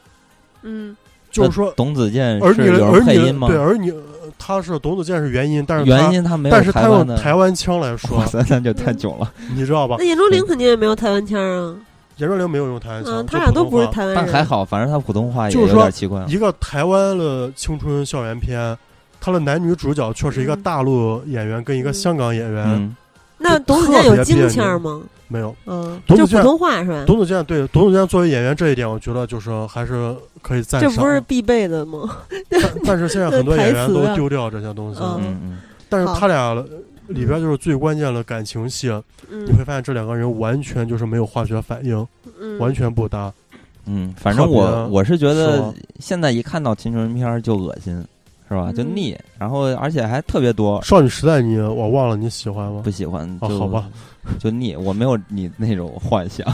S2: 嗯
S3: 就是说
S1: 那，董子健
S3: 而
S1: 嗯是
S3: 你
S1: 有
S3: 的
S1: 人
S3: 而
S1: 配
S3: 你
S1: 音
S3: 的
S1: 吗？
S3: 对，而你呃他是董子健是原因，但是他
S1: 原因他没有
S3: 但是他
S1: 台湾
S3: 用
S1: 的
S3: 台湾腔来说
S1: 哇，塞， 那就太囧
S2: 嗯
S1: 了，
S3: 你知道吧
S2: 那？严卓林肯定也没有台湾腔儿啊，
S3: 严若玲没有用嗯台湾
S2: 嗯，
S3: 腔，就
S2: 他俩都
S3: 普
S2: 不
S3: 通
S2: 是
S3: 话
S2: 台湾
S1: 但
S2: 人，
S1: 还好，反正他普通话也
S3: 就是
S1: 有
S3: 说
S1: 点奇怪，
S3: 一个台湾的青春校园片，它的男女主角却是一个
S2: 嗯
S3: 大陆演员跟一个
S2: 嗯
S3: 香港演员，
S1: 嗯
S2: 那董子健有京腔儿吗？
S3: 没有。
S2: 嗯，
S3: 董
S2: 就
S3: 子健
S2: 普通话是吧？
S3: 董子健对董子健作为演员这一点，我觉得就是还是可以赞
S2: 这
S3: 赏。
S2: 不是必备的吗？
S3: 但，但是现在很多
S2: 台
S3: 演员
S2: 词
S3: 都
S2: 啊
S3: 丢掉这些东西，
S2: 嗯
S1: 嗯嗯，
S3: 但是
S2: 好
S3: 他俩里边就是最关键的感情戏，你
S2: 嗯
S3: 会发现这两个人完全就是没有化学反应，
S2: 嗯，
S3: 完全不搭。
S1: 嗯，反正
S3: 特别
S1: 我我是觉
S3: 是
S1: 得
S3: 吗
S1: 现在一看到青春片儿就恶心，是吧？就
S2: 嗯
S1: 腻，然后而且还特别多，
S3: 少女时代你我忘了你喜欢吗
S1: 不？喜欢
S3: 哦
S1: 就、
S3: 好吧，
S1: 就腻。我没有你那种幻 想，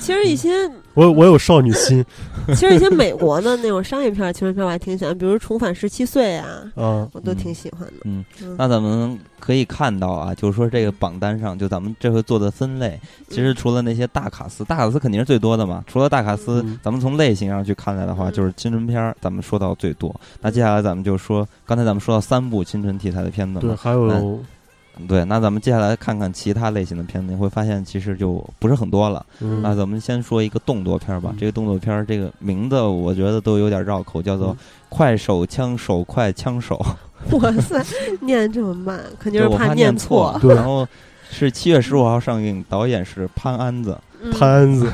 S2: 其实一些
S3: 我我有少 女心
S2: 其实一些美国的那种商业片儿、青春片儿我还挺喜欢，比如《重返十七岁》啊，
S3: 啊，
S2: 我都挺喜欢的。
S1: 嗯
S2: 嗯，
S1: 那咱们可以看到啊，就是说这个榜单上，就咱们这回做的分类，
S2: 嗯
S1: 其实除了那些大卡司，大卡司肯定是最多的嘛。除了大卡司，
S3: 嗯
S1: 咱们从类型上去看来的话，
S2: 嗯
S1: 就是青春片儿，咱们说到最多。那接下来咱们就说，刚才咱们说到三部青春题材的片子
S3: 对，
S1: 嘛，
S3: 还有
S1: 嗯对，那咱们接下来看看其他类型的片子，你会发现其实就不是很多了。那
S3: 嗯，
S1: 咱们先说一个动作片儿吧。
S3: 嗯
S1: 这个动作片儿这个名字我觉得都有点绕口，叫做《快手枪手快枪手》，
S2: 哇塞，念这么慢，肯定
S1: 就是我怕
S2: 念
S1: 错。
S3: 对
S1: 然后是七月十五号上映，导演是潘安子。
S2: 嗯，
S3: 潘子、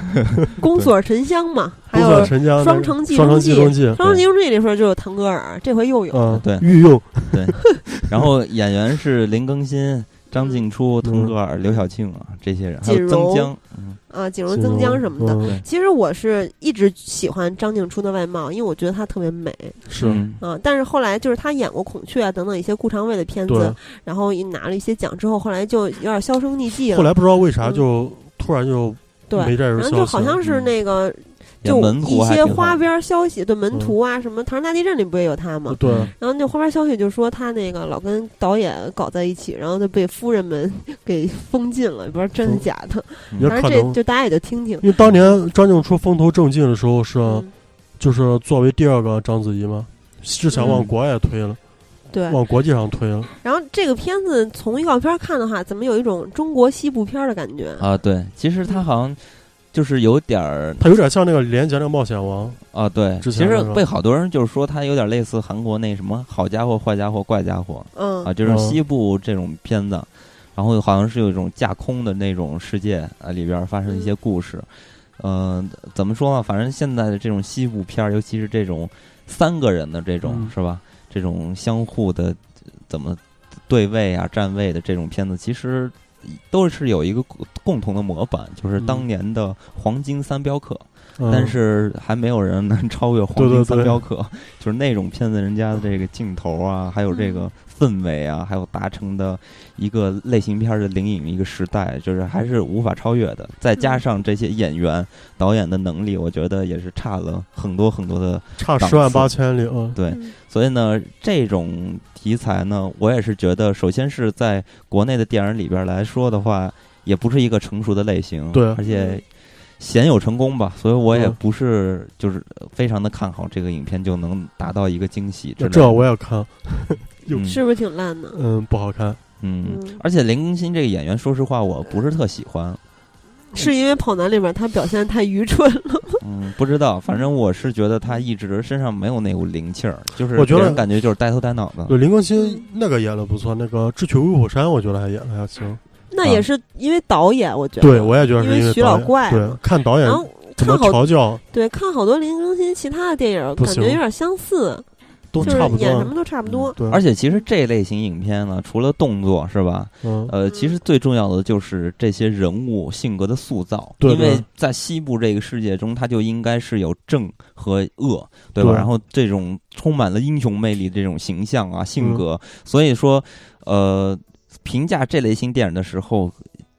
S2: 宫锁沉香嘛，还
S3: 宫
S2: 有
S3: 锁
S2: 《
S3: 沉香、
S2: 双城记
S3: 双城
S2: 中
S3: 记
S2: 记
S3: 中记，
S2: 双城记中记》里说就有腾格尔，这回又有。
S3: 嗯，
S1: 对
S3: 御用
S1: 然后演员是林更新、张静初、腾格尔、刘晓庆啊这些人，还有
S2: 锦
S1: 曾
S2: 荣
S1: 江。嗯，
S2: 啊，锦荣增江什么的。
S3: 嗯
S1: 对
S2: 其实我是一直喜欢张静初的外貌，因为我觉得她特别美
S3: 是
S1: 嗯
S2: 啊。但是后来就是她演过《孔雀》啊等等一些顾长卫的片
S3: 对
S2: 子，。然后也拿了一些奖之后，后来就有点销声匿迹
S3: 后
S2: 了。
S3: 来不知道为啥
S2: 嗯
S3: 就突然就
S2: 对，
S3: 没这人
S2: 然后
S3: 消
S2: 就
S3: 息
S2: 好像是
S1: 嗯
S2: 那个
S1: 演
S2: 就
S1: 门户
S2: 一
S1: 还
S2: 些
S1: 挺好
S2: 花边消息，对门徒啊，什么《唐山大地震》里不也有他吗？
S3: 对，
S1: 嗯
S2: 然后那花边消息就说他那个老跟导演搞在一起，然后就被夫人们 给封禁了，也不知道真的
S3: 嗯
S2: 假的。
S3: 也
S2: 反
S3: 可
S2: 正
S3: 能
S2: 这就大家也就听听。
S3: 因为当年张静初风头正劲的时候是
S2: 嗯，
S3: 就是作为第二个章子怡嘛，之前往
S1: 嗯
S3: 国外推了，
S2: 对。
S3: 往国际上推了，
S2: 然后这个片子从预告片看的话，怎么有一种中国西部片的感觉？
S1: 啊。对，其实他好像就是有点儿
S3: 它有点像那个连杰那个冒险王，
S1: 啊，对，其
S3: 之前
S1: 实
S3: 那个
S1: 被好多人就是说他有点类似韩国那什么“好家伙、坏家伙、怪家伙”
S2: 嗯
S1: 啊，就是
S3: 嗯
S1: 西部这种片子，然后好像是有一种架空的那种世界啊，里边发生一些故事。嗯、怎么说呢？反正现在的这种西部片儿，尤其是这种三个人的这种、
S3: 嗯
S1: 是吧？这种相互的呃怎么对位啊、站位的这种片子，其实都是有一个共共同的模板，就是
S3: 嗯
S1: 当年的黄金三镖客。
S3: 嗯
S1: 但是还没有人能超越《黄
S3: 对
S1: 金
S3: 对
S1: 三
S3: 对
S1: 镖客》 就是那种片子，人家的这个镜头啊，还有这个氛围啊，还有达成的一个类型片儿的灵隐一个时代，就是还是无法超越的。再加上这些演员、导演的能力，我觉得也是差了很多很多的。
S3: 差
S1: 档
S3: 十万
S1: 次
S3: 八千里啊，
S1: 对，
S2: 嗯
S1: 所以呢，这种题材呢，我也是觉得，首先是在国内的电影里边来说的话，也不是一个成熟的类型，
S3: 对
S1: 而且鲜有成功吧，所以我也
S3: 嗯
S1: 不是就是非常的看好这个影片就能达到一个惊喜之
S3: 这
S1: 类的。
S3: 这我也看，
S1: 嗯
S2: 是不是挺烂的？
S3: 嗯，不好看，
S1: 嗯
S2: 嗯，
S1: 而且林更新这个演员，说实话，我不是特喜欢，
S2: 是因为《跑男》里面他表现得太愚蠢 了。
S1: 嗯，不知道，反正我是觉得他一直身上没有那股灵气儿，就是
S3: 我觉
S1: 给
S3: 得
S1: 人感觉就是呆头呆脑的。
S3: 对林更新那个演的不错，那个《智取威虎山》我觉得还演的还行，
S1: 啊
S2: 那也是因为导演，我觉得。
S3: 对我也觉得是
S2: 因为
S3: 为
S2: 徐
S3: 导
S2: 老
S3: 演
S2: 怪
S3: 对
S2: 嘛，
S3: 看导演
S2: 然后
S3: 怎
S2: 看
S3: 么
S2: 好
S3: 调教
S2: 对看好多林更新其他的电影，
S3: 不
S2: 感觉
S3: 行
S2: 有点相似，
S3: 都
S2: 就是
S3: 差不
S2: 演什
S3: 多
S2: 么，都差不多。
S3: 对，
S1: 而且其实这类型影片呢，除了动作是吧，
S3: 嗯，
S1: 呃，其实最重要的就是这些人物性格的塑造，
S3: 对
S1: 因为
S3: 对
S1: 在西部这个世界中，它就应该是有正和恶，对吧？
S3: 对
S1: 然后这种充满了英雄魅力的这种形象啊、性
S3: 嗯
S1: 格，所以说，呃，评价这类型电影的时候，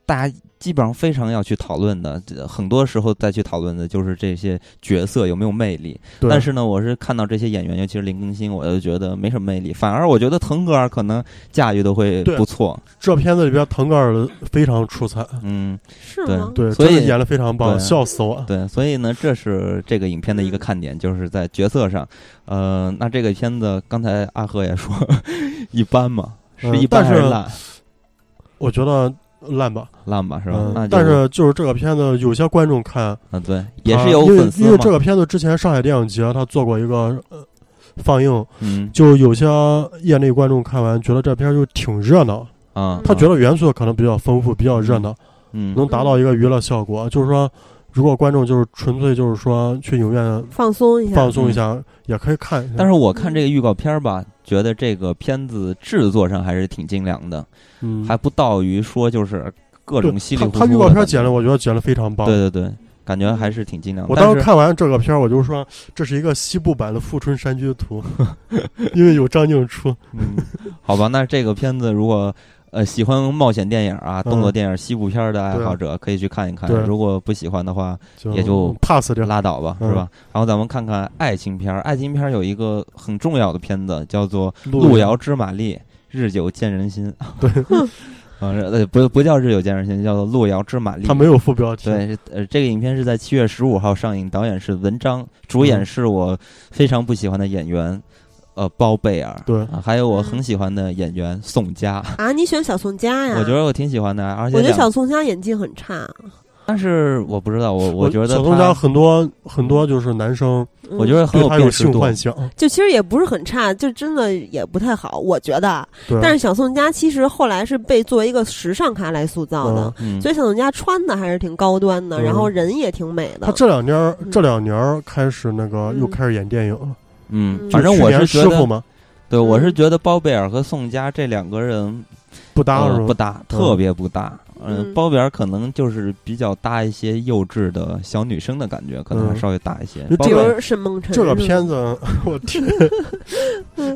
S1: 大家。基本上非常要去讨论的，这很多时候再去讨论的就是这些角色有没有魅力。
S3: 对
S1: 但是呢，我是看到这些演员，尤其是林更新，我就觉得没什么魅力，反而我觉得腾格尔可能驾驭的会
S3: 对
S1: 不错。
S3: 这片子里边腾格尔的非常出彩，
S1: 嗯，
S2: 是
S1: 对
S2: 吗？
S3: 对，
S1: 所以
S3: 真的演的非常棒，
S1: 对
S3: 笑死我。
S1: 对，所以呢，这是这个影片的一个看点，就是在角色上。呃，那这个片子刚才阿赫也说一般嘛，是
S3: 嗯
S1: 一般
S3: 但
S1: 还
S3: 是
S1: 烂
S3: 我觉得烂吧，
S1: 烂吧，是吧？那
S3: 嗯，
S1: 就
S3: 但是就是这个片子，有些观众看
S1: 啊，对，也
S3: 他
S1: 是有
S3: 因为
S1: 粉丝
S3: 因为
S1: 嘛
S3: 这，个片子之前上海电影节他做过一个呃放映，
S1: 嗯
S3: 就有些业内观众看完觉得这片儿就挺热闹，
S1: 啊，
S3: 他觉
S1: 得
S3: 得元素可能比较丰富，比较热闹，
S1: 嗯
S3: 能达到一个娱乐效果。就是说，如果观众就是纯粹就是说去影院
S2: 放松一下，
S3: 放松一下，也可以看一下。
S1: 嗯但是我看这个预告片儿吧，觉得这个片子制作上还是挺精良的，
S3: 嗯，
S1: 还不到于说就是各
S3: 对
S1: 种稀里
S3: 他
S1: 糊涂的
S3: 他
S1: 感觉。
S3: 预告片剪了，我觉得剪得非常棒。
S1: 对对对，感觉还是挺精良的。
S3: 我
S1: 但
S3: 当
S1: 是
S3: 时看完这个片儿，我就说这是一个西部版的《富春山居图》， 因为有张静初。
S1: 嗯， 好吧，那这个片子如果呃喜欢冒险电影啊、动作
S3: 嗯
S1: 电影、西部片儿的爱好者，可以去看一看
S3: 对。
S1: 如果不喜欢的话，
S3: 就
S1: 也就
S3: pass 掉。
S1: 拉倒吧，
S3: 嗯
S1: 是吧？然后咱们看看爱情片儿，爱情片儿有一个很重要的片子叫做《路遥知马力，日久见人心》。
S3: 对，
S1: 啊，是呃，不不叫日久见人心，叫做《路遥知马力
S3: 他》。没有副标题。
S1: 对，呃，这个影片是在七月十五号上映，导演是文章，主演
S3: 嗯
S1: 是我非常不喜欢的演员，呃，包贝尔。
S3: 对
S1: 啊，还有我
S2: 嗯
S1: 很喜欢的演员宋佳，
S2: 啊，你选小宋佳呀？
S1: 我觉得我挺喜欢的，啊而且
S2: 嗯我觉得
S1: 两
S2: 小宋佳演技很差。
S1: 但是我不知道，我我觉得
S3: 小宋佳
S1: 他，
S3: 很多很多就是男生
S2: 嗯
S1: 我觉得很
S3: 对
S1: 有
S3: 他有
S1: 辨识
S3: 性
S1: 度。
S3: 幻想，
S2: 就其实也不是很差，就真的也不太好，我觉得。
S3: 对，
S2: 但是小宋佳其实后来是被作为一个时尚咖来塑造的，
S1: 嗯，
S2: 所以小宋佳穿的还是挺高端的，
S3: 嗯
S2: 然后人也挺美
S3: 他
S2: 的。
S3: 这两年儿这两年儿开始那个
S2: 嗯
S3: 又开始演电影了，
S1: 嗯，
S2: 嗯
S1: 反正
S3: 就去
S1: 我是
S3: 年
S1: 觉
S3: 师傅
S1: 得，
S3: 嘛
S1: 对我是觉得包贝尔和宋佳这两个人
S3: 不搭
S1: 呃
S3: 是
S1: 不
S3: 吧？
S1: 搭，
S3: 嗯
S1: 特别不搭。嗯，
S2: 嗯
S1: 包贝尔可能就是比较搭一些幼稚的小女生的感觉，可能还
S3: 嗯
S1: 稍微搭一些
S3: 因为。
S1: 包
S2: 比
S1: 贝尔
S2: 如沈梦辰
S3: 这个
S2: 是吗嗯
S3: 片子， 我天，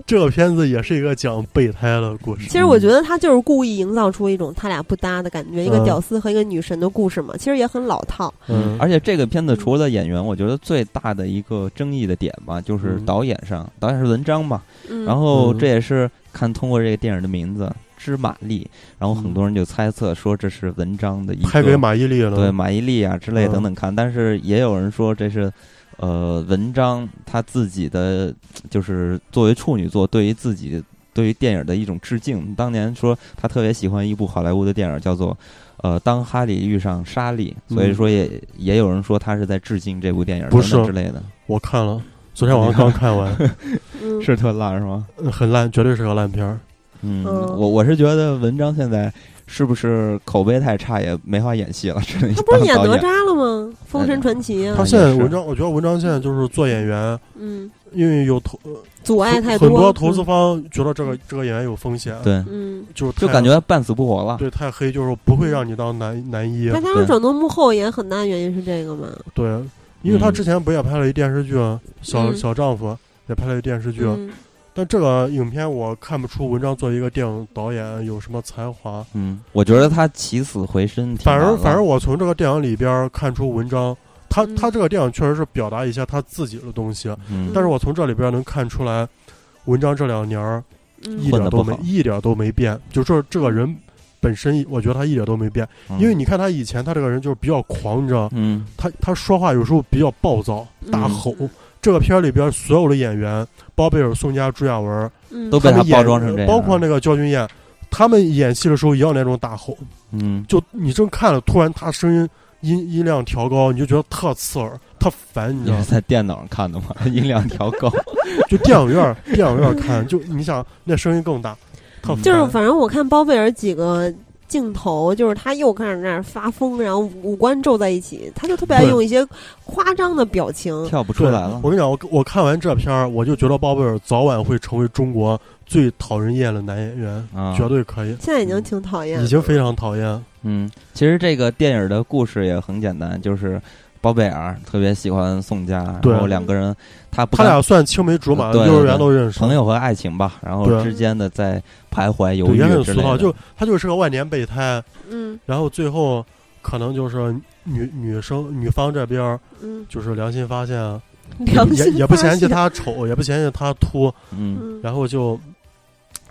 S3: 这个片子也是一个讲备胎的故事
S2: 其。实我觉得他就是故意营造出一种他俩不搭的感觉，一个屌丝和一个女神的故事嘛。其实也很老套，
S1: 嗯
S3: 嗯，
S1: 而且这个片子除了演员，我觉得最大的一个争议的点吧，就是
S3: 嗯
S1: 导演上，导演是文章嘛，
S2: 嗯，
S1: 然后
S3: 嗯
S1: 这也是看通过这个电影的名字《芝麻粒》，然后很
S3: 嗯
S1: 多人就猜测说这是文章的一个
S3: 拍给马伊琍了，
S1: 对马伊琍啊之类
S3: 嗯
S1: 等等看，但是也有人说这是呃文章他自己的，就是作为处女作对于自己对于电影的一种致敬。当年说他特别喜欢一部好莱坞的电影叫做。呃，当哈利遇上莎莉，所以
S3: 嗯
S1: 说也、也有人说他是在致敬这部电影
S3: 不
S1: 等等之
S3: 是
S1: 类的，
S3: 我看了，昨天晚上刚 看完，
S2: 嗯，
S1: 是特烂是吗？
S3: 嗯很烂，绝对是个烂片儿。
S1: 嗯，
S2: 嗯
S1: 我我是觉得文章现在是不是口碑太差，也没法演戏了。这
S2: 他不是演
S1: 当导
S2: 哪吒了吗？《封神传奇》
S1: 嗯
S2: 啊
S3: 他，哎现在
S1: 也是
S3: 文章，我觉得文章现在就是做演员，
S2: 嗯，
S3: 因为有投呃
S2: 阻碍太
S3: 很多
S2: 了
S3: 投资，方觉得这个这个演员有风险，，
S1: 嗯对，
S2: 嗯，
S3: 就是太
S1: 就感觉半死不活了。
S3: 对太黑，就是不会让你当男男一啊
S2: 但，他
S1: 对
S2: 们转到幕后也很大原因是这个嘛，
S3: 对，因为他
S1: 嗯
S3: 之前不也拍了一电视剧《小
S2: 嗯
S3: 小丈夫》，也拍了一电视剧，
S2: 嗯
S3: 但这个影片我看不出文章作为一个电影导演有什么才华，
S1: 嗯，我觉得他起死回生挺
S3: 反
S1: 难
S3: 而
S1: 了，
S3: 反而我从这个电影里边儿看出文章，他
S2: 嗯
S3: 他这个电影确实是表达一些他自己的东西，
S1: 嗯
S3: 但是我从这里边能看出来，文章这两年儿
S2: 嗯
S3: 一
S1: 混得
S3: 点都
S1: 不
S3: 没
S1: 好
S3: 一点都没变，就这这个人本身，我觉得他一点都没变，
S1: 嗯
S3: 因为你看他以前他这个人就是比较狂，你知道，
S1: 嗯
S3: 他他说话有时候比较暴躁，大
S1: 嗯
S3: 吼。这个片儿里边所有的演员，包贝尔、宋佳、朱亚文，
S2: 嗯
S1: 都被他
S3: 他们演
S1: 包装成这样，
S3: 包括那个焦俊艳，他们演戏的时候也有那种大吼，
S1: 嗯
S3: 就你正看了，突然他声音音音量调高，你就觉得特刺耳，特烦，你
S1: 你
S3: 知道
S1: 是
S3: 吗？
S1: 在电脑上看的吗？ 音量调高，
S3: 就电影院儿，电影院儿看，就你想那声音更大，特烦。
S2: 嗯就是反正我看包贝尔几个。镜头就是他又开始那儿发疯，然后五官皱在一起，他就特别爱
S3: 对
S2: 用一些夸张的表情，
S1: 跳不出
S3: 对，
S1: 来了
S3: 我。跟你讲，我我看完这片儿，我就觉得包贝尔早晚会成为中国最讨人厌的男演员，
S1: 啊，
S3: 绝对可以，
S2: 现在已经挺讨厌了，
S3: 已经非常讨厌。
S1: 嗯，其实这个电影的故事也很简单，就是包贝尔特别喜欢宋佳，
S3: 对
S1: 然后两个人他不
S3: 他
S1: 敢
S3: 俩算青梅竹马，
S1: 对
S3: 幼儿园都认识。
S1: 朋友和爱情吧，然后
S3: 对
S1: 之间的在徘徊犹
S3: 对，
S1: 豫
S3: 也很
S1: 之
S3: 俗
S1: 类
S3: 套，
S1: 的，
S3: 就他就是个万年备胎，
S2: 嗯
S3: 然后最后可能就是女女生女方这边儿
S2: 嗯，
S3: 就是良心发现，啊
S2: 良
S3: 也
S2: 心
S3: 也不
S2: 发
S3: 嫌弃
S2: 现，
S3: 他丑，也不嫌弃他秃，
S1: 嗯，
S2: 嗯，
S3: 然后就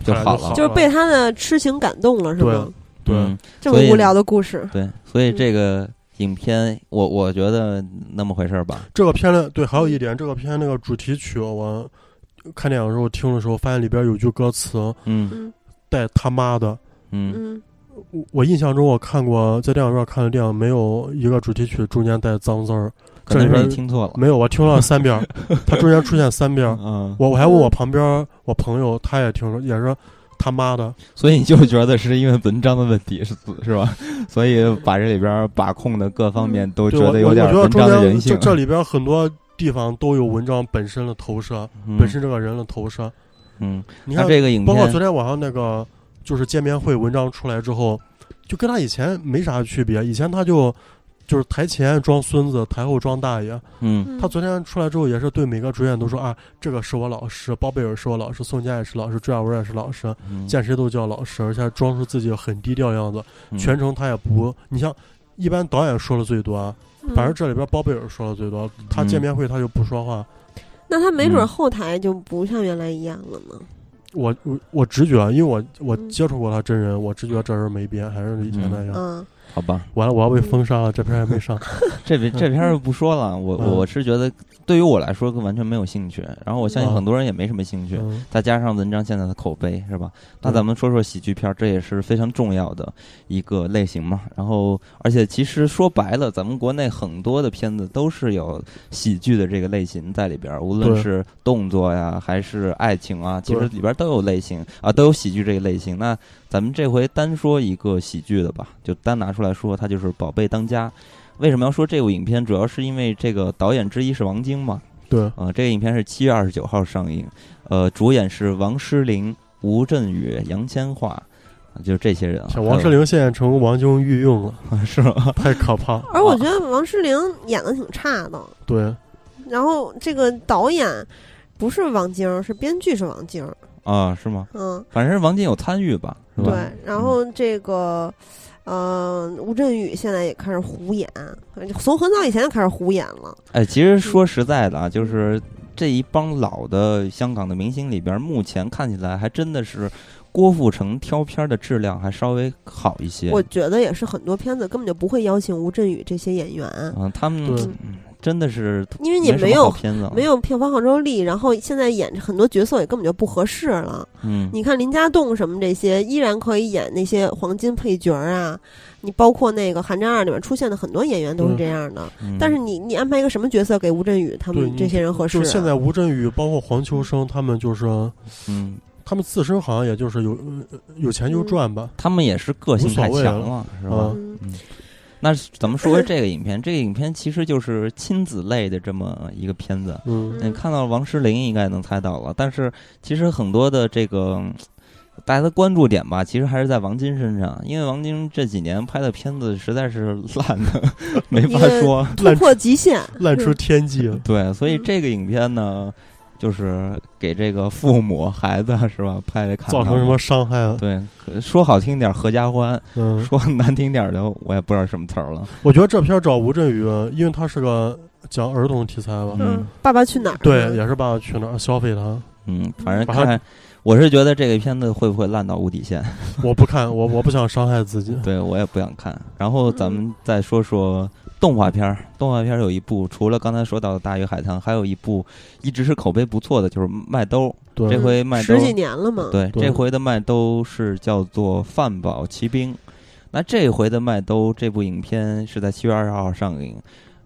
S1: 就
S3: 后来
S1: 好
S3: 就
S1: 了
S3: 好。
S2: 就是被他的痴情感动了，是吗？
S3: 对啊
S1: 嗯
S2: 这么
S1: 所以
S2: 无聊的故事，
S1: 对，所以
S2: 嗯
S1: 这个影片，我我觉得那么回事儿吧。
S3: 这个片的对，还有一点，这个片那个主题曲，我看电影的时候听的时候，发现里边有句歌词
S1: 嗯
S2: 嗯
S3: 带他妈的。
S1: 嗯，
S2: 嗯
S3: 我我印象中，我看过在电影院看的电影，没有一个主题曲中间带脏字儿，
S1: 可能
S3: 这里
S1: 是
S3: 边
S1: 你听错了。
S3: 没有，我听了三遍 儿，它中间出现三遍儿，
S1: 嗯，
S3: 我我还问我旁边儿我朋友，他也听说，也是他妈的，
S1: 所以你就觉得是因为文章的问题是是吧？ 所以把这里边把控的各方面都觉
S3: 嗯对我
S1: 得有点
S3: 我我
S1: 文
S3: 觉得
S1: 章
S3: 中
S1: 的
S3: 间
S1: 人性啊
S3: 这，这里边很多地方都有文章本身的投射，
S1: 嗯
S3: 本身这个人的投射。
S1: 嗯，
S3: 你
S1: 他
S3: 看，
S1: 这个影
S3: 包括
S1: 片
S3: 昨天晚上那个就是见面会文章出来之后，就跟他以前没啥区别。以前他就就是台前装孙子，台后装大爷。
S1: 嗯
S2: 嗯
S3: 他昨天出来之后，也是对每个主演都说啊，这个是我老师，包贝尔是我老师，宋佳也是老师，朱亚文也是老师，
S1: 嗯
S3: 见谁都叫老师，而且还装出自己很低调的样子。
S1: 嗯
S3: 全程他也不，你像一般导演说的最多，啊，
S2: 嗯
S3: 反正这里边包贝尔说的最多，他
S1: 嗯
S3: 见面会他就不说话。
S2: 那他没准儿
S1: 嗯
S2: 后台就不像原来一样了呢。
S3: 我我我直觉，因为我我
S2: 嗯
S3: 接触过他真人，我直觉这人没变，还是以啊前那样。
S2: 嗯，
S1: 好吧，
S3: 完了，我要被封杀了，这片还没上。
S1: 这边这片儿不说了，我
S3: 嗯
S1: 我是觉得对于我来说完全没有兴趣，然后我相信
S3: 嗯
S1: 很多人也没什么兴趣，
S3: 嗯
S1: 再加上文章现在的口碑是吧？那
S3: 嗯
S1: 咱们说说喜剧片儿，这也是非常重要的一个类型嘛。然后，而且其实说白了，咱们国内很多的片子都是有喜剧的这个类型在里边儿，无论
S3: 对
S1: 是动作呀，还是爱情啊，其实
S3: 对
S1: 里边儿都有类型啊，都有喜剧这个类型。那咱们这回单说一个喜剧的吧，就单拿出来说，它就是《宝贝当家》。为什么要说这部影片？主要是因为这个导演之一是王晶嘛，
S3: 对，
S1: 呃，这个影片是七月二十九号上映，呃，主演是王诗龄、吴镇宇、杨千嬅，啊就是这些人啊。
S3: 像王诗龄现在成王晶御用了，
S1: 还有 是吗？
S3: 太 可怕了。
S2: 而我觉得王诗龄演的挺差的，
S3: 对，
S2: 然后这个导演不是王晶，是编剧是王晶，
S1: 啊，是吗？
S2: 嗯，
S1: 反正王晶有参与吧，是
S2: 对
S1: 吧？。
S2: 然后这个，嗯、吴镇宇现在也开始胡演，从很早以前就开始胡演了。
S1: 哎，其实说实在的啊，就是这一帮老的香港的明星里边，目前看起来还真的是郭富城挑片儿的质量还稍微好一些。
S2: 我觉得也是很多片子根本就不会邀请吴镇宇这些演员，
S1: 啊，他们
S3: 对
S1: 嗯真的是
S2: 因为你
S1: 没什
S2: 没
S1: 么好
S2: 有。
S1: 片子啊，
S2: 没有票房号召力，然后现在演很多角色也根本就不合适了。
S1: 嗯，
S2: 你看林家栋什么这些，依然可以演那些黄金配角儿啊。你包括那个《寒战二》里面出现的很多演员都是这样的。
S1: 嗯
S2: 但是你你安排一个什么角色给吴镇宇他
S3: 对
S2: 们
S3: 你
S2: 这些人合适、
S3: 就
S2: 啊？
S3: 是现在吴镇宇，包括黄秋生，他们就是
S1: 嗯，
S3: 他们自身好像也就是有呃有钱就赚吧。
S1: 他们也是个性
S3: 无所
S1: 太
S3: 谓
S1: 强
S3: 了
S1: 了，是吧？
S3: 啊
S2: 嗯，
S1: 那是咱们说回这个影片，这个影片其实就是亲子类的这么一个片子。
S3: 嗯，
S1: 你看到王诗龄应该能猜到了，但是其实很多的这个嗯大家的关注点吧，其实还是在王晶身上，因为王晶这几年拍的片子实在是 烂的，没法说。
S2: 突破极限，
S3: 烂出天际了。
S1: 对，所以这个影片呢，就是给这个父母孩子是吧拍着看看，
S3: 造成什么？伤害了？
S1: 对，可说好听点儿合家欢，
S3: 嗯，
S1: 说难听点儿的我也不知道什么词儿了。
S3: 我觉得这片儿找吴镇宇，因为他是个讲儿童题材吧，
S1: 嗯
S2: 嗯，爸爸去哪儿？
S3: 对，，也是爸爸去哪儿消费他，
S1: 嗯，反正
S3: 把它
S1: 看，我是觉得这个片子会不会烂到无底线？
S3: 我不看，我我不想伤害 自己。
S1: 对我也不想看。然后咱们再说说动画片儿，动画片儿有一部，除了刚才说到的《大鱼海棠》，还有一部一直是口碑不错的，就是《麦兜》。
S3: 对，
S1: 这回麦兜
S2: 十几年了嘛。
S1: 对，
S3: 对
S1: 这回的麦兜是叫做《饭宝奇兵》。那这回的麦兜这部影片是在七月二十号上映，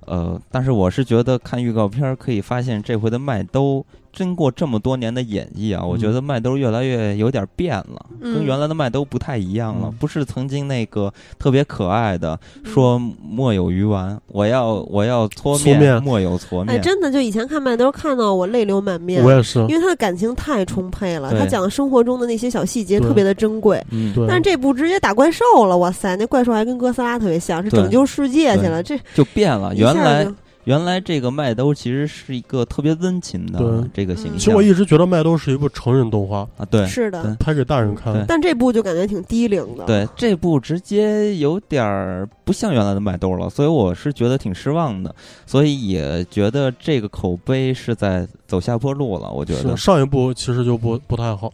S1: 呃，但是我是觉得看预告片儿可以发现，这回的麦兜经过这么多年的演绎啊，我
S3: 嗯
S1: 觉得麦兜越来越有点变了，
S2: 嗯
S1: 跟原来的麦兜不太一样了，
S3: 嗯
S1: 不是曾经那个特别可爱的
S2: 嗯
S1: 说莫有鱼丸，我要我要搓
S3: 搓面
S1: 莫有搓
S2: 哎，
S1: 面，
S2: 真的，就以前看麦兜看到我泪流满面
S3: 我，也是，
S2: 因为他的感情太充沛了，
S1: 对
S2: 他讲的生活中的那些小细节
S3: 对
S2: 特别的珍贵。
S1: 嗯，
S3: 对，
S2: 但是这部直接打怪兽了，哇塞，那怪兽还跟哥斯拉特别像，是
S1: 对
S2: 拯救世界去了。这
S1: 就变了，
S2: 一下
S1: 原来
S2: 就
S1: 原来这个麦兜其实是一个特别温情的
S3: 对
S1: 这个形
S2: 嗯
S1: 象，
S3: 其实我一直觉得《麦兜》是一部成人动画，
S1: 啊，对
S2: 是的，
S1: 对
S3: 拍给大人看
S1: 对
S3: 的。
S2: 但这部就感觉挺低龄的。，
S1: 对，这部直接有点儿不像原来的麦兜了，所以我是觉得挺失望的，所以也觉得这个口碑是在走下坡路了，我觉得
S3: 是上一部其实就不不太好，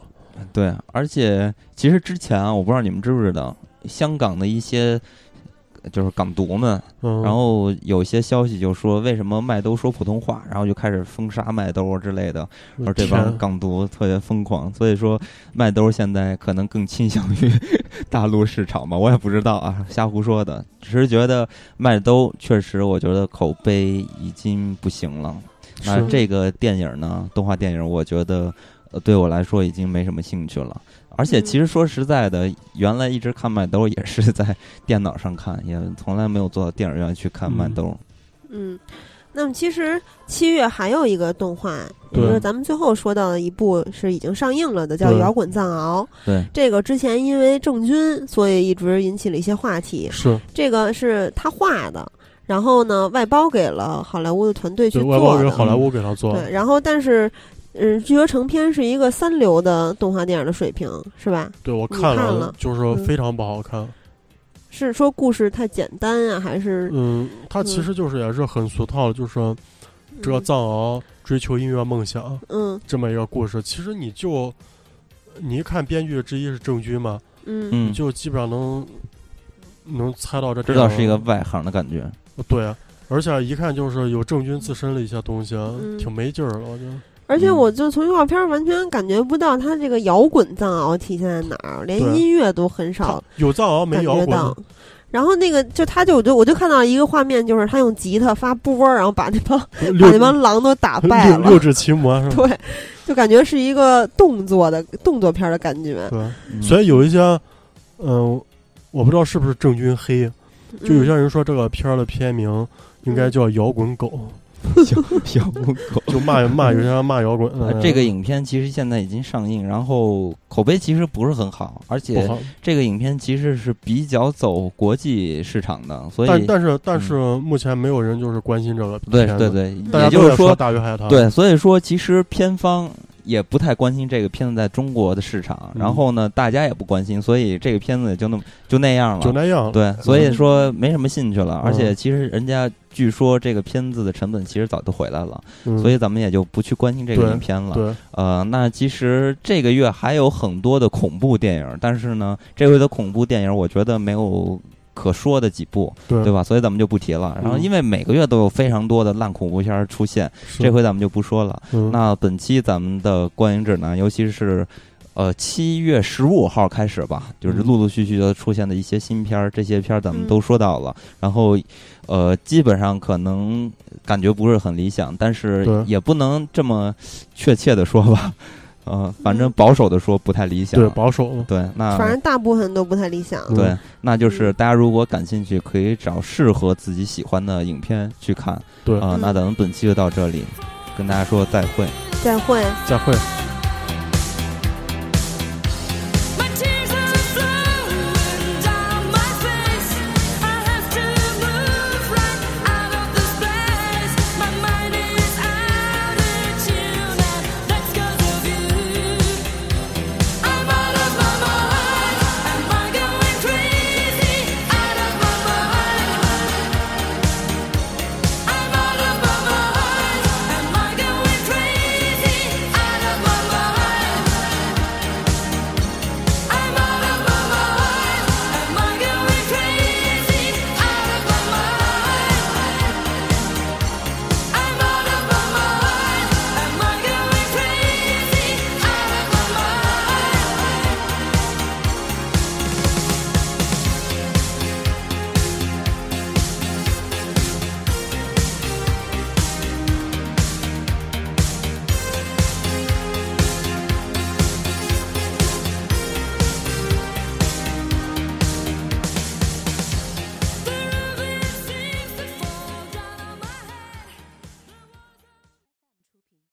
S1: 对，而且其实之前啊，我不知道你们知不知道，香港的一些。就是港独们，
S3: 嗯，
S1: 然后有一些消息就说为什么麦兜说普通话，然后就开始封杀麦兜之类的，而这帮
S3: 天
S1: 港独特别疯狂，所以说麦兜现在可能更倾向于 大陆市场吧，我也不知道啊，瞎胡说的，只是觉得麦兜确实，我觉得口碑已经不行了。那
S3: 是
S1: 这个电影呢，动画电影，我觉得呃对我来说已经没什么兴趣了。而且
S3: 嗯
S1: 其实说实在的，原来一直看麦兜也是在电脑上看，也从来没有坐到电影院去看麦兜。
S2: 嗯，那么其实七月还有一个动画，也
S3: 对
S2: 就是咱们最后说到的一部是已经上映了的，叫《
S3: 对
S2: 摇滚藏獒》。
S1: 对，
S2: 这个之前因为郑钧，所以一直引起了一些话题。
S3: 是
S2: 这个是他画的，然后呢外包给了好莱坞的团队去
S3: 对
S2: 做
S3: 外
S2: 的。
S3: 包给好莱坞给他做，
S2: 对，然后但是，嗯，据说成片是一个三流的动画电影的水平，是吧？
S3: 对我
S2: 你
S3: 看
S2: 看
S3: 了
S2: 了，嗯
S3: 就是非常不好看。
S2: 是说故事太简单啊，还是
S3: 嗯，它其实就是也是很俗套的，就是说这个藏獒追求音乐梦想
S2: 嗯
S3: 这么一个故事。其实你就你一看编剧之一是郑钧嘛，
S2: 嗯
S1: 嗯，
S3: 就基本上能能猜到这
S1: 知道
S3: 电影
S1: 是一个外行的感觉。
S3: 对，啊而且一看就是有郑钧自身的一些东西，啊
S2: 嗯
S3: 挺没劲儿了，我觉得。
S2: 而
S3: 嗯
S2: 且我就从预告片完全感觉不到他这个摇滚藏獒体现在哪儿，连
S3: 对啊
S2: 音乐都很
S3: 他
S2: 少
S3: 有藏獒没
S2: 感
S3: 摇
S2: 觉
S3: 滚，啊
S2: 到。然后那个就他就我就我就看到一个画面，就是他用吉他发波，然后把那帮把
S3: 六
S2: 那帮狼都打败
S3: 六
S2: 了
S3: 六。指奇魔是吧？
S2: 对，就感觉是一个动作的动作片的感觉。
S3: 对，啊
S1: 嗯
S3: 所以有一些，嗯、我不知道是不是郑钧黑，就有些
S2: 嗯
S3: 人说这个片儿的片名应该叫《摇滚狗
S1: 小母狗》，
S3: 就骂骂有些人骂摇滚呃
S1: 啊，
S3: 的，
S1: 这个影片其实现在已经上映，然后口碑其实不是很好，而
S3: 不
S1: 且
S3: 好。
S1: 这个影片其实是比较走国际市场的，所
S3: 但
S1: 以嗯
S3: 但是但是目前没有人就是关心这个
S1: 对
S3: 片子
S1: 对，对，
S3: 大
S1: 也
S3: 家
S1: 就
S3: 都在
S1: 是说，
S3: 大鱼海棠，
S1: 对，所以说其实片方也不太关心这个片子在中国的市场，
S3: 嗯
S1: 然后呢，大家也不关心，所以这个片子也就那么就那样
S3: 就
S1: 了。
S3: 那样了。
S1: 对，所以说没什么兴趣了，
S3: 嗯
S1: 而且其实人家据说这个片子的成本其实早就回来了，
S3: 嗯
S1: 所以咱们也就不去关心这个
S3: 对
S1: 影片了。
S3: 对
S1: 呃，那其实这个月还有很多的恐怖电影，但是呢，这回的恐怖电影我觉得没有可说的几部，对
S3: 对，
S1: 吧？所以咱们就不提了。然后，
S3: 嗯
S1: 因为每个月都有非常多的烂恐怖片儿出现，
S3: 是
S1: 这回咱们就不说了。
S3: 嗯
S1: 那本期咱们的观影指南，尤其是呃七月十五号开始吧，就是
S3: 嗯
S1: 陆陆续续的出现的一些新片儿，这些片儿咱们都说到了。然后，呃，基本上可能感觉不是很理想，但是
S3: 对
S1: 也不能这么确切的说吧，呃，反正保守的说不太理想。
S3: 嗯对保守了，
S1: 对，那
S2: 嗯反正大部分都不太理想。
S3: 嗯
S1: 对，那就是大家如果感兴趣，可以找适合自己喜欢的影片去看。呃
S3: 对嗯
S1: 啊、那咱们本期就到这里，跟大家说再会。
S2: 再会。
S3: 再
S4: 「
S3: 会。
S4: 君の声が聞こえる」